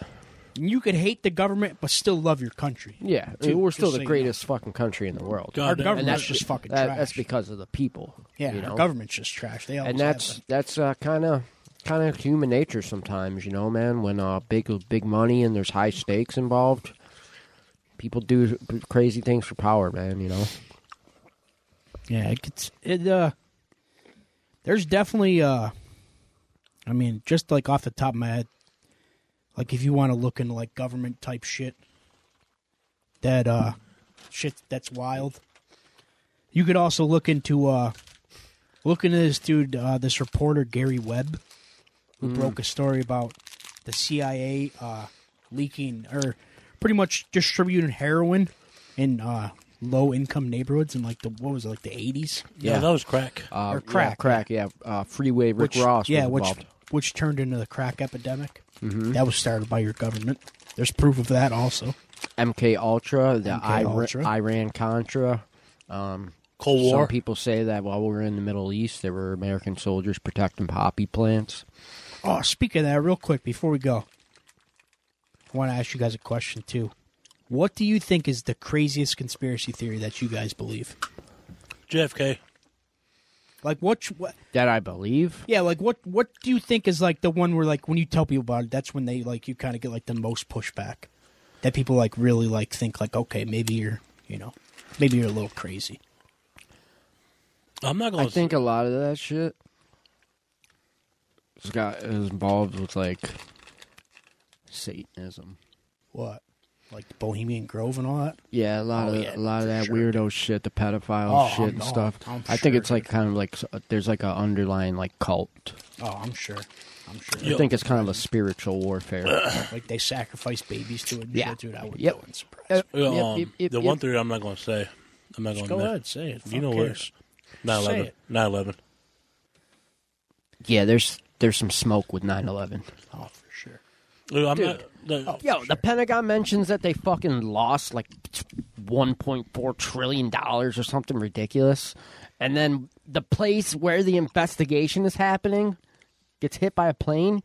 Speaker 2: And you could hate the government but still love your country.
Speaker 1: Yeah,
Speaker 2: too,
Speaker 1: we're
Speaker 2: just
Speaker 1: still
Speaker 2: so
Speaker 1: the
Speaker 2: you know.
Speaker 1: greatest fucking country in the world.
Speaker 3: God
Speaker 2: Our
Speaker 3: damn.
Speaker 1: and
Speaker 2: government's
Speaker 1: that's
Speaker 2: just fucking
Speaker 1: that-
Speaker 2: trash.
Speaker 1: That's because of the people.
Speaker 2: yeah,
Speaker 1: you know?
Speaker 2: our government's just trash. They always
Speaker 1: and
Speaker 2: have
Speaker 1: that's
Speaker 2: been.
Speaker 1: that's uh, kind of kind of human nature sometimes, you know, man. When uh, big big money and there's high stakes involved, people do crazy things for power, man. You know,
Speaker 2: Yeah, it gets it. Uh, there's definitely. Uh, I mean, just like off the top of my head, like if you want to look into like government type shit, that uh, shit that's wild. You could also look into uh, look into this dude, uh, this reporter Gary Webb, who
Speaker 1: Mm.
Speaker 2: broke a story about the CIA uh, leaking or pretty much distributing heroin in uh, low income neighborhoods in like the what was it like the eighties
Speaker 3: Yeah,
Speaker 1: Yeah.
Speaker 3: that was crack.
Speaker 1: Uh,
Speaker 2: Or crack.
Speaker 1: yeah, crack. Yeah, uh, freeway Rick Ross.
Speaker 2: yeah,
Speaker 1: was
Speaker 2: which
Speaker 1: involved. Mm-hmm.
Speaker 2: which turned into the crack epidemic. That was started by your government. There's proof of that also.
Speaker 1: MK Ultra, the
Speaker 2: MK Ultra.
Speaker 1: Iran Contra. Um,
Speaker 3: Cold War.
Speaker 1: Some people say that while we were in the Middle East, there were American soldiers protecting poppy plants.
Speaker 2: Oh, speaking of that, real quick before we go, I want to ask you guys a question too. What do you think is the craziest conspiracy theory that you guys believe?
Speaker 3: JFK.
Speaker 2: Like what? what
Speaker 1: That I believe.
Speaker 2: yeah, like what? What do you think is like the one where like when you tell people about it, that's when they like you kind of get like the most pushback. That people like really like think like okay maybe you're you know maybe you're a little crazy.
Speaker 3: I'm not
Speaker 1: I
Speaker 3: going to
Speaker 1: think a lot of that shit has got is involved with like Satanism.
Speaker 2: What? Like the Bohemian Grove and all that?
Speaker 1: Yeah, a lot
Speaker 2: Oh,
Speaker 1: of a
Speaker 2: yeah,
Speaker 1: lot of
Speaker 2: for
Speaker 1: that
Speaker 2: sure.
Speaker 1: weirdo shit, the pedophile
Speaker 2: Oh,
Speaker 1: shit
Speaker 2: I'm-
Speaker 1: and
Speaker 2: oh,
Speaker 1: stuff.
Speaker 2: I'm
Speaker 1: I think
Speaker 2: sure,
Speaker 1: it's like kind of like s- there's like an underlying like cult.
Speaker 2: Oh, I'm sure. I'm sure.
Speaker 3: Yeah.
Speaker 1: I think it's kind of a spiritual warfare.
Speaker 2: Like they sacrifice babies to it. and
Speaker 1: Yeah.
Speaker 2: shit, dude, I would
Speaker 1: Yep.
Speaker 2: go and surprise.
Speaker 3: Yeah,
Speaker 1: Yep,
Speaker 3: um,
Speaker 1: yep, yep,
Speaker 3: the
Speaker 1: yep.
Speaker 3: one theory I'm not going to say. I'm not going
Speaker 2: Go
Speaker 3: to
Speaker 2: ahead, say it.
Speaker 3: You know
Speaker 2: Fuck
Speaker 3: what?
Speaker 2: cares.
Speaker 3: 9
Speaker 2: Say
Speaker 3: 11.
Speaker 2: it.
Speaker 3: 9 11.
Speaker 1: yeah, there's there's some smoke with 9/11.
Speaker 2: Oh, for sure.
Speaker 3: I'm
Speaker 1: Dude.
Speaker 3: not.
Speaker 2: Oh.
Speaker 3: the-
Speaker 1: Yo, the Pentagon mentions that they fucking lost like 1.4 trillion dollars or something ridiculous, and then the place where the investigation is happening gets hit by a plane.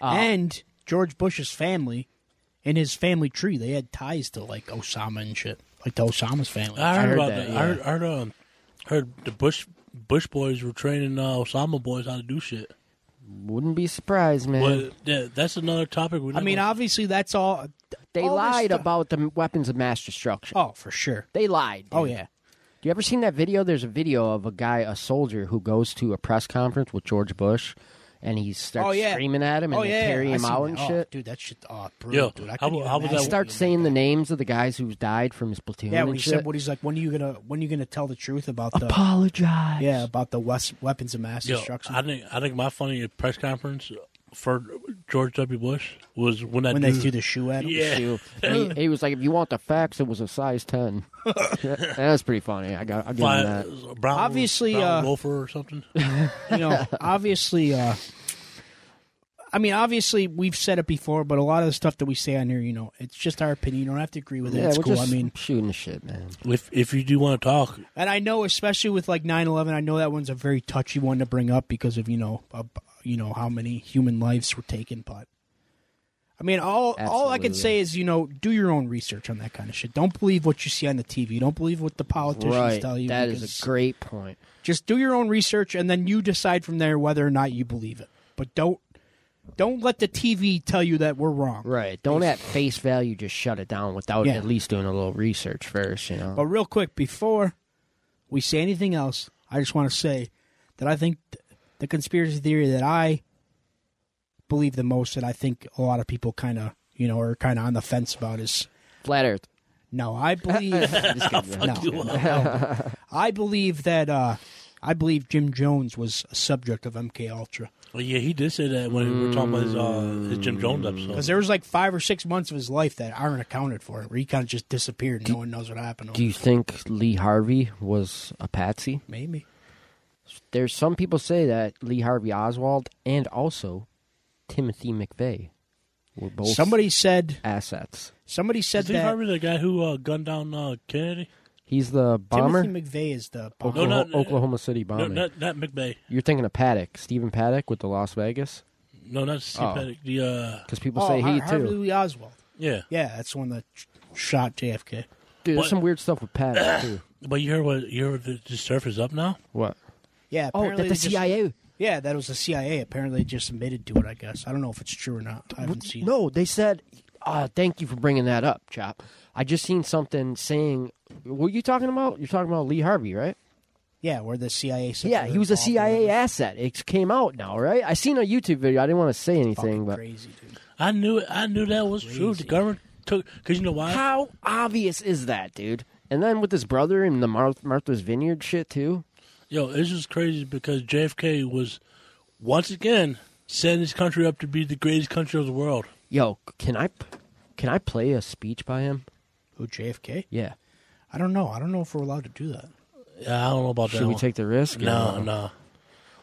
Speaker 2: and George Bush's family and his family tree, they had ties to like Osama and shit. Like to Osama's family.
Speaker 3: I heard,
Speaker 1: heard
Speaker 3: about that.
Speaker 1: that,
Speaker 3: I heard, I heard, um, heard the Bush Bush boys were training uh, Osama boys how to do shit.
Speaker 1: Wouldn't be surprised, man.
Speaker 3: But yeah, that's another topic. We're
Speaker 2: I
Speaker 3: not
Speaker 2: mean,
Speaker 3: gonna-
Speaker 2: obviously that's all.
Speaker 1: They
Speaker 2: all this
Speaker 1: lied
Speaker 2: stuff-
Speaker 1: about the weapons of mass destruction.
Speaker 2: Oh, for sure.
Speaker 1: They lied. dude.
Speaker 2: Oh yeah.
Speaker 1: You ever seen that video? There's a video of a guy, a soldier, who goes to a press conference with George Bush, and he starts
Speaker 2: Oh yeah.
Speaker 1: screaming at him, and
Speaker 2: oh,
Speaker 1: they
Speaker 2: yeah.
Speaker 1: carry
Speaker 2: I
Speaker 1: him
Speaker 2: seen
Speaker 1: out
Speaker 2: that.
Speaker 1: and
Speaker 2: Oh,
Speaker 1: shit.
Speaker 2: Dude, that shit. Oh, brutal,
Speaker 3: Yo,
Speaker 2: dude. I
Speaker 3: how
Speaker 2: couldn't
Speaker 3: about-
Speaker 2: even
Speaker 3: how about that
Speaker 1: He
Speaker 2: imagine.
Speaker 1: starts saying the names of the guys who's died from his platoon.
Speaker 2: Yeah,
Speaker 1: and
Speaker 2: when he
Speaker 1: shit.
Speaker 2: said what he's like, when are you gonna? When are you gonna tell the truth about the?
Speaker 1: apologize.
Speaker 2: Yeah, about the West weapons of mass
Speaker 3: Yo,
Speaker 2: destruction.
Speaker 3: I think I think my funny press conference for George W. Bush was when that
Speaker 2: when
Speaker 3: dude,
Speaker 2: they threw the shoe at him.
Speaker 3: yeah.
Speaker 1: Too. And He, he was like, "If you want the facts, it was a size 10. that was pretty funny. I got. I give him
Speaker 3: By,
Speaker 1: that.
Speaker 3: Brown,
Speaker 2: Obviously,
Speaker 3: Brown
Speaker 2: uh,
Speaker 3: Loafer or something.
Speaker 2: you know, obviously, uh, I mean, obviously, we've said it before, but a lot of the stuff that we say on here, you know, it's just our opinion. You don't have to agree with it.
Speaker 1: Yeah,
Speaker 2: it's
Speaker 1: we're
Speaker 2: cool.
Speaker 1: just
Speaker 2: I mean,
Speaker 1: shooting the shit, man.
Speaker 3: if if you do want to talk,
Speaker 2: and I know, especially with like 9 11, I know that one's a very touchy one to bring up because of, you know, uh, you know, how many human lives were taken, but. I mean, all all I
Speaker 1: Absolutely.
Speaker 2: can say is, you know, do your own research on that kind of shit. Don't believe what you see on the TV. Don't believe what the politicians
Speaker 1: Right.
Speaker 2: tell you.
Speaker 1: That is
Speaker 2: because-
Speaker 1: a great point.
Speaker 2: just do your own research and then you decide from there whether or not you believe it but don't don't let the tv tell you that we're wrong
Speaker 1: Right. Don't at face value just shut it down without
Speaker 2: Yeah.
Speaker 1: at least doing a little research first. You know.
Speaker 2: but real quick before we say anything else i just want to say that i think th- the conspiracy theory that i believe the most that i think a lot of people kind of you know are kind of on the fence about is
Speaker 1: Flat Earth.
Speaker 2: no i believe
Speaker 1: Just kidding, man.
Speaker 2: no, no. i believe that uh i believe jim jones was a subject of mk ultra
Speaker 3: well, oh, yeah, he did say that when we were talking about his, uh, his Jim Jones episode.
Speaker 2: Because Mm. there was like five or six months of his life that aren't accounted for, where he kind of just disappeared. no one knows what happened. to
Speaker 1: Do
Speaker 2: him.
Speaker 1: you think Lee Harvey was a patsy?
Speaker 2: Maybe.
Speaker 1: There's some people say that Lee Harvey Oswald and also Timothy McVeigh were both
Speaker 2: Somebody said.
Speaker 1: assets.
Speaker 2: Somebody said
Speaker 3: Is Lee
Speaker 2: that
Speaker 3: Harvey the guy who uh, gunned down uh, Kennedy?
Speaker 1: He's the bomber,
Speaker 2: Timothy McVeigh is the bomber.
Speaker 3: No,
Speaker 1: Oklahoma,
Speaker 3: not-
Speaker 1: Oklahoma City bomber.
Speaker 3: No, not not McBay.
Speaker 1: You're thinking of Paddock, Stephen Paddock with the Las Vegas,
Speaker 3: No, not Steve
Speaker 1: Oh.
Speaker 3: Paddock. The uh,
Speaker 1: because people
Speaker 2: Oh,
Speaker 1: say
Speaker 2: Har-
Speaker 1: he
Speaker 2: Harvey
Speaker 1: too.
Speaker 2: Lee Oswald.
Speaker 3: yeah.
Speaker 2: Yeah, that's the one that sh- shot JFK.
Speaker 1: Dude,
Speaker 3: What?
Speaker 1: there's some weird stuff with Paddock too.
Speaker 3: But you heard what? You heard the, the surf is up now.
Speaker 1: What?
Speaker 2: Yeah.
Speaker 1: Oh,
Speaker 2: apparently
Speaker 1: that
Speaker 2: they
Speaker 1: the
Speaker 2: just-
Speaker 1: CIA.
Speaker 2: yeah, that was the CIA. Apparently, they just admitted to it. I guess I don't know if it's true or not. I haven't seen. it.
Speaker 1: No, they said. Uh, thank you for bringing that up, Chop. I just seen something saying. What are you talking about? You're talking about Lee Harvey, right?
Speaker 2: Yeah, where the CIA. said
Speaker 1: Yeah,
Speaker 2: they were
Speaker 1: he was a
Speaker 2: involved in
Speaker 1: CIA
Speaker 2: it.
Speaker 1: asset. It came out now, right? I seen a YouTube video. I didn't want to say anything,
Speaker 2: Fucking
Speaker 1: but
Speaker 2: crazy, dude.
Speaker 3: I knew it. I knew that was true. The
Speaker 2: Crazy.
Speaker 3: government took because you know why?
Speaker 1: how obvious is that, dude? And then with his brother and the Mar- Martha's Vineyard shit too.
Speaker 3: Yo, it's just crazy because JFK was once again setting his country up to be the greatest country of the world.
Speaker 1: Yo, can I can I play a speech by him?
Speaker 2: Who JFK?
Speaker 1: Yeah.
Speaker 2: I don't know. I don't know if we're allowed to do that.
Speaker 3: Yeah, I don't know about that.
Speaker 1: Should we
Speaker 3: one.
Speaker 1: take the risk?
Speaker 3: No,
Speaker 1: Or-
Speaker 3: no.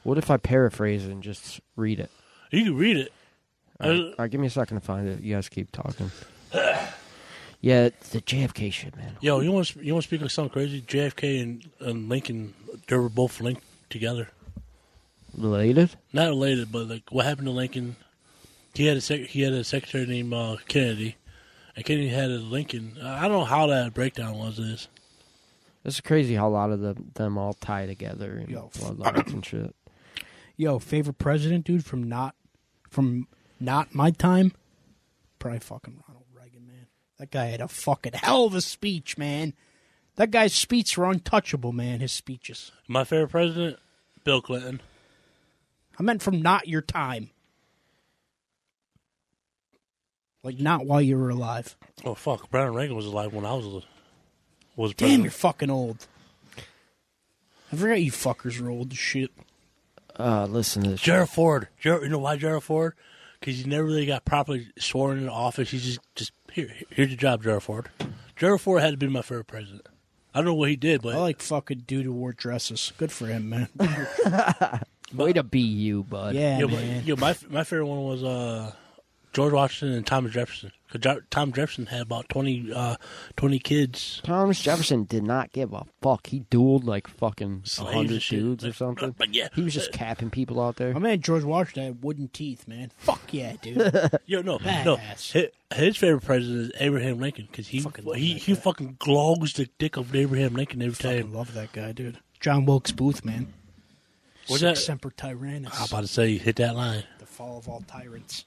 Speaker 1: What if I paraphrase and just read it?
Speaker 3: You can read it.
Speaker 1: All right,
Speaker 3: Uh,
Speaker 1: all right, give me a second to find it. You guys keep talking. yeah, the JFK shit, man.
Speaker 3: Yo, you want to you want to speak of something crazy? JFK and, and Lincoln, they were both linked together.
Speaker 1: Related?
Speaker 3: Not related, but like what happened to Lincoln? He had a sec- he had a secretary named uh, Kennedy, and Kennedy had a Lincoln. I I don't know how that breakdown was. Is
Speaker 1: It's crazy how a lot of the, them all tie together and
Speaker 2: Yo, f-
Speaker 1: bloodlines and shit.
Speaker 2: Yo, favorite president, dude, from not from not my time. Probably fucking Ronald Reagan, man. That guy had a fucking hell of a speech, man. That guy's speeches were untouchable, man. His speeches.
Speaker 3: my favorite president, Bill Clinton.
Speaker 2: I meant from not your time. Like not while you were alive.
Speaker 3: Oh fuck, Brown Reagan was alive when I was a- was
Speaker 2: Damn, you're
Speaker 3: president.
Speaker 2: fucking old. I forgot you fuckers were old as shit.
Speaker 1: Uh, listen to this.
Speaker 3: Gerald Ford. Gerald, you know why Gerald Ford? Because he never really got properly sworn in office. He just just here here's your job, Gerald Ford. Gerald Ford had to be my favorite president. I don't know what he did, but
Speaker 2: I like fucking dude who wore dresses. Good for him, man.
Speaker 1: Way to be you, bud.
Speaker 2: Yeah,
Speaker 3: Yeah,
Speaker 2: man.
Speaker 3: but, yeah, my my favorite one was uh, George Washington and Thomas Jefferson. Because Tom Jefferson had about 20, uh, 20 kids.
Speaker 1: Thomas Jefferson did not give a fuck. He dueled like fucking a
Speaker 3: Slaves and
Speaker 1: hundred
Speaker 3: shit.
Speaker 1: dudes or something.
Speaker 3: But yeah.
Speaker 1: He was just capping people out there.
Speaker 2: My man George Washington had wooden teeth, man. Fuck yeah, dude.
Speaker 3: Uh, Yo, no, no.
Speaker 2: Badass.
Speaker 3: His, his favorite president is Abraham Lincoln because he
Speaker 2: Fucking love
Speaker 3: he,
Speaker 2: that
Speaker 3: he
Speaker 2: guy.
Speaker 3: fucking glogs the dick of Abraham Lincoln every
Speaker 2: I
Speaker 3: time.
Speaker 2: love that guy, dude. John Wilkes Booth, man.
Speaker 3: What's
Speaker 2: Sic
Speaker 3: that?
Speaker 2: Semper Tyrannis.
Speaker 3: I'm about to say, hit that line.
Speaker 2: the fall of all tyrants.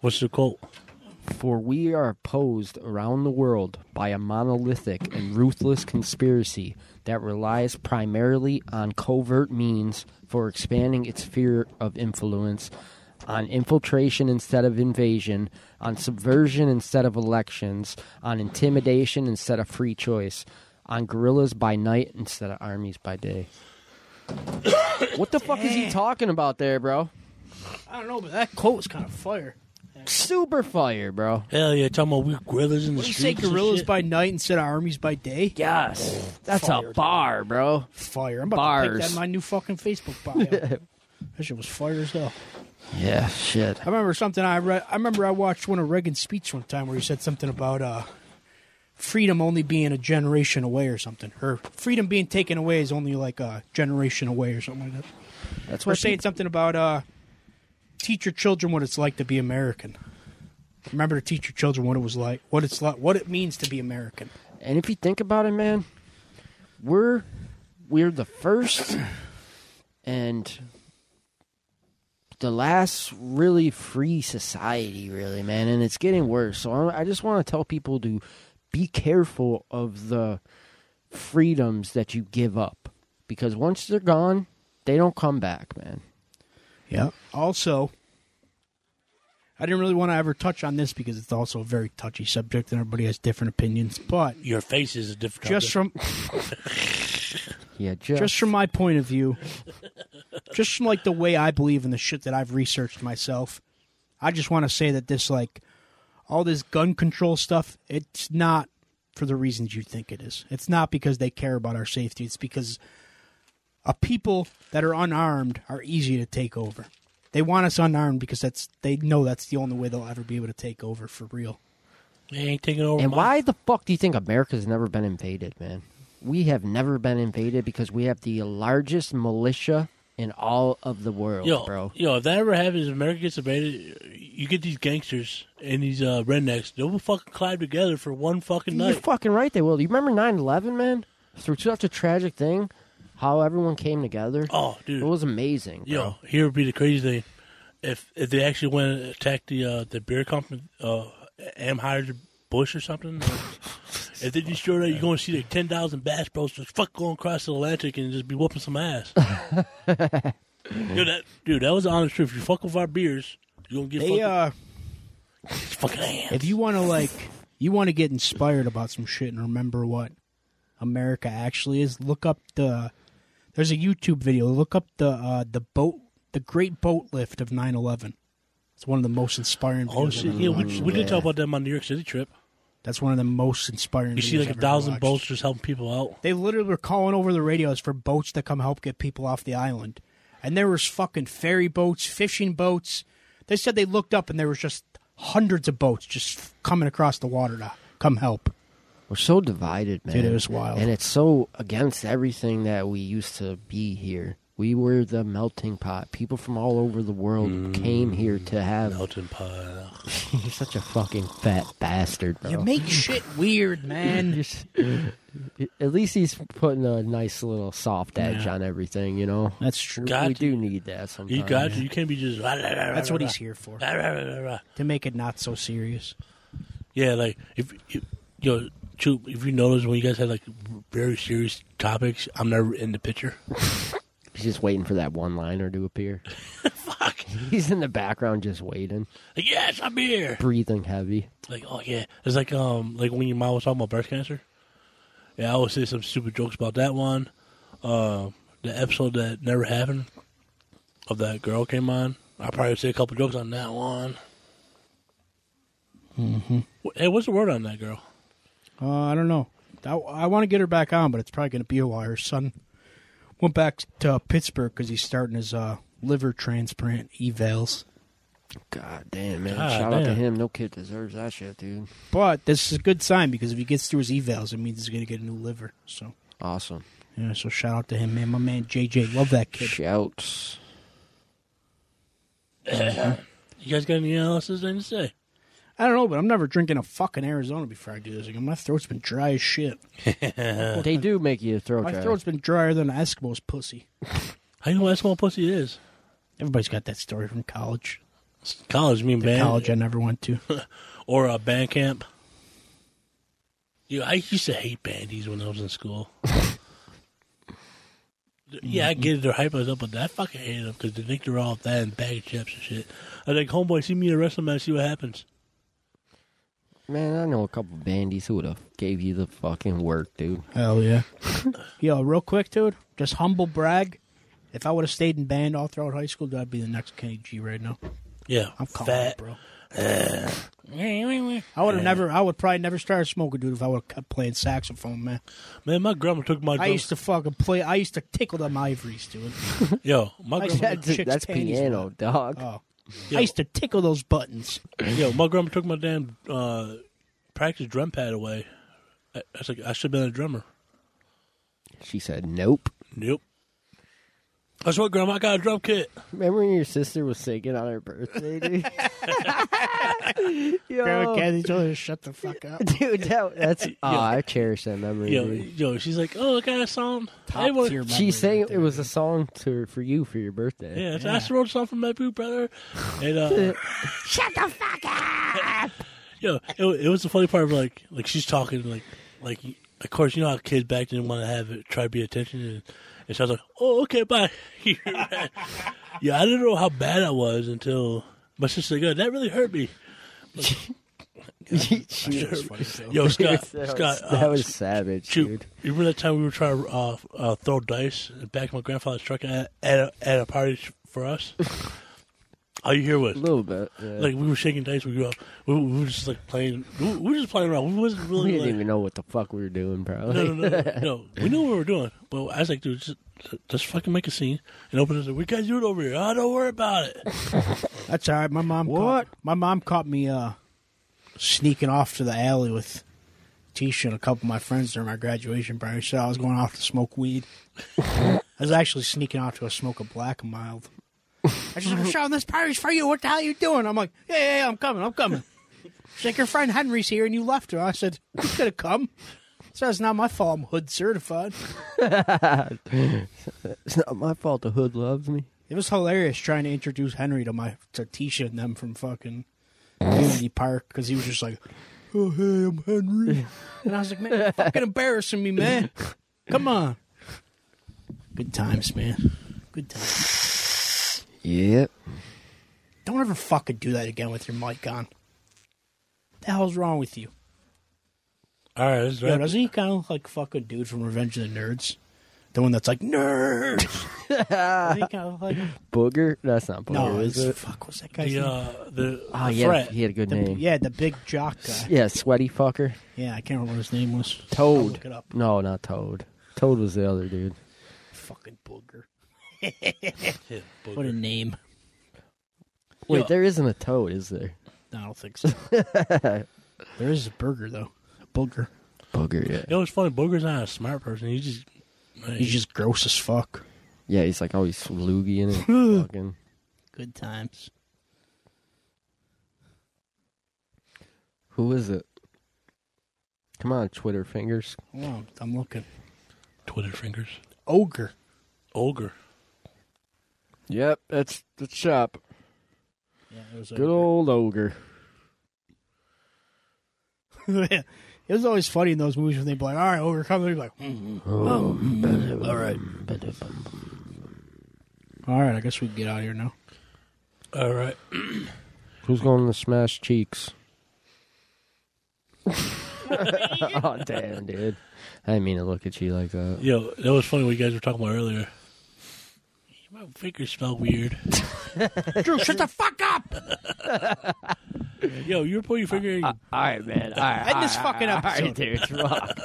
Speaker 3: What's the quote?
Speaker 1: For we are opposed around the world by a monolithic and ruthless conspiracy that relies primarily on covert means for expanding its sphere of influence, on infiltration instead of invasion, on subversion instead of elections, on intimidation instead of free choice, on guerrillas by night instead of armies by day. what the fuck is he talking about there, bro?
Speaker 2: I don't know, but that quote was kind of fire.
Speaker 1: Super fire, bro.
Speaker 3: Hell yeah, talking about we gorillas in the
Speaker 2: Did you say
Speaker 3: streets. and
Speaker 2: gorillas
Speaker 3: shit.
Speaker 2: by night instead of armies by day?
Speaker 1: Yes. That's
Speaker 2: Fire,
Speaker 1: a
Speaker 2: dude.
Speaker 1: bar, bro.
Speaker 2: Fire. I'm about to
Speaker 1: Bars.
Speaker 2: pick that in my new fucking Facebook bio. that shit was fire as hell.
Speaker 1: Yeah, shit.
Speaker 2: I remember something I read. I remember I watched one of Reagan's speech one time where he said something about uh, freedom only being a generation away or something, or freedom being taken away is only like a generation away or something like that.
Speaker 1: That's
Speaker 2: We're
Speaker 1: what
Speaker 2: saying something about uh, teach your children what it's like to be American. Remember to teach your children what it was like, what it's like, what it means to be American.
Speaker 1: people- And if you think about it, man, we're we're the first and the last really free society, really, man, and it's getting worse. So I I just want to tell people to be careful of the freedoms that you give up because once they're gone, they don't come back, man.
Speaker 2: Yeah. Also, I didn't really want to ever touch on this because it's also a very touchy subject and everybody has different opinions. But
Speaker 3: Your face is a different.
Speaker 2: just from
Speaker 1: Yeah, just,
Speaker 2: just from my point of view, just from like the way I believe in the shit that I've researched myself, I just want to say that this like all this gun control stuff, it's not for the reasons you think it is. It's not because they care about our safety. It's because a people that are unarmed are easy to take over. They want us unarmed because that's they know that's the only way they'll ever be able to take over for real.
Speaker 3: They ain't taking over.
Speaker 1: And
Speaker 3: my-
Speaker 1: why the fuck do you think America's never been invaded, man? We have never been invaded because we have the largest militia in all of the world,
Speaker 3: Yo,
Speaker 1: bro.
Speaker 3: yo, if that ever happens, if America gets invaded, you get these gangsters and these uh, rednecks. They'll fucking collab together for one fucking
Speaker 1: You're
Speaker 3: night.
Speaker 1: fucking right, they will. You remember 9 11, man? Through such a tragic thing, how everyone came together.
Speaker 3: oh, dude.
Speaker 1: It was amazing. Bro.
Speaker 3: Yo, here would be the crazy thing. If if they actually went and attacked the uh, the beer company, uh, Amherd Bush or something, and If they destroy that, you're going to see like 10,000 Bash Bros just fuck going across the Atlantic and just be whooping some ass. dude, that, dude, that was the honest truth. If you fuck with our beers, you're going to get
Speaker 2: They,
Speaker 3: fucking,
Speaker 2: uh,
Speaker 3: fucking ass.
Speaker 2: if you want to like, you want to get inspired about some shit and remember what America actually is. Look up the. There's a YouTube video. Look up the uh, the boat, the Great Boat Lift of 9/11. It's one of the most inspiring.
Speaker 3: Oh
Speaker 2: videos
Speaker 3: shit!
Speaker 2: I've
Speaker 3: Yeah,
Speaker 2: ever
Speaker 3: we,
Speaker 2: watched.
Speaker 3: we did talk about that on my New York City trip.
Speaker 2: That's one of the most inspiring.
Speaker 3: You see,
Speaker 2: videos
Speaker 3: like
Speaker 2: I've
Speaker 3: a
Speaker 2: ever
Speaker 3: thousand
Speaker 2: watched.
Speaker 3: boats just helping people out.
Speaker 2: They literally were calling over the radios for boats to come help get people off the island. And there was fucking ferry boats, fishing boats. They said they looked up and there was just hundreds of boats just coming across the water to come help.
Speaker 1: We're so divided, man.
Speaker 2: Dude, it was wild.
Speaker 1: And it's so against everything that we used to be here. We were the melting pot. People from all over the world
Speaker 3: Mm.
Speaker 1: came here to have.
Speaker 3: Melting pot.
Speaker 1: You're such a fucking fat bastard, bro.
Speaker 2: You make shit weird, man.
Speaker 1: At least he's putting a nice little soft edge on everything, you know?
Speaker 2: That's true.
Speaker 3: Got
Speaker 1: we
Speaker 3: you.
Speaker 1: do need that sometimes.
Speaker 3: You got you. You can't be just. That's
Speaker 2: That's what he's here for. To make it not so serious.
Speaker 3: Yeah, like if if- yo, Chu, if you notice when you guys had like very serious topics, I'm never in the picture.
Speaker 1: He's just waiting for that one liner to appear.
Speaker 3: Fuck.
Speaker 1: He's in the background just waiting,
Speaker 3: Like, yes, I'm here.
Speaker 1: breathing heavy.
Speaker 3: Like, oh yeah, it's like um, like when your mom was talking about breast cancer. Yeah, I always say some stupid jokes about that one. Uh, the episode that never happened of that girl came on. I probably say a couple jokes on that one. Mm-hmm. Hey, what's the word on that girl?
Speaker 2: Uh, I don't know. I, I want to get her back on, but it's probably going to be a while. Her son went back to Pittsburgh because he's starting his uh, liver transplant evals.
Speaker 1: God damn, man.
Speaker 3: God
Speaker 1: Shout out to
Speaker 3: damn.
Speaker 1: him. No kid deserves that shit, dude.
Speaker 2: But this is a good sign because if he gets through his evals, it means he's going to get a new liver. So,
Speaker 1: Awesome.
Speaker 2: yeah, so shout out to him, man. My man JJ, love that kid.
Speaker 1: Shouts.
Speaker 3: You guys got anything else to say?
Speaker 2: I don't know, but I'm never drinking a fucking Arizona before I do this again. My throat's been dry as shit.
Speaker 1: They do make you a throat
Speaker 2: My
Speaker 1: dry.
Speaker 2: throat's been drier than an Eskimo's pussy.
Speaker 3: How you know what Eskimo pussy it is?
Speaker 2: Everybody's got that story from college.
Speaker 3: College, mean
Speaker 2: The
Speaker 3: band
Speaker 2: college I never went to.
Speaker 3: or a band camp. You, I used to hate bandies when I was in school. yeah, I get it. They're hyping us up, but I fucking hate them because they think they're all that and bag of chips and shit. I was like, homeboy, see me in a wrestling match, see what happens.
Speaker 1: Man, I know a couple bandies who would have gave you the fucking work, dude.
Speaker 2: Hell yeah. Yo, real quick, dude, just humble brag. If I would have stayed in band all throughout high school, dude, I'd be the next Kenny G right now.
Speaker 3: Yeah,
Speaker 2: I'm calling
Speaker 3: fat.
Speaker 2: it, bro. I would have never, I would probably never started smoking, dude, if I would have kept playing saxophone, man.
Speaker 3: Man, my grandma took my
Speaker 2: I
Speaker 3: drum.
Speaker 2: used to fucking play. I used to tickle them ivories, dude.
Speaker 3: yo, my
Speaker 2: I
Speaker 3: grandma,
Speaker 2: said-
Speaker 1: That's,
Speaker 2: Chick's
Speaker 1: that's
Speaker 2: panties
Speaker 1: piano, dog.
Speaker 2: Oh,
Speaker 3: Yeah.
Speaker 2: I used to tickle those buttons.
Speaker 3: yo, my grandma took my damn uh, practice drum pad away. I, I was like, I should have been a drummer.
Speaker 1: She said, nope.
Speaker 3: Nope. That's what, grandma. I got a drum kit.
Speaker 1: Remember when your sister was singing on her birthday, dude? Yo,
Speaker 2: Grandma Kathy told her to shut the fuck up.
Speaker 1: dude, that, that's oh, I cherish that memory.
Speaker 3: Yo,
Speaker 1: dude.
Speaker 3: yo, she's like, oh, I got a song.
Speaker 2: Top
Speaker 3: Everyone-
Speaker 2: tier memory
Speaker 1: She sang
Speaker 2: right
Speaker 1: it was a song to for you for your birthday.
Speaker 3: Yeah, so I just wrote a song for my boo brother. And uh,
Speaker 1: Shut the fuck up!
Speaker 3: yo, it, it was the funny part of like, like she's talking like, like of course you know how kids back then want to have it try to be attention, and, and so I was like, oh okay, bye. yeah, I didn't know how bad I was until my sister go, that really hurt me.
Speaker 1: She-
Speaker 3: Yo, Scott,
Speaker 1: that was-
Speaker 3: Scott, uh,
Speaker 1: that was savage,
Speaker 3: Shoot,
Speaker 1: dude.
Speaker 3: you remember that time we were trying to uh, uh, throw dice in the back of my grandfather's truck at, at, a, at a party for us? All you hear was
Speaker 1: A little bit. yeah.
Speaker 3: like we were shaking dice. We were, we, we were just like playing. We, we were just playing around. We wasn't
Speaker 1: we
Speaker 3: really.
Speaker 1: didn't
Speaker 3: like,
Speaker 1: even know what the fuck we were doing, probably.
Speaker 3: no, no, no, no. We knew what we were doing, but I was like, dude, just, just fucking make a scene and open it. We guys do it over here. Oh, don't worry about it.
Speaker 2: That's all right. My mom.
Speaker 1: What?
Speaker 2: Caught, my mom caught me uh, sneaking off to the alley with Tisha and a couple of my friends during my graduation party. She said I was going off to smoke weed. I was actually sneaking off to a smoke a black and mild. I just like, Sean, this party's for you. What the hell are you doing? I'm like, yeah, yeah, yeah I'm coming. I'm coming. She's like, your friend Henry's here, and you left her. I said, you could have come. So it's not my fault. I'm hood certified.
Speaker 1: It's not my fault the hood loves me.
Speaker 2: It was hilarious trying to introduce Henry to my to Tisha and them from fucking Unity Park because he was just like, oh, hey, I'm Henry. and I was like, man, you're fucking embarrassing me, man. Come on. Good times, man. Good times.
Speaker 1: Yep.
Speaker 2: Don't ever fucking do that again with your mic on. The hell's wrong with you?
Speaker 3: All right, let's
Speaker 2: Yo,
Speaker 3: wrap-
Speaker 2: doesn't he kind of look like fucking dude from Revenge of the Nerds? The one that's like, nerds. Doesn't he kinda look like-
Speaker 1: Booger? That's not booger,
Speaker 2: no,
Speaker 1: is
Speaker 2: it's-
Speaker 1: it? uh,
Speaker 2: fuck, what's that guy's
Speaker 3: the
Speaker 2: name?
Speaker 3: uh, the
Speaker 1: Oh,
Speaker 3: the
Speaker 1: yeah.
Speaker 3: threat.
Speaker 1: He had a good
Speaker 2: The-
Speaker 1: name.
Speaker 2: yeah, the big jock guy.
Speaker 1: Yeah, sweaty fucker.
Speaker 2: Yeah, I can't remember what his name was.
Speaker 1: Toad.
Speaker 2: I'll look it up.
Speaker 1: No, not Toad. Toad was the other dude.
Speaker 2: Fucking booger.
Speaker 3: Yeah, booger.
Speaker 2: What a name.
Speaker 1: Wait,
Speaker 2: Yo.
Speaker 1: there isn't a Toad, is there?
Speaker 2: No, I don't think so. there is a burger though. A booger.
Speaker 1: Booger, yeah.
Speaker 3: It was funny. Booger's not a smart person. He's just man,
Speaker 2: He's just gross as fuck.
Speaker 1: Yeah, he's like always loogie in it. fucking.
Speaker 2: Good times.
Speaker 1: Who is it? Come on, Twitter fingers.
Speaker 2: Wow, I'm looking.
Speaker 3: Twitter fingers.
Speaker 2: Ogre.
Speaker 3: Ogre.
Speaker 1: Yep, that's the shop.
Speaker 2: Yeah, it was
Speaker 1: Good old ogre.
Speaker 2: it was always funny in those movies when they'd be like, "All right, ogre, come." They'd be like, "Mm, mm, oh,
Speaker 1: Mm-hmm.
Speaker 2: mm, "All right, all right." I guess we can get out of here now.
Speaker 3: All right.
Speaker 1: Who's going to smash cheeks? oh damn, dude! I didn't mean to look at you like that.
Speaker 3: Yo, that was funny. What you guys were talking about earlier. My fingers smell weird.
Speaker 2: Drew, shut the fuck up!
Speaker 3: Yo, you were putting your finger. in your-
Speaker 1: All right, man. All right,
Speaker 2: End this fucking episode.
Speaker 1: dude. Rock.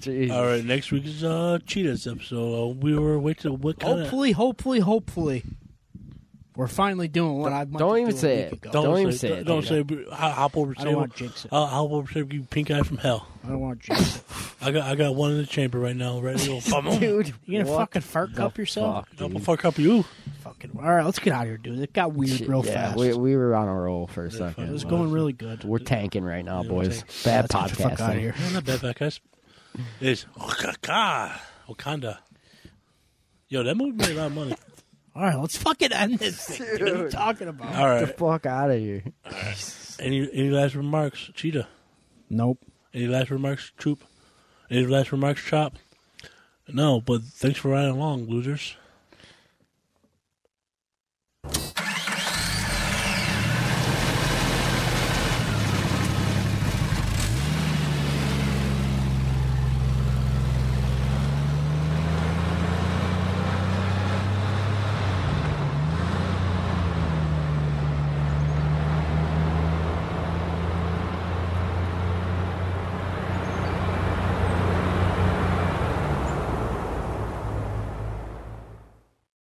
Speaker 1: Jesus.
Speaker 3: All right, next week is uh, Cheetah's episode. Uh, we were waiting. What kind of?
Speaker 2: Hopefully, hopefully, hopefully, we're finally doing what I
Speaker 1: Don't even say it.
Speaker 2: Don't.
Speaker 1: Don't even say it,
Speaker 3: Don't
Speaker 1: dude.
Speaker 3: say. it. Ho- Hop over.
Speaker 2: I don't want jinx it.
Speaker 3: I'll hop over. Table, you pink eye from hell.
Speaker 2: I don't want to jinx it.
Speaker 3: I got. I got one in the chamber right now. Ready to go. Boom.
Speaker 1: dude.
Speaker 2: You gonna
Speaker 1: what
Speaker 2: fucking fart
Speaker 1: the
Speaker 2: cup yourself?
Speaker 1: fuck,
Speaker 3: Double
Speaker 1: dude?
Speaker 3: fuck up you.
Speaker 2: Fucking. All right, let's get out of here, dude. It got weird
Speaker 1: Shit,
Speaker 2: real
Speaker 1: yeah,
Speaker 2: fast.
Speaker 1: We, we were on a roll for a second.
Speaker 2: it was going really good.
Speaker 1: We're tanking right now, boys.
Speaker 3: tanking.
Speaker 1: Bad
Speaker 2: Let's get the fuck
Speaker 1: podcast.
Speaker 2: out of here.
Speaker 3: No, not bad, bad guys. It's Okaka, Wakanda. Yo, that movie made a lot of money.
Speaker 2: All right, let's fucking end this. Thing. What are you talking about?
Speaker 3: All
Speaker 1: The
Speaker 3: right.
Speaker 1: fuck out of here.
Speaker 3: Any any last remarks, Cheetah?
Speaker 2: Nope.
Speaker 3: Any last remarks, Troop? Any last remarks, Chop? No, but thanks for riding along, losers.